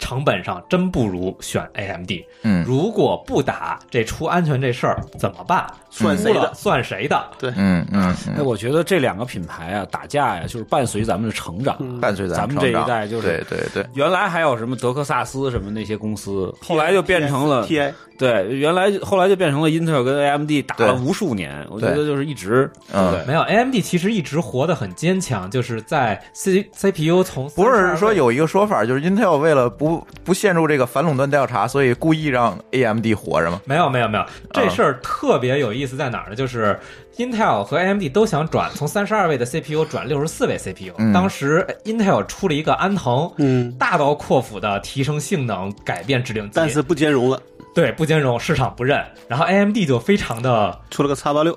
Speaker 2: 成本上真不如选 AMD；
Speaker 1: 嗯
Speaker 2: 如果不打，这出安全这事儿怎么办？
Speaker 4: 算谁的
Speaker 2: 输了算谁的？
Speaker 1: 嗯嗯
Speaker 6: 哎，
Speaker 1: 嗯，
Speaker 6: 我觉得这两个品牌啊，打架呀、就是伴随咱们的成长。
Speaker 1: 伴随
Speaker 6: 咱们
Speaker 1: 成
Speaker 6: 这一
Speaker 1: 长
Speaker 6: 代就是
Speaker 1: 对对对，
Speaker 6: 原来还有什么德克萨斯什么那些公司，后来就变成了
Speaker 4: TI，
Speaker 6: 对，原来后来就变成了英特尔跟 AMD 打
Speaker 1: 对
Speaker 6: 了无数年，我觉
Speaker 1: 对
Speaker 6: 得就是一直
Speaker 1: 嗯
Speaker 6: 对不对
Speaker 2: 没有，AMD 其实一直活得很坚强，就是在 C CPU 从
Speaker 1: 不是
Speaker 2: 32
Speaker 1: 说有一个说法，就是 Intel 为了不不陷入这个反垄断调查，所以故意让 AMD 活着嘛。
Speaker 2: 没有没有没有，这事儿特别有意思在哪儿呢？就是 Intel 和 AMD 都想转从三十二位的 CPU 转六十四位 CPU，、
Speaker 1: 嗯
Speaker 2: 当时 Intel 出了一个安腾，
Speaker 4: 嗯，
Speaker 2: 大刀阔斧的提升性能，改变指令集，
Speaker 4: 但是不兼容了，
Speaker 2: 对，不兼容，市场不认。然后 AMD 就非常的
Speaker 4: 出了个叉八六，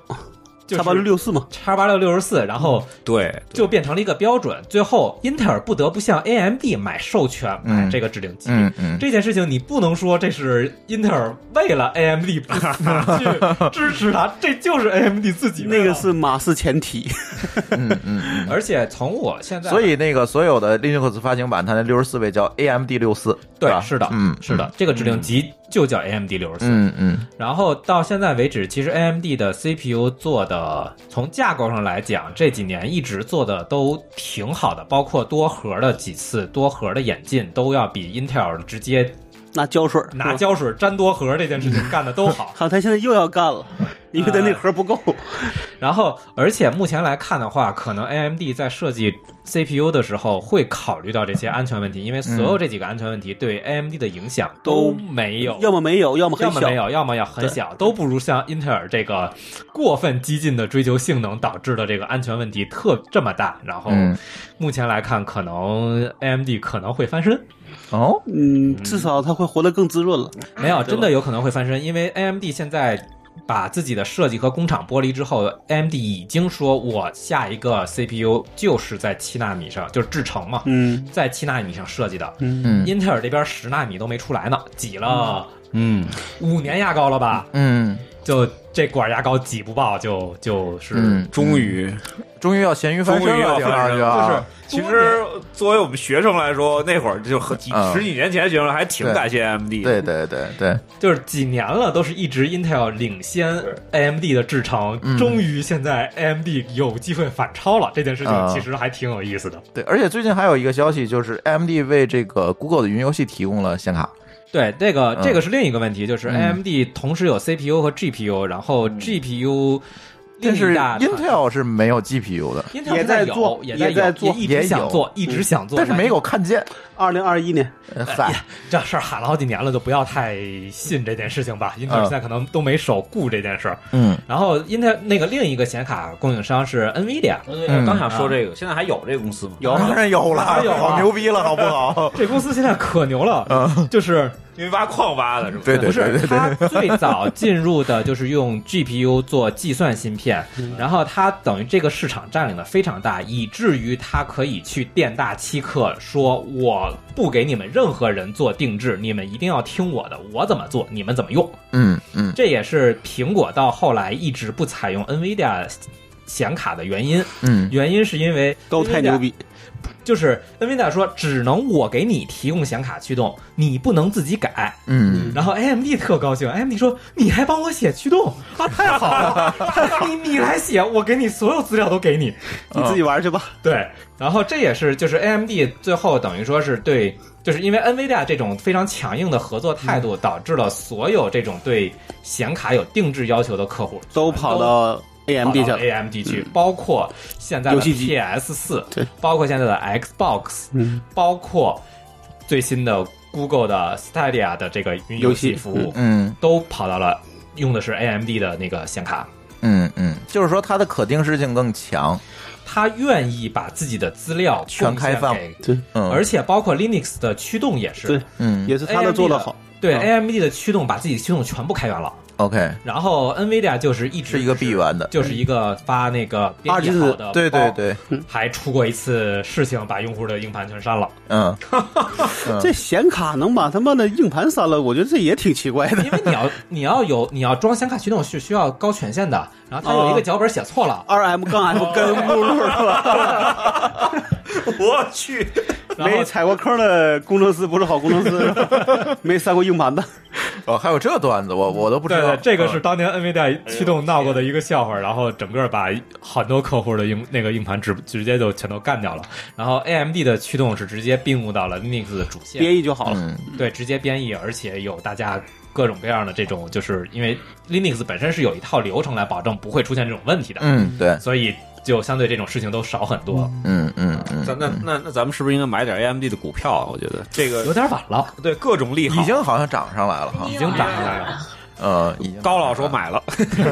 Speaker 2: 就
Speaker 4: 叉八六
Speaker 2: 是
Speaker 4: 六四嘛，
Speaker 2: 叉八六六十四，然后
Speaker 6: 对
Speaker 2: 就变成了一个标准。最后，英特尔不得不向 AMD 买授权
Speaker 1: 嗯
Speaker 2: 买这个指令集。
Speaker 1: 嗯嗯，
Speaker 2: 这件事情你不能说这是英特尔为了 AMD 不 去支持它，这就是 AMD 自己为
Speaker 4: 那
Speaker 2: 了
Speaker 4: 个。是马氏前提，
Speaker 1: 嗯嗯 嗯。
Speaker 2: 而且从我现在，
Speaker 1: 所以那个所有的 Linux 发行版，它那六十四位叫 AMD 六四，
Speaker 2: 对
Speaker 1: 吧，
Speaker 2: 是的，
Speaker 1: 嗯，
Speaker 2: 是的，这个指令集就叫 AMD 六十四。
Speaker 1: 嗯，嗯
Speaker 2: 然后到现在为止，其实 AMD 的 CPU 做的，从架构上来讲，这几年一直做的都挺好的，包括多核的几次多核的演进，都要比 Intel 直接
Speaker 4: 拿胶水儿
Speaker 2: 拿。
Speaker 4: 是吧
Speaker 2: 胶水粘多核这件事情干的都 好。
Speaker 4: 好，他现在又要干了，因为他那盒不够。
Speaker 2: 然后，而且目前来看的话，可能 AMD 在设计 CPU 的时候会考虑到这些安全问题，
Speaker 4: 嗯
Speaker 2: 因为所有这几个安全问题对 AMD 的影响都没有，
Speaker 4: 要么没有，要么很
Speaker 2: 要么
Speaker 4: 小
Speaker 2: 没。有，要么要很小，都不如像英特尔这个过分激进的追求性能导致的这个安全问题特这么大。然后
Speaker 1: 嗯
Speaker 2: 目前来看，可能 AMD 可能会翻身，
Speaker 1: 哦，
Speaker 4: 嗯，至少他会活得更滋润了。
Speaker 2: 没有，真的有可能会翻身，因为 AMD 现在。把自己的设计和工厂剥离之后，AMD 已经说，我下一个 CPU 就是在七纳米上，就是制程嘛，
Speaker 4: 嗯
Speaker 2: 在七纳米上设计的。
Speaker 4: 嗯，
Speaker 1: 嗯
Speaker 2: 英特尔这边十纳米都没出来呢，挤了
Speaker 6: 嗯
Speaker 2: 五年牙膏了吧？
Speaker 1: 嗯
Speaker 2: 就这管牙膏挤不爆，就就是、
Speaker 1: 嗯，
Speaker 6: 终于
Speaker 1: 终于要咸鱼翻身
Speaker 6: 终于
Speaker 1: 了，
Speaker 6: 要
Speaker 1: 听上去
Speaker 6: 翻身
Speaker 1: 啊
Speaker 6: 了，其实作为我们学生来说，那会儿就很几
Speaker 1: 嗯
Speaker 6: 十几年前的学生还挺感谢 AMD 的。
Speaker 1: 对对对对，
Speaker 2: 就是几年了，都是一直 Intel 领先 AMD 的制程，
Speaker 1: 嗯
Speaker 2: 终于现在 AMD 有机会反超了。这件事情
Speaker 1: 啊
Speaker 2: 其实还挺有意思的。
Speaker 1: 对，而且最近还有一个消息，就是 AMD 为这个 Google 的云游戏提供了显卡。
Speaker 2: 对，这个
Speaker 1: 嗯
Speaker 2: 这个是另一个问题，就是
Speaker 1: 嗯
Speaker 2: AMD 同时有 CPU 和 GPU，然后 GPU 另
Speaker 1: 但是
Speaker 2: 一大厂
Speaker 1: Intel 是没有 GPU 的，
Speaker 2: Intel
Speaker 4: 也
Speaker 2: 现在
Speaker 4: 在做
Speaker 2: 有也
Speaker 4: 也在
Speaker 2: 有
Speaker 4: 做
Speaker 2: 也一
Speaker 1: 也
Speaker 2: 直想
Speaker 1: 有嗯
Speaker 2: 做，一哎直想做，
Speaker 1: 但是没有看见。
Speaker 4: 二零二一年，
Speaker 1: 呃嗨，
Speaker 2: 这事儿喊了好几年了，就不要太信这件事情吧。英特尔
Speaker 1: 嗯
Speaker 2: 现在可能都没守顾这件事儿。
Speaker 1: 嗯
Speaker 2: 然后英特尔那个另一个显卡供应商是 NVIDIA，
Speaker 1: 嗯
Speaker 6: 刚想说这个，现在还啊有啊这个公司吗？
Speaker 1: 有当然有
Speaker 2: 当
Speaker 1: 了，
Speaker 2: 然有了
Speaker 1: 好牛逼了，好不好？
Speaker 2: 这公司现在可牛了，就是
Speaker 6: 因为挖矿挖的是吧？
Speaker 1: 啊对对
Speaker 2: 不
Speaker 1: 对对对，
Speaker 2: 是它最早进入的就是用 GPU 做计算芯片，
Speaker 6: 嗯
Speaker 2: 然后它等于这个市场占领的非常大，以至于它可以去店大欺客，说我不给你们任何人做定制，你们一定要听我的，我怎么做你们怎么用。
Speaker 1: 嗯嗯
Speaker 2: 这也是苹果到后来一直不采用 NVIDIA 显卡的原因，
Speaker 1: 嗯
Speaker 2: 原因是因为
Speaker 4: 都太牛逼，
Speaker 2: 就是恩维达说，只能我给你提供显卡驱动，你不能自己改。
Speaker 1: 嗯，
Speaker 2: 然后 AMD 特高兴，AMD 说：“你还帮我写驱动啊，太好 了！你你来写，我给你所有资料都给你。
Speaker 4: 你自己玩去吧。”
Speaker 2: 对，然后这也是就是 AMD 最后等于说是对，就是因为 NVIDIA 这种非常强硬的合作态
Speaker 4: 嗯
Speaker 2: 度，导致了所有这种对显卡有定制要求的客户
Speaker 4: 都跑到 AMD 去
Speaker 2: 跑到
Speaker 4: 了。
Speaker 2: AMD 去，包括现在的
Speaker 4: 游戏机
Speaker 2: PS 四
Speaker 4: 对，
Speaker 2: 包括现在的 Xbox，
Speaker 4: 嗯，
Speaker 2: 包括最新的 Google 的 Stadia 的这个云游戏服务，
Speaker 1: 嗯
Speaker 2: 都跑到了用的是 AMD 的那个显卡。
Speaker 1: 嗯嗯，就是说它的可定式性更强，
Speaker 2: 他愿意把自己的资料贡献
Speaker 1: 全开放
Speaker 2: 给
Speaker 4: 对，
Speaker 1: 嗯，
Speaker 2: 而且包括 Linux 的驱动也是，
Speaker 4: 对
Speaker 1: 嗯
Speaker 4: 也是他的做的好。
Speaker 2: 对
Speaker 4: 嗯
Speaker 2: AMD 的驱动把自己的驱动全部开源了，
Speaker 1: ，OK，
Speaker 2: 然后 NVIDIA 就是一直
Speaker 1: 是一个闭源的，
Speaker 2: 就是一个发那个编
Speaker 4: 二
Speaker 2: 辑
Speaker 4: 进制
Speaker 2: 好的，哦
Speaker 1: 对对，对，
Speaker 2: 还出过一次事情，把用户的硬盘全删了，
Speaker 1: 嗯
Speaker 4: 这显卡能把他妈的硬盘删了，我觉得这也挺奇怪 的。
Speaker 2: 因为你要你要有你要装显卡驱动是需要高权限的，然后它有一个脚本写错了，
Speaker 4: R M 杠 F 跟目录是吧？
Speaker 1: 我去，
Speaker 2: 然后
Speaker 4: 没踩过坑的工程师不是好工程师是 吧，没删过硬盘的。
Speaker 1: 哦，还有这段子，我我都不知
Speaker 2: 对
Speaker 1: 道
Speaker 2: 对，，这个是当年 NVIDIA 驱动闹过的一个笑话，然后整个把很多客户的硬那个硬盘直直接就全都干掉了。然后 AMD 的驱动是直接并入到了 Linux 的主线，
Speaker 4: 编译就好了。
Speaker 1: 嗯
Speaker 2: 对，直接编译，而且有大家各种各样的这种，就是因为 Linux 本身是有一套流程来保证不会出现这种问题的，
Speaker 1: 嗯，对，
Speaker 2: 所以就相对这种事情都少很多。
Speaker 1: 嗯嗯嗯，
Speaker 6: 咱那那那咱们是不是应该买点 AMD 的股票啊？我觉得这个
Speaker 2: 有点晚了，
Speaker 6: 对各种利好
Speaker 1: 已。经好像涨上来了哈
Speaker 2: 已，经涨上来了。
Speaker 1: 嗯，已经
Speaker 6: 高老说买了，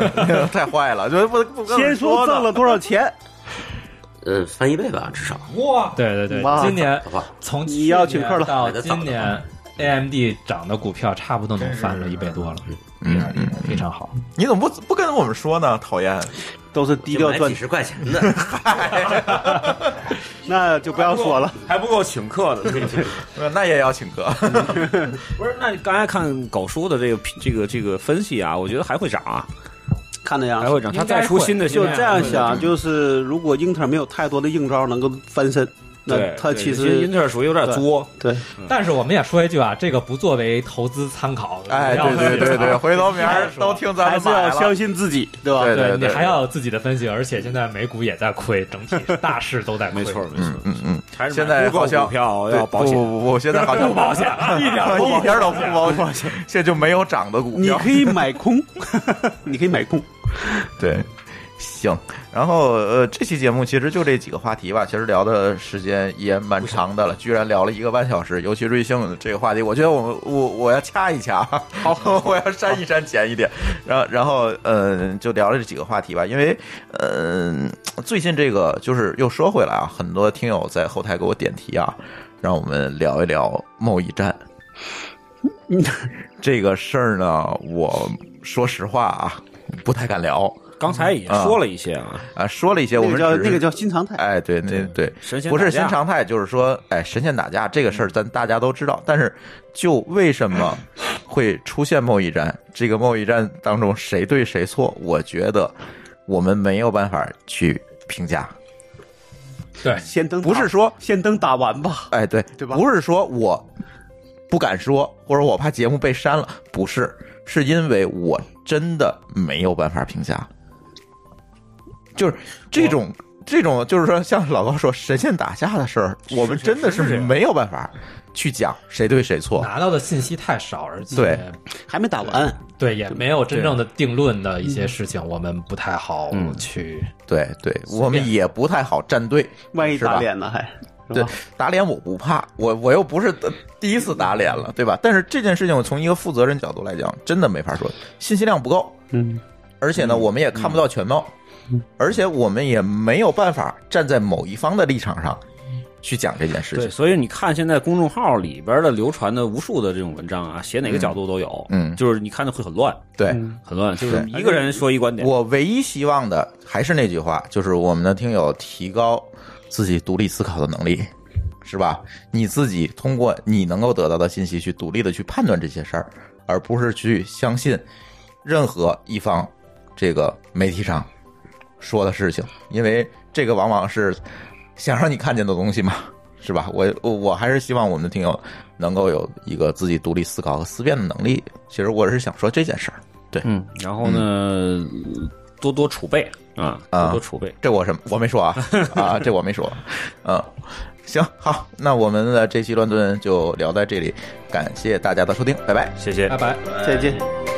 Speaker 1: 太坏了，就不不跟我
Speaker 4: 先说
Speaker 1: 呢
Speaker 4: 挣了多少钱，
Speaker 3: 呃，翻一倍吧，至少
Speaker 2: 哇，对对对，
Speaker 4: 哇
Speaker 2: 今年
Speaker 3: 好吧？
Speaker 2: 从
Speaker 4: 你要请客
Speaker 2: 了
Speaker 4: 了
Speaker 2: 到今年 AMD 涨的股票差不多能翻了一倍多了，
Speaker 1: 嗯
Speaker 2: 非常非常好。
Speaker 1: 你怎么不不跟我们说呢？讨厌，
Speaker 4: 都是低
Speaker 3: 就
Speaker 4: 调
Speaker 3: 买
Speaker 4: 赚
Speaker 3: 几，十块钱的，
Speaker 4: 那就不要说了。
Speaker 6: 还不够请客的。
Speaker 1: 那也要请客，
Speaker 6: 不是，那刚才看狗叔的这个这个这个分析啊，我觉得还会涨啊，
Speaker 4: 看那
Speaker 6: 还
Speaker 4: 样，
Speaker 6: 会涨。
Speaker 2: 应
Speaker 6: 他
Speaker 2: 该
Speaker 6: 再出
Speaker 2: 会
Speaker 6: 新的
Speaker 4: 就
Speaker 6: 新的，
Speaker 4: 这样想，就是如果英特尔没有太多的硬招能够翻身，那
Speaker 6: 对，
Speaker 4: 它
Speaker 6: 对
Speaker 4: 其
Speaker 6: 英
Speaker 4: 实
Speaker 6: 特尔属于有点
Speaker 4: 对
Speaker 6: 作，
Speaker 4: 对
Speaker 2: 嗯但是我们也说一句啊，这个不作为投资参考。
Speaker 1: 哎，
Speaker 2: 不要
Speaker 1: 对对对对，回头明儿都听咱
Speaker 4: 还
Speaker 1: 们
Speaker 4: 是要
Speaker 1: 买了
Speaker 4: 相，信自己，对吧？
Speaker 1: 对
Speaker 2: 对
Speaker 1: 对，
Speaker 2: 你还要有自己的分析，而且现在美股也在亏，整体大势都在亏。
Speaker 6: 没错，没错
Speaker 1: 嗯。嗯嗯，
Speaker 6: 还是
Speaker 1: 现在好像
Speaker 6: 股票
Speaker 1: 对
Speaker 6: 哦要保险
Speaker 1: 不，不不，现在好像不保 险，一点
Speaker 4: 不
Speaker 1: 一点都不保险，现在就没有涨的股
Speaker 4: 你
Speaker 1: 票，
Speaker 4: 可以 买空，你可以买空。
Speaker 1: 对。行，然后呃，这期节目其实就这几个话题吧，其实聊的时间也蛮长的了，居然聊了一个半小时，尤其瑞幸这个话题，我觉得我们我我要掐一掐，好， 我要删一删减一点，然后然后呃，就聊了这几个话题吧，因为嗯、最近这个就是又说回来啊，很多听友在后台给我点题啊，让我们聊一聊贸易战。嗯 这个事儿呢，我说实话啊，不太敢聊。
Speaker 6: 刚才也说了一些啊，
Speaker 1: 啊，说了一些我
Speaker 4: 那个
Speaker 1: 们
Speaker 4: 叫
Speaker 1: 只是
Speaker 4: 那个叫新常态，
Speaker 1: 哎，对，那对
Speaker 6: 神仙
Speaker 1: 不是
Speaker 6: 打架嗯
Speaker 1: 新常态，就是说，哎，神仙打架这个事儿，咱大家都知道，但是就为什么会出现贸易战？这个贸易战当中谁对谁错？我觉得我们没有办法去评价，
Speaker 2: 对，
Speaker 4: 先登打
Speaker 1: 不是说，
Speaker 4: 先登打完吧？
Speaker 1: 哎，对，
Speaker 4: 对吧
Speaker 1: 不是说我不敢说，或者我怕节目被删了，不是，是因为我真的没有办法评价，就是这种。这种就是说，像老高说神仙打架的事儿，我们真的是没有办法去讲谁对谁错。
Speaker 2: 拿到的信息太少，而且
Speaker 1: 对
Speaker 4: 还没打完，
Speaker 2: 对嗯也没有真正的定论的一些事情，我们不太好去。
Speaker 1: 对对，我们也不太好站队，
Speaker 4: 万一
Speaker 1: 是吧哎
Speaker 4: 打脸呢？还
Speaker 1: 对
Speaker 4: 是吧，
Speaker 1: 打脸我不怕，我我又不是第一次打脸了，对吧？但是这件事情，我从一个负责任角度来讲，真的没法说，信息量不够，
Speaker 4: 嗯，
Speaker 1: 而且呢，我们也看不到全貌，而且我们也没有办法站在某一方的立场上去讲这件事
Speaker 6: 对，
Speaker 1: 情。
Speaker 6: 所以你看现在公众号里边的流传的无数的这种文章啊，写哪个角度都有，
Speaker 1: 嗯
Speaker 6: 就是你看的会很乱，
Speaker 1: 对，
Speaker 4: 嗯
Speaker 6: 很乱，就是
Speaker 1: 对
Speaker 6: 一个人说一观点，
Speaker 1: 我唯一希望的还是那句话，就是我们的听友提高自己独立思考的能力，是吧？你自己通过你能够得到的信息去独立的去判断这些事儿，而不是去相信任何一方这个媒体上说的事情，因为这个往往是想让你看见的东西嘛， 是吧？我我我还是希望我们的听友能够有一个自己独立思考和思辨的能力。其实我是想说这件事儿，
Speaker 6: 嗯，然后呢，多多储备啊，
Speaker 1: 啊
Speaker 6: 多多储备。
Speaker 1: 这我什么我没说啊啊，这我没说，嗯。行，好，那我们的这期乱炖就聊到这里，感谢大家的收听，拜拜。
Speaker 6: 谢谢
Speaker 2: 啊拜，拜。
Speaker 4: 再见。
Speaker 7: 哎